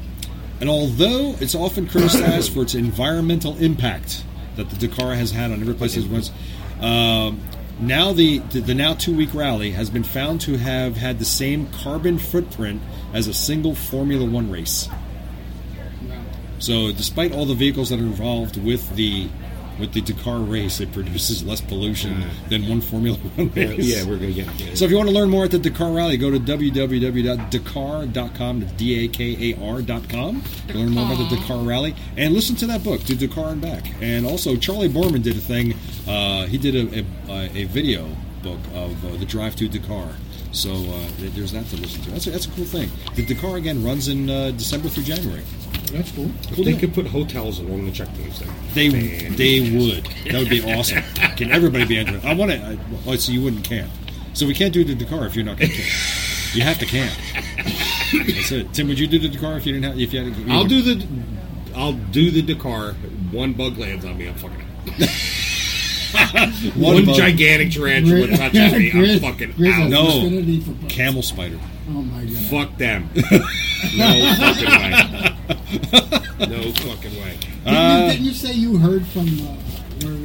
Speaker 1: and although it's often criticized for its environmental impact that the Dakar has had on every place it runs, um, now the, the the now two week rally has been found to have had the same carbon footprint as a single Formula One race. So, despite all the vehicles that are involved with the with the Dakar race, it produces less pollution than one Formula One race.
Speaker 4: Mm. yeah, we're gonna get.
Speaker 1: So if you want to learn more at the Dakar Rally, go to www.dakar.com, that's D-A-K-A-R.com. To learn more about the Dakar Rally and listen to that book, to Dakar and Back. And also, Charlie Borman did a thing. Uh, he did a, a, a video book of uh, the drive to Dakar. So uh, th- there's that to listen to. That's a, that's a cool thing. The Dakar again runs in uh, December through January.
Speaker 3: That's cool.
Speaker 4: If they could put hotels along the checkpoints there.
Speaker 1: They they would. That would be awesome. Can everybody be under? I want to. Oh, so you wouldn't camp. So we can't do the Dakar if you're not going to camp. You have to camp. That's it. Tim, would you do the Dakar if you didn't have? If you had, to,
Speaker 4: I'll do the, I'll do the Dakar. One bug lands on me, I'm fucking. out. One,
Speaker 1: bug.
Speaker 4: gigantic tarantula
Speaker 3: Grizz-
Speaker 4: touches me, I'm
Speaker 3: Grizz-
Speaker 4: fucking
Speaker 3: Grizz
Speaker 4: out.
Speaker 3: has
Speaker 1: No.
Speaker 3: infinity for bugs.
Speaker 1: camel spider.
Speaker 3: Oh my god.
Speaker 4: Fuck them. No fucking way. No fucking way.
Speaker 3: Didn't,
Speaker 1: Uh,
Speaker 3: you, didn't you say you heard from? Uh, where-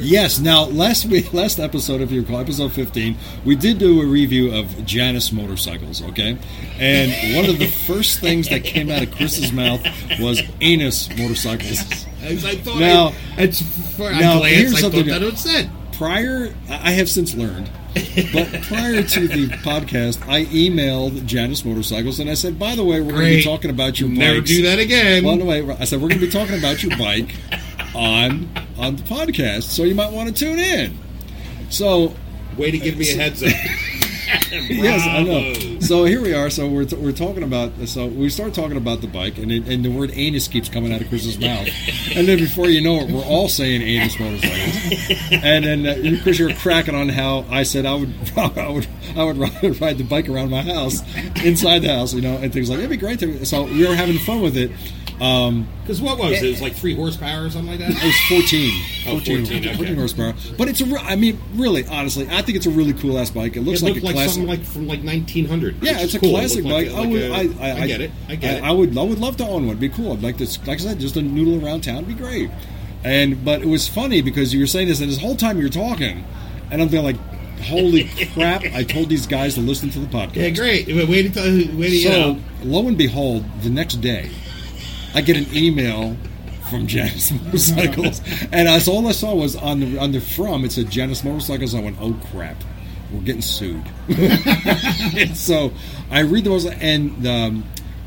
Speaker 1: Yes. Now, last week, last episode, if you recall, episode fifteen, we did do a review of Janus motorcycles. Okay, and one of the first things that came out of Chris's mouth was anus motorcycles.
Speaker 4: As I thought,
Speaker 1: Now-
Speaker 4: I, it's for a
Speaker 1: now,
Speaker 4: glance,
Speaker 1: here's
Speaker 4: I thought
Speaker 1: something-
Speaker 4: that was it.
Speaker 1: prior i I have since learned but prior to the podcast i emailed janus motorcycles and i said by the way we're going to be
Speaker 4: Great.
Speaker 1: talking about your
Speaker 4: Never
Speaker 1: bikes."
Speaker 4: do that again.
Speaker 1: By the way, i said we're going to be talking about your bike on on the podcast so you might want to tune in so
Speaker 4: Way to give me a heads up.
Speaker 1: yes i know
Speaker 4: Bravo.
Speaker 1: so here we are so we're, t- we're talking about so we start talking about the bike and, it, and the word anus keeps coming out of chris's mouth and then before you know it we're all saying anus motorcycles and then uh, you- Chris, you're cracking on how I said I would, I would, I would ride, ride the bike around my house, inside the house, you know, and things like it'd be great. To, so we were having fun with it. Um,
Speaker 4: Because what was it? It was like three horsepower or something like
Speaker 1: it
Speaker 4: that.
Speaker 1: was 14,
Speaker 4: Oh, 14, okay.
Speaker 1: 14 horsepower. But it's a, re- I mean, really, honestly, I think it's a really cool ass bike. It looks
Speaker 4: It
Speaker 1: like
Speaker 4: looked
Speaker 1: a
Speaker 4: like
Speaker 1: classic.
Speaker 4: something like from like 1900. which
Speaker 1: yeah,
Speaker 4: is
Speaker 1: it's a
Speaker 4: cool. It
Speaker 1: classic
Speaker 4: looked
Speaker 1: bike.
Speaker 4: like
Speaker 1: I
Speaker 4: a-
Speaker 1: would,
Speaker 4: like a-
Speaker 1: I, I,
Speaker 4: I get it. I get it.
Speaker 1: I would, I would love to own one. It'd be cool. I'd like to, like I said, just a noodle around town. It'd be great. And but it was funny because you were saying this, and this whole time you're talking, and I'm thinking like, holy crap! I told these guys to listen to the podcast.
Speaker 4: yeah, great. Wait until wait, you
Speaker 1: So
Speaker 4: know.
Speaker 1: lo and behold, the next day, I get an email from Janus Motorcycles, and as all I saw was on the on the from it said Janus Motorcycles. I went, oh crap, we're getting sued. And so I read those, and um,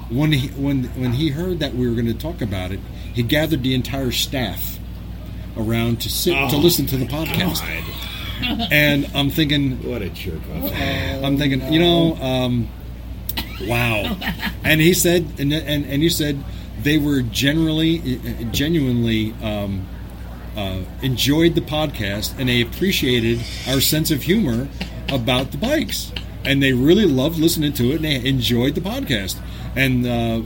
Speaker 1: when he, when when he heard that we were going to talk about it, he gathered the entire staff around to sit to
Speaker 4: Oh,
Speaker 1: listen to the podcast.
Speaker 4: God,
Speaker 1: And I'm thinking,
Speaker 4: what a jerk off.
Speaker 1: I'm thinking, you know, um, wow. and he said, and, and and you said they were generally, genuinely um, uh, enjoyed the podcast and they appreciated our sense of humor about the bikes, and they really loved listening to it and they enjoyed the podcast. And uh,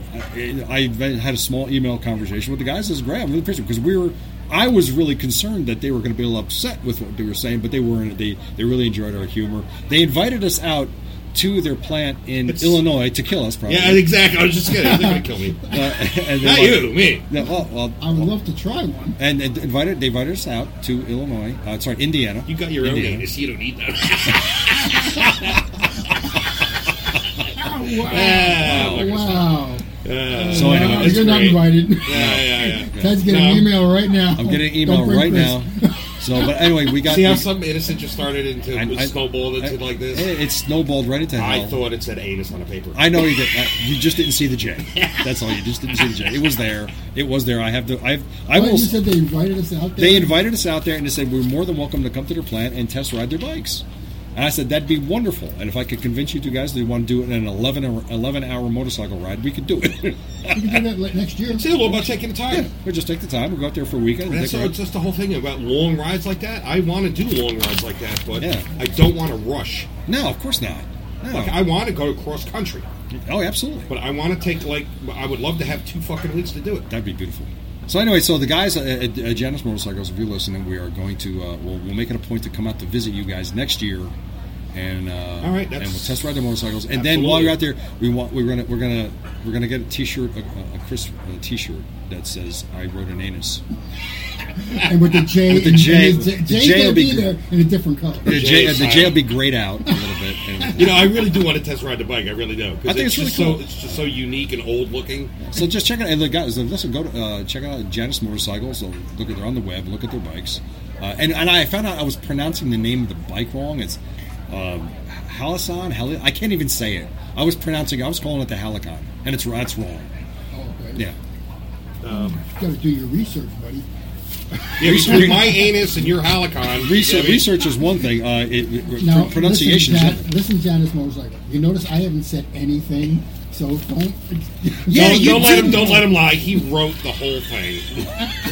Speaker 1: I, I had a small email conversation with the guys. Says, "Great, I'm really appreciative because we were." I was really concerned that they were going to be a little upset with what they were saying, but they weren't. They they really enjoyed our humor. They invited us out to their plant in
Speaker 4: It's-
Speaker 1: Illinois to kill us, probably.
Speaker 4: Yeah, exactly. I was just kidding. They're gonna kill me.
Speaker 1: Uh, and they're
Speaker 4: Not
Speaker 1: like-
Speaker 4: you, me.
Speaker 1: Yeah, well, oh, well,
Speaker 3: I would love to try one.
Speaker 1: and, and invited they invited us out to Illinois. Uh, sorry, Indiana.
Speaker 4: You got your own
Speaker 1: Indiana.
Speaker 4: anus. You don't need that.
Speaker 3: Oh, wow.
Speaker 4: Ah, look.
Speaker 3: Wow.
Speaker 4: Ah,
Speaker 1: So anyway,
Speaker 4: it's
Speaker 3: You're not
Speaker 4: great.
Speaker 3: invited.
Speaker 4: Yeah, yeah, yeah.
Speaker 3: Ted's getting
Speaker 4: No.
Speaker 3: an email right now.
Speaker 1: I'm getting an email
Speaker 3: Don't bring
Speaker 1: right
Speaker 3: Chris.
Speaker 1: now. So, but anyway, we got.
Speaker 4: See how
Speaker 1: we-
Speaker 4: some innocent just started into
Speaker 1: I- I-
Speaker 4: snowballed into like this.
Speaker 1: It, it snowballed right into hell.
Speaker 4: I thought it said anus on a paper.
Speaker 1: I know you did. I- You just didn't see the J. That's all. You just didn't see the J. It was there. It was there. I have the. I have. I
Speaker 3: Well,
Speaker 1: will.
Speaker 3: you said they invited us out there.
Speaker 1: They invited us out there and they said we're more than welcome to come to their plant and test ride their bikes. And I said that'd be wonderful. And if I could convince you two guys that you want to do it in an 11 hour, 11 hour motorcycle ride, we could do it.
Speaker 3: We can do that like next year.
Speaker 4: It's all about taking the time.
Speaker 1: we just take the time. We go out there for a weekend. And
Speaker 4: That's
Speaker 1: take a
Speaker 4: all,
Speaker 1: ride.
Speaker 4: it's just the whole thing about long rides like that. I want to do long rides like that, but
Speaker 1: Yeah.
Speaker 4: I don't want to rush.
Speaker 1: no, of course not. No.
Speaker 4: Like I want to go cross country,
Speaker 1: oh, absolutely.
Speaker 4: but I want to take like I would love to have two fucking weeks to do it.
Speaker 1: That'd be beautiful. So anyway, so the guys at, at, at Janus Motorcycles, if you're listening, we are going to uh, we'll, we'll make it a point to come out to visit you guys next year, and uh,
Speaker 4: All right,
Speaker 1: and
Speaker 4: that's-
Speaker 1: we'll test ride the motorcycles. And then while
Speaker 4: Absolutely.
Speaker 1: you're out there, we want we're gonna we're gonna we're gonna get a T-shirt, a, a a Chris a T-shirt that says "I wrote an anus."
Speaker 3: And with the J,
Speaker 1: With the
Speaker 3: and-
Speaker 1: J-
Speaker 3: and
Speaker 1: the
Speaker 3: J's
Speaker 1: J will
Speaker 3: gonna
Speaker 1: be
Speaker 3: be
Speaker 1: great.
Speaker 3: there in a different color.
Speaker 1: The J,
Speaker 4: J
Speaker 1: the J will
Speaker 4: silent.
Speaker 1: be grayed out a little bit. And,
Speaker 4: You know, I really do want to test ride the bike. I really do. 'Cause
Speaker 1: I think it's
Speaker 4: just
Speaker 1: really cool.
Speaker 4: So, it's just so unique and old looking.
Speaker 1: So just check it out. And the guys, listen, go to, uh, check out Janus Motorcycles. So look at they're on the web. Look at their bikes. Uh, and and I found out I was pronouncing the name of the bike wrong. It's um, Halicon. Hal- I can't even say it. I was pronouncing. I was calling it the Halicon, and it's that's wrong.
Speaker 3: Oh, okay.
Speaker 1: Yeah.
Speaker 3: You gotta do your research, buddy.
Speaker 4: Yeah,
Speaker 1: Research-
Speaker 4: between my anus and your halicon.
Speaker 1: Research,
Speaker 4: yeah, I mean,
Speaker 1: research is one thing. Uh, it, it-
Speaker 3: Now,
Speaker 1: pronunciation is
Speaker 3: listen,
Speaker 1: another.
Speaker 3: Jan- listen, Janice Motorcycle. You notice I haven't said anything So don't.
Speaker 4: Yeah,
Speaker 6: don't,
Speaker 4: you
Speaker 6: don't let him.
Speaker 4: did.
Speaker 6: Don't let him lie. He wrote the whole thing.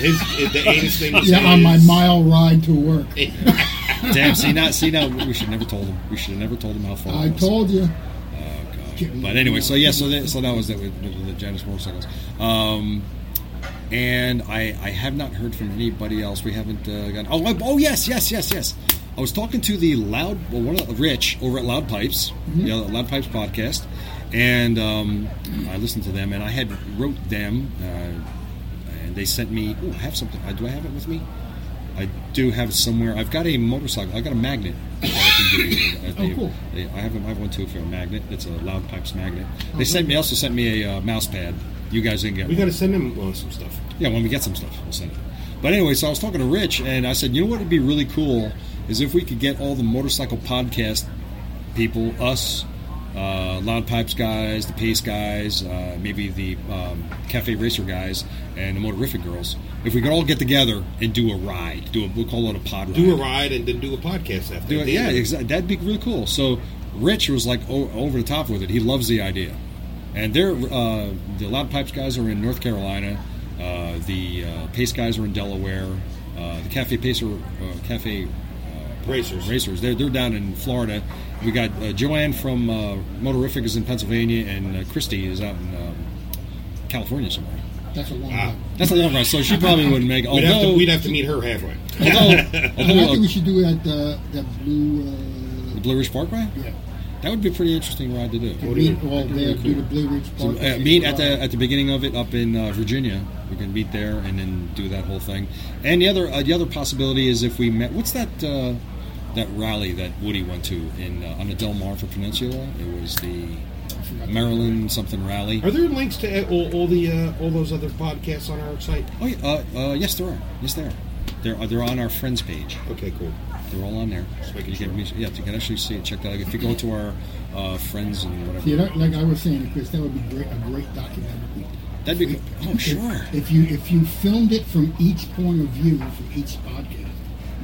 Speaker 6: His the anus thing. was
Speaker 3: Yeah, on my
Speaker 6: his.
Speaker 3: mile ride to work.
Speaker 1: Damn, see now, see now, we should never told him. We should have never told him how far.
Speaker 3: I
Speaker 1: it was.
Speaker 3: told you.
Speaker 1: God. Oh, But anyway, so yeah, so that, so that was it with, with the Janus motorcycles. Um, and I, I have not heard from anybody else. We haven't uh, gotten. Oh, I- oh yes, yes, yes, yes. I was talking to the loud, well, one of the, Rich over at Loud Pipes, yeah, the Loud Pipes podcast, and um, I listened to them, and I had wrote them, uh, and they sent me. Oh, I have something. I, do I have it with me? I do have it somewhere. I've got a motorcycle. I got a magnet. that I can give you.
Speaker 4: Oh,
Speaker 1: Uh, they-
Speaker 3: cool.
Speaker 1: they- I have, I have one too for a magnet. It's a loud pipes magnet. They sent me also sent me a uh, mouse pad. You guys didn't get
Speaker 4: Oh, We
Speaker 1: one.
Speaker 4: got to send him uh, some stuff.
Speaker 1: Yeah, when we get some stuff, we'll send it. But anyway, so I was talking to Rich, and I said, you know what would be really cool is if we could get all the motorcycle podcast people, us, uh, Loud Pipes guys, the Pace guys, uh, maybe the um, Cafe Racer guys, and the Motorific girls, if we could all get together and do a ride, do a, we'll call it a pod ride.
Speaker 4: Do a ride and then do a podcast after.
Speaker 1: Do it-
Speaker 4: Damn
Speaker 1: yeah, exactly. That'd be really cool. So Rich was like o- over the top with it. He loves the idea, and they're uh, the Loud Pipes guys are in North Carolina. Uh, the uh, Pace guys are in Delaware. Uh, the Cafe Pacer, uh, Cafe
Speaker 4: Racers.
Speaker 1: Racers, they're they're down in Florida. We got uh, Joanne from uh, Motorific is in Pennsylvania, and uh, Christy is out in um, California somewhere.
Speaker 3: That's a long
Speaker 1: Ah.
Speaker 4: Wow.
Speaker 3: ride.
Speaker 1: That's a long ride, so she probably wouldn't make. it.
Speaker 4: We'd, have
Speaker 1: Although,
Speaker 4: to, we'd have to meet her halfway.
Speaker 1: although,
Speaker 3: And I
Speaker 1: although
Speaker 3: think
Speaker 1: uh,
Speaker 3: we should do it at the, the blue. Uh,
Speaker 1: the Blue Ridge Parkway,
Speaker 3: yeah.
Speaker 1: that would be a pretty interesting ride to do.
Speaker 3: To meet all there, do the Blue Ridge
Speaker 1: So,
Speaker 3: Park.
Speaker 1: uh, meet at the at the beginning of it up in uh, Virginia. We can meet there and then do that whole thing. And the other uh, the other possibility is if we met. What's that uh, that rally that Woody went to in uh, on the Del Mar for Peninsula? It was the Maryland something rally.
Speaker 4: Are there links to uh, all, all the uh, all those other podcasts on our site?
Speaker 1: Oh yeah, uh, uh, yes there are. Yes there are. They're uh, they're on our friends page.
Speaker 4: Okay, cool.
Speaker 1: They're all on there.
Speaker 4: making
Speaker 1: You can, yeah, you can actually see it. Check that. out. If you go to our uh, friends and whatever,
Speaker 3: See, that, like I was saying, Chris, that would be great, a great documentary.
Speaker 1: that'd be. Oh sure.
Speaker 3: If you if you filmed it from each point of view, from each podcast,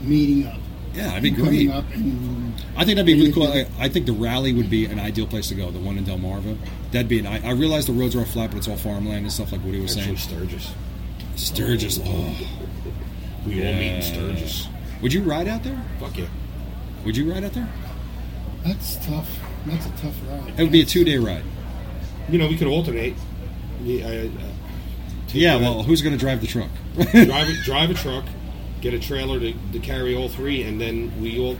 Speaker 3: meeting up,
Speaker 1: Yeah, that'd be
Speaker 3: coming
Speaker 1: great.
Speaker 3: up, and
Speaker 1: I think that'd be really cool. I, I think the rally would be an ideal place to go. The one in Delmarva, that'd be an. I, I realize the roads are all flat, but it's all farmland and stuff like Woody was
Speaker 4: Actually,
Speaker 1: saying.
Speaker 4: Sturgis.
Speaker 1: Sturgis, oh,
Speaker 4: We all meet in
Speaker 1: yeah.
Speaker 4: Sturgis.
Speaker 1: Would you ride out there?
Speaker 4: Fuck yeah.
Speaker 1: Would you ride out there?
Speaker 3: that's tough. That's a tough ride.
Speaker 1: It would be a two-day ride.
Speaker 4: You know, we could alternate. uh, Yeah, I-
Speaker 1: Yeah. Well, who's going to drive the truck?
Speaker 4: I- uh, drive, a, drive a truck, get a trailer to, to carry all three, and then we all,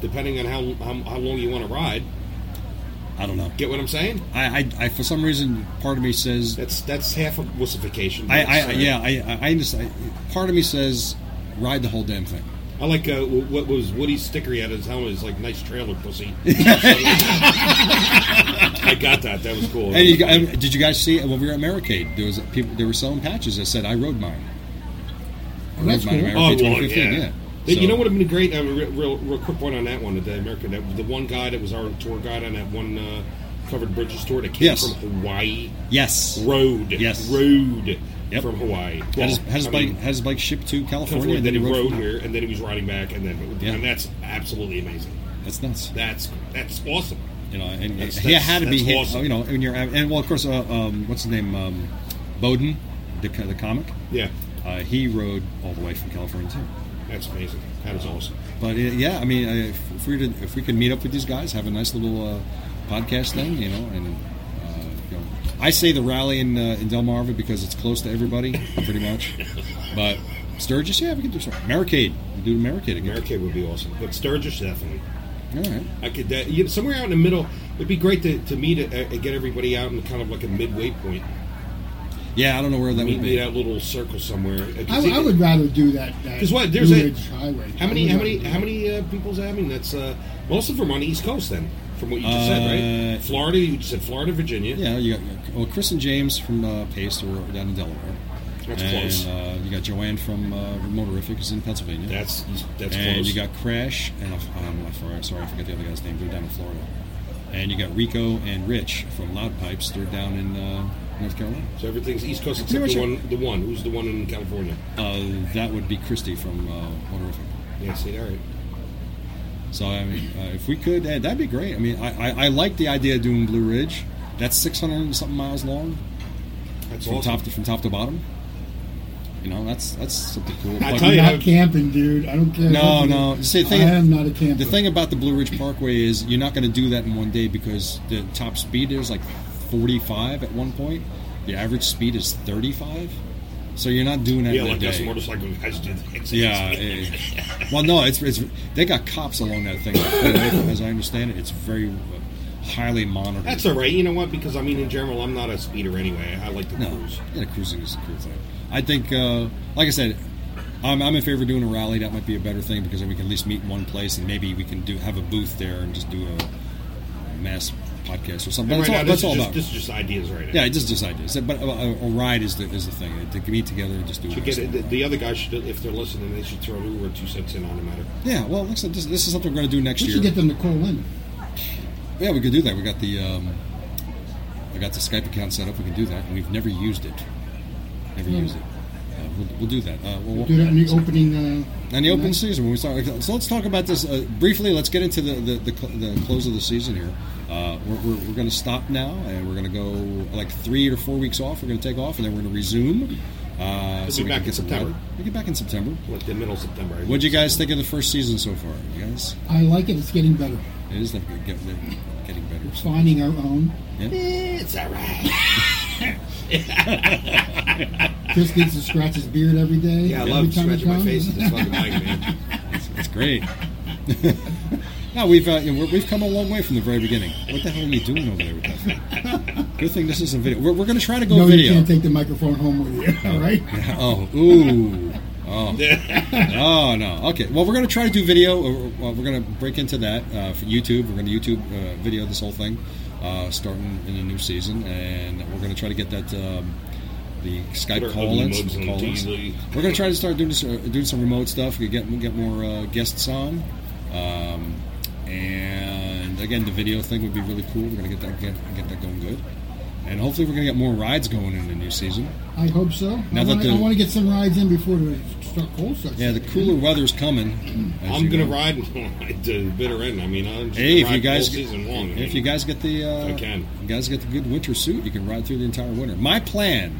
Speaker 4: depending on how how, how long you want to ride,
Speaker 1: I don't know.
Speaker 4: get what I'm saying?
Speaker 1: I, I, I, for some reason, part of me says,
Speaker 4: That's that's half of wussification.
Speaker 1: I, I,
Speaker 4: That's, uh,
Speaker 1: yeah, I, I, I understand. Part of me says, ride the whole damn thing.
Speaker 4: I like uh, w- what was Woody's sticker he had on his helmet. It's like nice trailer, pussy. I got that. That was cool.
Speaker 1: And you, gu- and did you guys see when we were at Americade? There was people. They were selling patches that said, "I rode mine." I
Speaker 3: that's
Speaker 1: rode mine
Speaker 3: cool.
Speaker 1: at
Speaker 4: Oh,
Speaker 1: Americade
Speaker 4: Lord,
Speaker 1: 2015,
Speaker 4: yeah.
Speaker 1: yeah.
Speaker 4: They- you
Speaker 1: So-
Speaker 4: know what would have been a great, uh, real, real, real quick point on that one, the American, that, the one guy that was our tour guide on that one uh, covered bridges tour that came
Speaker 1: Yes.
Speaker 4: from Hawaii,
Speaker 1: Yes.
Speaker 4: road,
Speaker 1: Yes.
Speaker 4: road
Speaker 1: Yep.
Speaker 4: from Hawaii.
Speaker 1: Had his,
Speaker 4: Well,
Speaker 1: had his
Speaker 4: I
Speaker 1: bike
Speaker 4: mean,
Speaker 1: had his bike shipped to California,
Speaker 4: California,
Speaker 1: and
Speaker 4: then he
Speaker 1: rode
Speaker 4: rode
Speaker 1: from-
Speaker 4: here, and then he was riding back, and then
Speaker 1: Yeah.
Speaker 4: and that's absolutely amazing.
Speaker 1: That's nuts.
Speaker 4: That's that's awesome.
Speaker 1: You know, and
Speaker 4: That's-
Speaker 1: he
Speaker 4: that's-
Speaker 1: had to be
Speaker 4: that's
Speaker 1: hit.
Speaker 4: awesome.
Speaker 1: You know, when you're and well, of course, uh, um, what's his name, um, Bowden, the, co- the comic.
Speaker 4: Yeah,
Speaker 1: Uh, he rode all the way from California too.
Speaker 4: that's amazing. That is awesome.
Speaker 1: But uh, yeah, I mean, uh, if, if we did, if we could meet up with these guys, have a nice little uh, podcast thing, you know, and. uh, you know, I say the rally in uh, in Delmarva because it's close to everybody, pretty much. But Sturgis, yeah, we can do something. Barricade, we do Barricade again.
Speaker 4: American would be awesome, but Sturgis definitely.
Speaker 1: All right.
Speaker 4: I could that, you know, somewhere out in the middle. It'd be great to, to meet uh, and get everybody out in kind of like a midway point.
Speaker 1: Yeah, I don't know where that
Speaker 4: Meet
Speaker 1: would
Speaker 4: me
Speaker 1: be.
Speaker 4: that little circle somewhere. Uh, 'cause
Speaker 3: I, I
Speaker 4: it-
Speaker 3: would rather do that. that
Speaker 4: 'Cause what, there's
Speaker 3: Blue
Speaker 4: a-
Speaker 3: Ridge highway.
Speaker 4: How
Speaker 3: I
Speaker 4: many?
Speaker 3: would
Speaker 4: How
Speaker 3: rather
Speaker 4: many?
Speaker 3: do
Speaker 4: How
Speaker 3: that.
Speaker 4: many uh, people's I mean, that's uh, most of them are on the East Coast. Then, from what you just said,
Speaker 1: Uh,
Speaker 4: right? Florida. You just said Florida, Virginia.
Speaker 1: Yeah, you got you got- well, Chris and James from uh, Pace are down in Delaware.
Speaker 4: That's
Speaker 1: and,
Speaker 4: close.
Speaker 1: Uh, you got Joanne from uh, Motorific is in Pennsylvania.
Speaker 4: That's that's
Speaker 1: and
Speaker 4: close.
Speaker 1: you got Crash and I- I'm not far- sorry, I forgot the other guy's name. They're down in Florida. And you got Rico and Rich from Loud Pipes. They're down in uh, North Carolina.
Speaker 4: so everything's East Coast
Speaker 1: Pretty
Speaker 4: except the
Speaker 1: much
Speaker 4: one. The one who's the one in California.
Speaker 1: Uh, that would be Christy from uh, Motorific.
Speaker 4: Yeah. See, all right.
Speaker 1: eh, So I mean, uh, if we could, uh, that'd be great. I mean, I, I, I like the idea of doing Blue Ridge. That's 600 and something miles long
Speaker 4: That's
Speaker 1: from
Speaker 4: awesome.
Speaker 1: top to from top to bottom. You know, that's that's something cool.
Speaker 6: I
Speaker 1: But-
Speaker 6: tell
Speaker 3: I'm
Speaker 6: you,
Speaker 3: not
Speaker 6: I've-
Speaker 3: camping, dude. I don't care.
Speaker 1: No,
Speaker 3: nothing.
Speaker 1: no. See, the thing-
Speaker 3: I am not a camper.
Speaker 1: The thing about the Blue Ridge Parkway is you're not going to do that in one day because the top speed is like 45 at one point. The average speed is 35. So you're not doing that
Speaker 6: Yeah,
Speaker 1: in a
Speaker 6: like us
Speaker 1: day.
Speaker 6: motorcycle guys do that.
Speaker 1: yeah, eh, Well, no, it's it's they got cops along that thing. As I understand it, it's very uh, highly monitored.
Speaker 4: That's all right. You know what? Because I mean, in general, I'm not a speeder anyway. I like to
Speaker 1: No,
Speaker 4: cruise.
Speaker 1: yeah, cruising is a cool thing. I think, uh, like I said, I'm, I'm in favor of doing a rally. That might be a better thing because then we can at least meet in one place and maybe we can do have a booth there and just do a mass podcast or something.
Speaker 4: And
Speaker 1: That's
Speaker 4: right
Speaker 1: all,
Speaker 4: now, this
Speaker 1: that's
Speaker 4: is
Speaker 1: all
Speaker 4: just,
Speaker 1: about.
Speaker 4: this is just ideas right now.
Speaker 1: yeah, just this idea. So, but a, a, a ride is the is the thing to meet together and just do.
Speaker 4: To
Speaker 1: it.
Speaker 4: get it, the, the other guys should, if they're listening, they should throw an Uber two cents in on the matter.
Speaker 1: Yeah, well, like I said, this, this is something we're going to do next
Speaker 3: we
Speaker 1: year.
Speaker 3: should get them to call in.
Speaker 1: yeah, we could do that. We got the um, I got the Skype account set up. We can do that, and we've never used it. Never
Speaker 3: No.
Speaker 1: used it. Uh, we'll, we'll do that. Uh, we'll,
Speaker 3: Do that in the opening. Uh,
Speaker 1: And the open
Speaker 3: night.
Speaker 1: season when we start. So let's talk about this uh, briefly. Let's get into the the, the, cl- the close of the season here. Uh, we're we're, we're going to stop now, and we're going to go like three or four weeks off. We're going to take off, and then we're going to resume. Uh,
Speaker 4: We'll be back
Speaker 1: can
Speaker 4: in
Speaker 1: some
Speaker 4: September.
Speaker 1: weather. We get back in September.
Speaker 4: Like the middle of September. I
Speaker 1: What do you
Speaker 4: guess.
Speaker 1: guys think of the first season so far? You guys,
Speaker 3: I like it. It's getting better.
Speaker 1: it is like get- get- getting better.
Speaker 3: It's finding our own.
Speaker 4: Eh, It's all right.
Speaker 3: Chris gets to scratch his beard every day.
Speaker 4: Yeah, I
Speaker 3: every
Speaker 4: love
Speaker 3: time he
Speaker 4: scratching my
Speaker 3: comes.
Speaker 4: face with this fucking mic, man.
Speaker 1: It's great. no, we've uh, you know, we're- we've come a long way from the very beginning. What the hell are you doing over there with that? thing? Good thing this isn't video. We're, we're going to try to go
Speaker 3: No,
Speaker 1: video.
Speaker 3: you can't take the microphone home with you. All right.
Speaker 1: Oh, ooh. Oh. oh, no. Okay. Well, we're going to try to do video. Uh, Well, we're going to break into that uh, for YouTube. We're going to YouTube uh, video this whole thing uh, starting in the new season. And we're going to try to get that. Um, the
Speaker 6: Put
Speaker 1: Skype
Speaker 6: our
Speaker 1: call
Speaker 6: ugly
Speaker 1: ins.
Speaker 6: mugs on TV.
Speaker 1: We're going to try to start doing, this, uh, doing some remote stuff. We get, get more uh, guests on. Um, and again, the video thing would be really cool. We're going to get that get, get that going good. And hopefully, we're going to get more rides going in the new season.
Speaker 3: I hope so.
Speaker 1: Now
Speaker 3: I,
Speaker 1: that
Speaker 3: want
Speaker 1: the-
Speaker 3: to, I want to get some rides in before the start cold starts.
Speaker 1: Yeah, the cooler weather's coming. as
Speaker 4: I'm
Speaker 1: you
Speaker 4: gonna
Speaker 1: know.
Speaker 4: ride to the bitter end. I mean, I'm just
Speaker 1: Hey,
Speaker 4: gonna
Speaker 1: if
Speaker 4: ride
Speaker 1: you guys
Speaker 4: all season long. I
Speaker 1: if
Speaker 4: mean,
Speaker 1: you guys get the uh,
Speaker 4: I can.
Speaker 1: you guys get the good winter suit, you can ride through the entire winter. My plan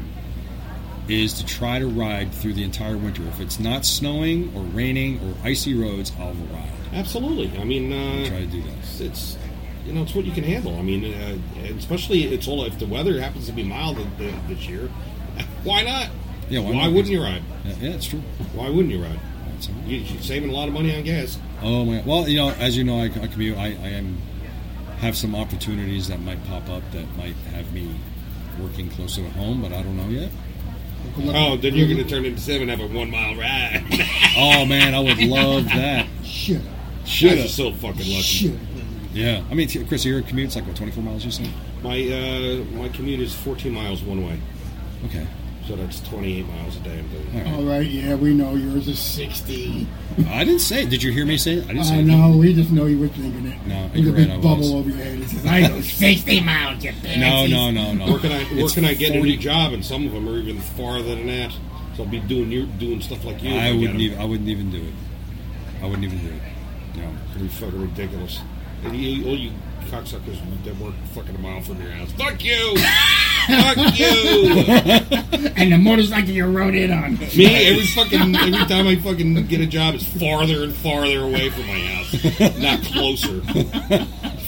Speaker 1: is to try to ride through the entire winter. If it's not snowing or raining or icy roads, I'll ride.
Speaker 4: absolutely. I mean, uh,
Speaker 1: Try to do that.
Speaker 4: it's, it's you know it's what you can handle. I mean, uh, and especially it's all if the weather happens to be mild th- th- this year. Why not?
Speaker 1: Yeah, why
Speaker 4: why,
Speaker 1: not?
Speaker 4: wouldn't you ride?
Speaker 1: Yeah, yeah it's true.
Speaker 4: Why wouldn't you ride?
Speaker 1: That's all right.
Speaker 4: You, you're saving a lot of money on gas.
Speaker 1: Oh my! Well, you know, as you know, I, I commute. I, I am have some opportunities that might pop up that might have me working closer to home, but I don't know yet.
Speaker 4: Oh, then you're gonna turn into seven and have a one mile ride.
Speaker 1: Oh man, I would love that.
Speaker 3: shit.
Speaker 1: Should
Speaker 4: Guys are
Speaker 1: have.
Speaker 4: so fucking lucky.
Speaker 3: Shit.
Speaker 1: Yeah, I mean, t- Chris, your commute's like what, twenty-four miles or something?
Speaker 4: My uh, my commute is 14 miles one way,
Speaker 1: Okay,
Speaker 4: so that's 28 miles a day. I'm doing.
Speaker 1: all right.
Speaker 3: All right. Yeah, we know yours is sixty.
Speaker 1: I didn't say. it. Did you hear me say? It? I didn't say.
Speaker 3: I
Speaker 1: it.
Speaker 3: know. We just know you were thinking it.
Speaker 1: No,
Speaker 3: With a
Speaker 1: you're
Speaker 3: big
Speaker 1: right, I
Speaker 3: bubble
Speaker 1: was.
Speaker 3: over your head. It says, I know.
Speaker 5: 60 miles, you bitch.
Speaker 1: No, no, no, no.
Speaker 4: Where can I where
Speaker 1: It's
Speaker 4: can I get a
Speaker 1: 40
Speaker 4: new job? And some of them are even farther than that. So I'll be doing you doing stuff like you. if
Speaker 1: I
Speaker 4: get
Speaker 1: wouldn't
Speaker 4: 'em.
Speaker 1: even. I wouldn't even do it. I wouldn't even do it. No.
Speaker 4: It'd be fucking ridiculous. And you, all you cocksuckers that work fucking a mile from your house. Fuck you. Fuck you.
Speaker 5: And the motorcycle you rode in on.
Speaker 4: Me every fucking every time I fucking get a job, it's farther and farther away from my house, not closer.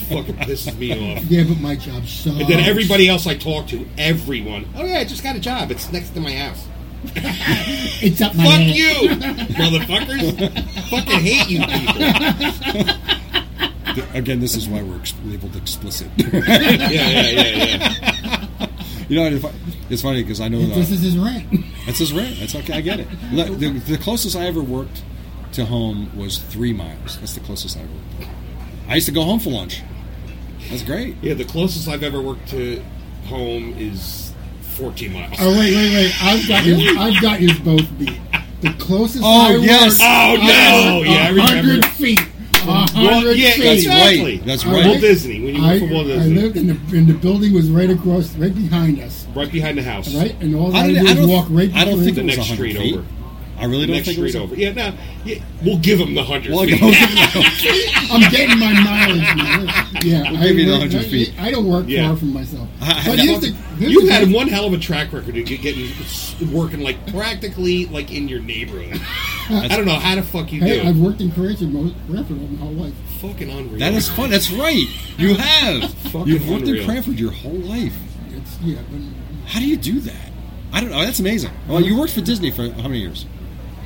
Speaker 4: fucking pisses me off.
Speaker 3: Yeah, but my job sucks.
Speaker 4: And then everybody else I talk to, everyone. Oh yeah, I just got a job. It's next to my house.
Speaker 5: It's up my
Speaker 4: Fuck
Speaker 5: ass.
Speaker 4: you, motherfuckers! Fucking hate you people.
Speaker 1: Th- Again, this is why we're ex- labeled explicit.
Speaker 4: Yeah, yeah, yeah, yeah.
Speaker 1: you know, if I- it's funny because I know that
Speaker 3: This is his rant.
Speaker 1: that's his rant. That's okay. I get it. Look, the, the closest I ever worked to home was three miles. That's the closest I ever worked. I used to go home for lunch. That's great.
Speaker 4: Yeah, the closest I've ever worked to home is 14 miles.
Speaker 3: Oh wait, wait, wait! I've got you. I've got you both beat. The closest.
Speaker 1: Oh,
Speaker 3: I
Speaker 1: yes.
Speaker 3: Worked,
Speaker 4: Oh, no!
Speaker 3: was
Speaker 4: Yeah, I
Speaker 3: a
Speaker 4: remember.
Speaker 3: Hundred feet. A hundred
Speaker 4: Well, yeah,
Speaker 3: feet.
Speaker 1: that's right.
Speaker 4: exactly.
Speaker 1: That's
Speaker 3: I
Speaker 1: right.
Speaker 4: Walt Disney. When you
Speaker 3: I,
Speaker 4: went from Walt
Speaker 3: I
Speaker 4: Disney,
Speaker 3: lived in the and the building was right across, right behind us,
Speaker 4: right behind the house.
Speaker 3: right, and all
Speaker 1: I
Speaker 3: I,
Speaker 1: don't-
Speaker 3: did
Speaker 1: I
Speaker 3: was
Speaker 1: don't-
Speaker 3: walk right.
Speaker 1: I don't think
Speaker 3: between
Speaker 4: The
Speaker 1: it was
Speaker 4: next
Speaker 1: 100
Speaker 4: street
Speaker 1: feet.
Speaker 4: over.
Speaker 1: I I really don't
Speaker 4: next
Speaker 1: think it was
Speaker 4: street
Speaker 1: a-
Speaker 4: over. Yeah, no, yeah, we'll give him the hundred.
Speaker 1: Well,
Speaker 4: feet.
Speaker 1: I'll give you-
Speaker 3: I'm getting my mileage now. Yeah,
Speaker 1: We'll give you the
Speaker 3: work-
Speaker 1: 100 feet.
Speaker 3: I don't work
Speaker 4: Yeah.
Speaker 3: far from myself.
Speaker 1: I-
Speaker 3: But
Speaker 1: I-
Speaker 3: here's the, here's
Speaker 4: You
Speaker 3: the
Speaker 4: had
Speaker 3: best-
Speaker 4: one hell of a track record of get- getting working like practically like in your neighborhood. I don't know how the fuck you
Speaker 3: Hey,
Speaker 4: do.
Speaker 3: I've worked in careers in most Bradford my whole life.
Speaker 4: Fucking unreal.
Speaker 1: that is fun. That's right. You have.
Speaker 4: Fucking
Speaker 1: You've worked
Speaker 4: unreal.
Speaker 1: in Cranford your whole life.
Speaker 3: It's yeah, but
Speaker 1: How do you do that? I don't know. That's amazing. Well, you worked for Disney for how many years?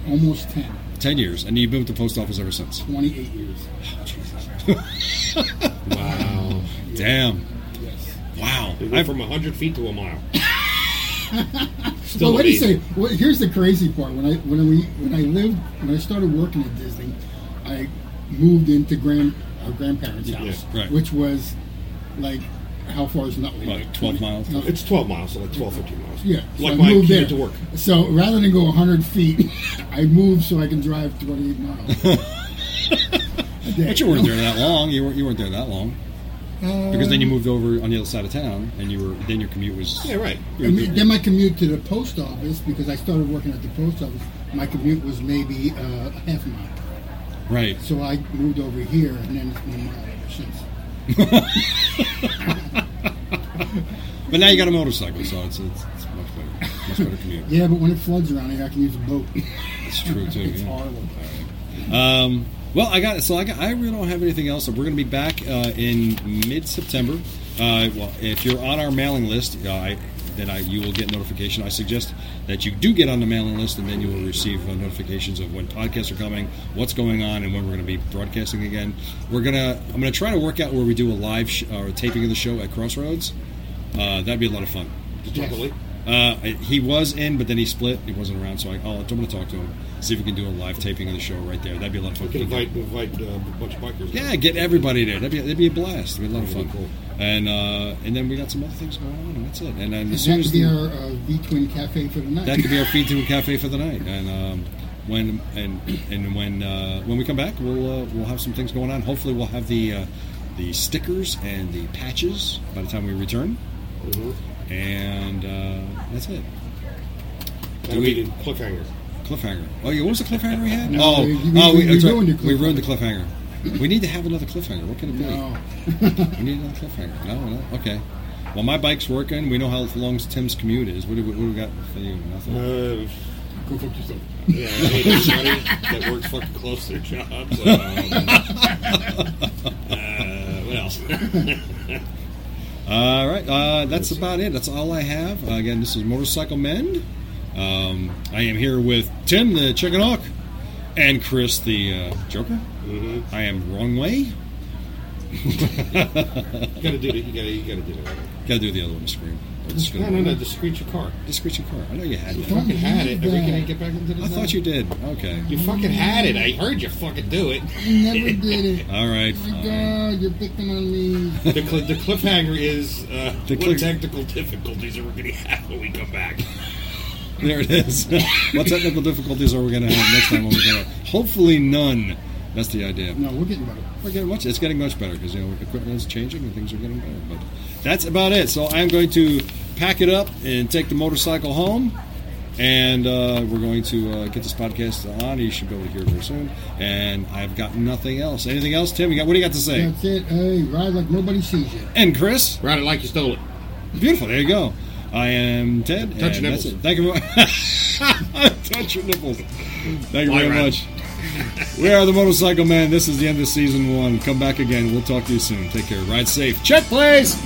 Speaker 3: almost 10,
Speaker 1: Ten years, and you've been with the post office ever since.
Speaker 3: 28 years.
Speaker 1: Oh,
Speaker 4: wow.
Speaker 1: Damn.
Speaker 3: Yes.
Speaker 1: Wow.
Speaker 4: It went
Speaker 1: I've,
Speaker 4: from hundred feet to a mile.
Speaker 3: But
Speaker 4: Still
Speaker 3: what do you say?
Speaker 4: amazing.
Speaker 3: Well, here's the crazy part. When I when we when I lived when I started working at Disney, I moved into grand our grandparents' house,
Speaker 1: right.
Speaker 3: which was like how far is Nutley?
Speaker 1: Like 12 miles?
Speaker 3: No,
Speaker 4: It's twelve miles, so like 12, 13 miles.
Speaker 3: yeah, so I
Speaker 4: like my
Speaker 3: moved
Speaker 4: commute
Speaker 3: there.
Speaker 4: to work.
Speaker 3: So rather than go 100 feet, I moved so I can drive 28 miles. A day.
Speaker 1: but you weren't there that long. You weren't. You weren't there that long. Because then you moved over on the other side of town, and you were then your commute was.
Speaker 4: Um, Yeah, right.
Speaker 3: I mean, then my commute to the post office because I started working at the post office. My commute was maybe uh, a half mile,
Speaker 1: Right.
Speaker 3: so I moved over here, and then it's been a mile ever since.
Speaker 1: But now you got a motorcycle, so it's, it's, it's much better. Much better commute.
Speaker 3: Yeah, but when it floods around here, I can use a boat.
Speaker 1: It's true too.
Speaker 3: It's
Speaker 1: yeah.
Speaker 3: horrible.
Speaker 1: Um, well, I got so I got, I really don't have anything else. We're going to be back uh, in mid September. Uh, well, if you're on our mailing list, uh, I, then I, you will get notification. I suggest that you do get on the mailing list, and then you will receive uh, notifications of when podcasts are coming, what's going on, and when we're going to be broadcasting again. We're gonna I'm gonna try to work out where we do a live sh- or a taping of the show at Crossroads. Uh, that'd be a lot of fun.
Speaker 4: Totally.
Speaker 1: Uh, he was in, but then he split. He wasn't around, so I, I'll, I'm going to talk to him. See if we can do a live taping of the show right there. That'd be a lot of fun.
Speaker 4: We can invite invite uh, a bunch of bikers.
Speaker 1: Yeah, get everybody there. That'd be, that'd be a blast. It'd be a lot of
Speaker 4: That'd
Speaker 1: fun.
Speaker 4: be cool.
Speaker 1: And uh, and then we got some other things going on, and that's it. And then as soon
Speaker 3: That
Speaker 1: as
Speaker 3: could be
Speaker 1: the-
Speaker 3: our uh, V Twin Cafe for the night.
Speaker 1: that could be our feed to a cafe for the night. And um, when and and when uh, when we come back, we'll uh, we'll have some things going on. Hopefully, we'll have the uh, the stickers and the patches by the time we return.
Speaker 4: Mm-hmm.
Speaker 1: And uh, that's it.
Speaker 4: That'll be the cliffhanger.
Speaker 1: Cliffhanger. Oh, yeah. What was the cliffhanger we had?
Speaker 3: No,
Speaker 1: oh,
Speaker 3: you- you-
Speaker 1: oh, we,
Speaker 3: you
Speaker 1: that's right.
Speaker 3: ruined your
Speaker 1: We ruined the cliffhanger. We need to have another cliffhanger. What can it be?
Speaker 3: No.
Speaker 1: We need another cliffhanger. No, no. Okay. Well, my bike's working. We know how long Tim's commute is. What do we, what do we got for you? Nothing.
Speaker 4: Uh,
Speaker 3: Go fuck yourself.
Speaker 4: yeah, I hate everybody that works fucking close to their jobs. Um, uh, what else? Mm-hmm.
Speaker 1: All right. Uh, that's about it. That's all I have. Uh, again, this is Motorcycle Mend. Um, I am here with Tim, the Chicken Hawk, and Chris, the uh, Joker. I am wrong way.
Speaker 4: You gotta do it. You gotta you gotta do it.
Speaker 1: Gotta do the other one. Scream. It's
Speaker 4: No,
Speaker 1: gonna-
Speaker 4: no, no. Just screech your car.
Speaker 1: Just screech your car. I know you had
Speaker 4: You
Speaker 1: it.
Speaker 4: fucking had it. Are we
Speaker 3: Yeah.
Speaker 4: gonna get back into this?
Speaker 1: I
Speaker 4: now?
Speaker 1: thought you did. Okay.
Speaker 4: You fucking had it. I heard you fucking do it.
Speaker 3: Never did it.
Speaker 1: All right.
Speaker 3: Oh my
Speaker 1: fine.
Speaker 3: God, you're picking on me.
Speaker 4: The, cl- the cliffhanger is uh,
Speaker 1: The
Speaker 4: what
Speaker 1: cliff-
Speaker 4: technical difficulties are we gonna have when we come back?
Speaker 1: There it is. what technical difficulties are we going to have next time? When we go? Hopefully none. That's the idea.
Speaker 3: No, we're getting better.
Speaker 1: We're getting much. It's getting much better because you know equipment is changing and things are getting better. But that's about it. So I'm going to pack it up and take the motorcycle home, and uh, we're going to uh, get this podcast on. You should be able to hear it very soon. And I've got nothing else. Anything else, Tim? You got what do you got to say?
Speaker 3: That's it. Hey, ride like nobody sees you.
Speaker 1: And Chris,
Speaker 4: Ride it like you stole it.
Speaker 1: beautiful. There you go. I am Ted.
Speaker 4: Touch
Speaker 1: and
Speaker 4: your
Speaker 1: that's
Speaker 4: nipples.
Speaker 1: it. Thank you. Very- Touch your nipples. Thank you
Speaker 4: Fly
Speaker 1: very
Speaker 4: around.
Speaker 1: much. We are the Motorcycle Man. This is the end of season one. Come back again. We'll talk to you soon. Take care. Ride safe. Check, please.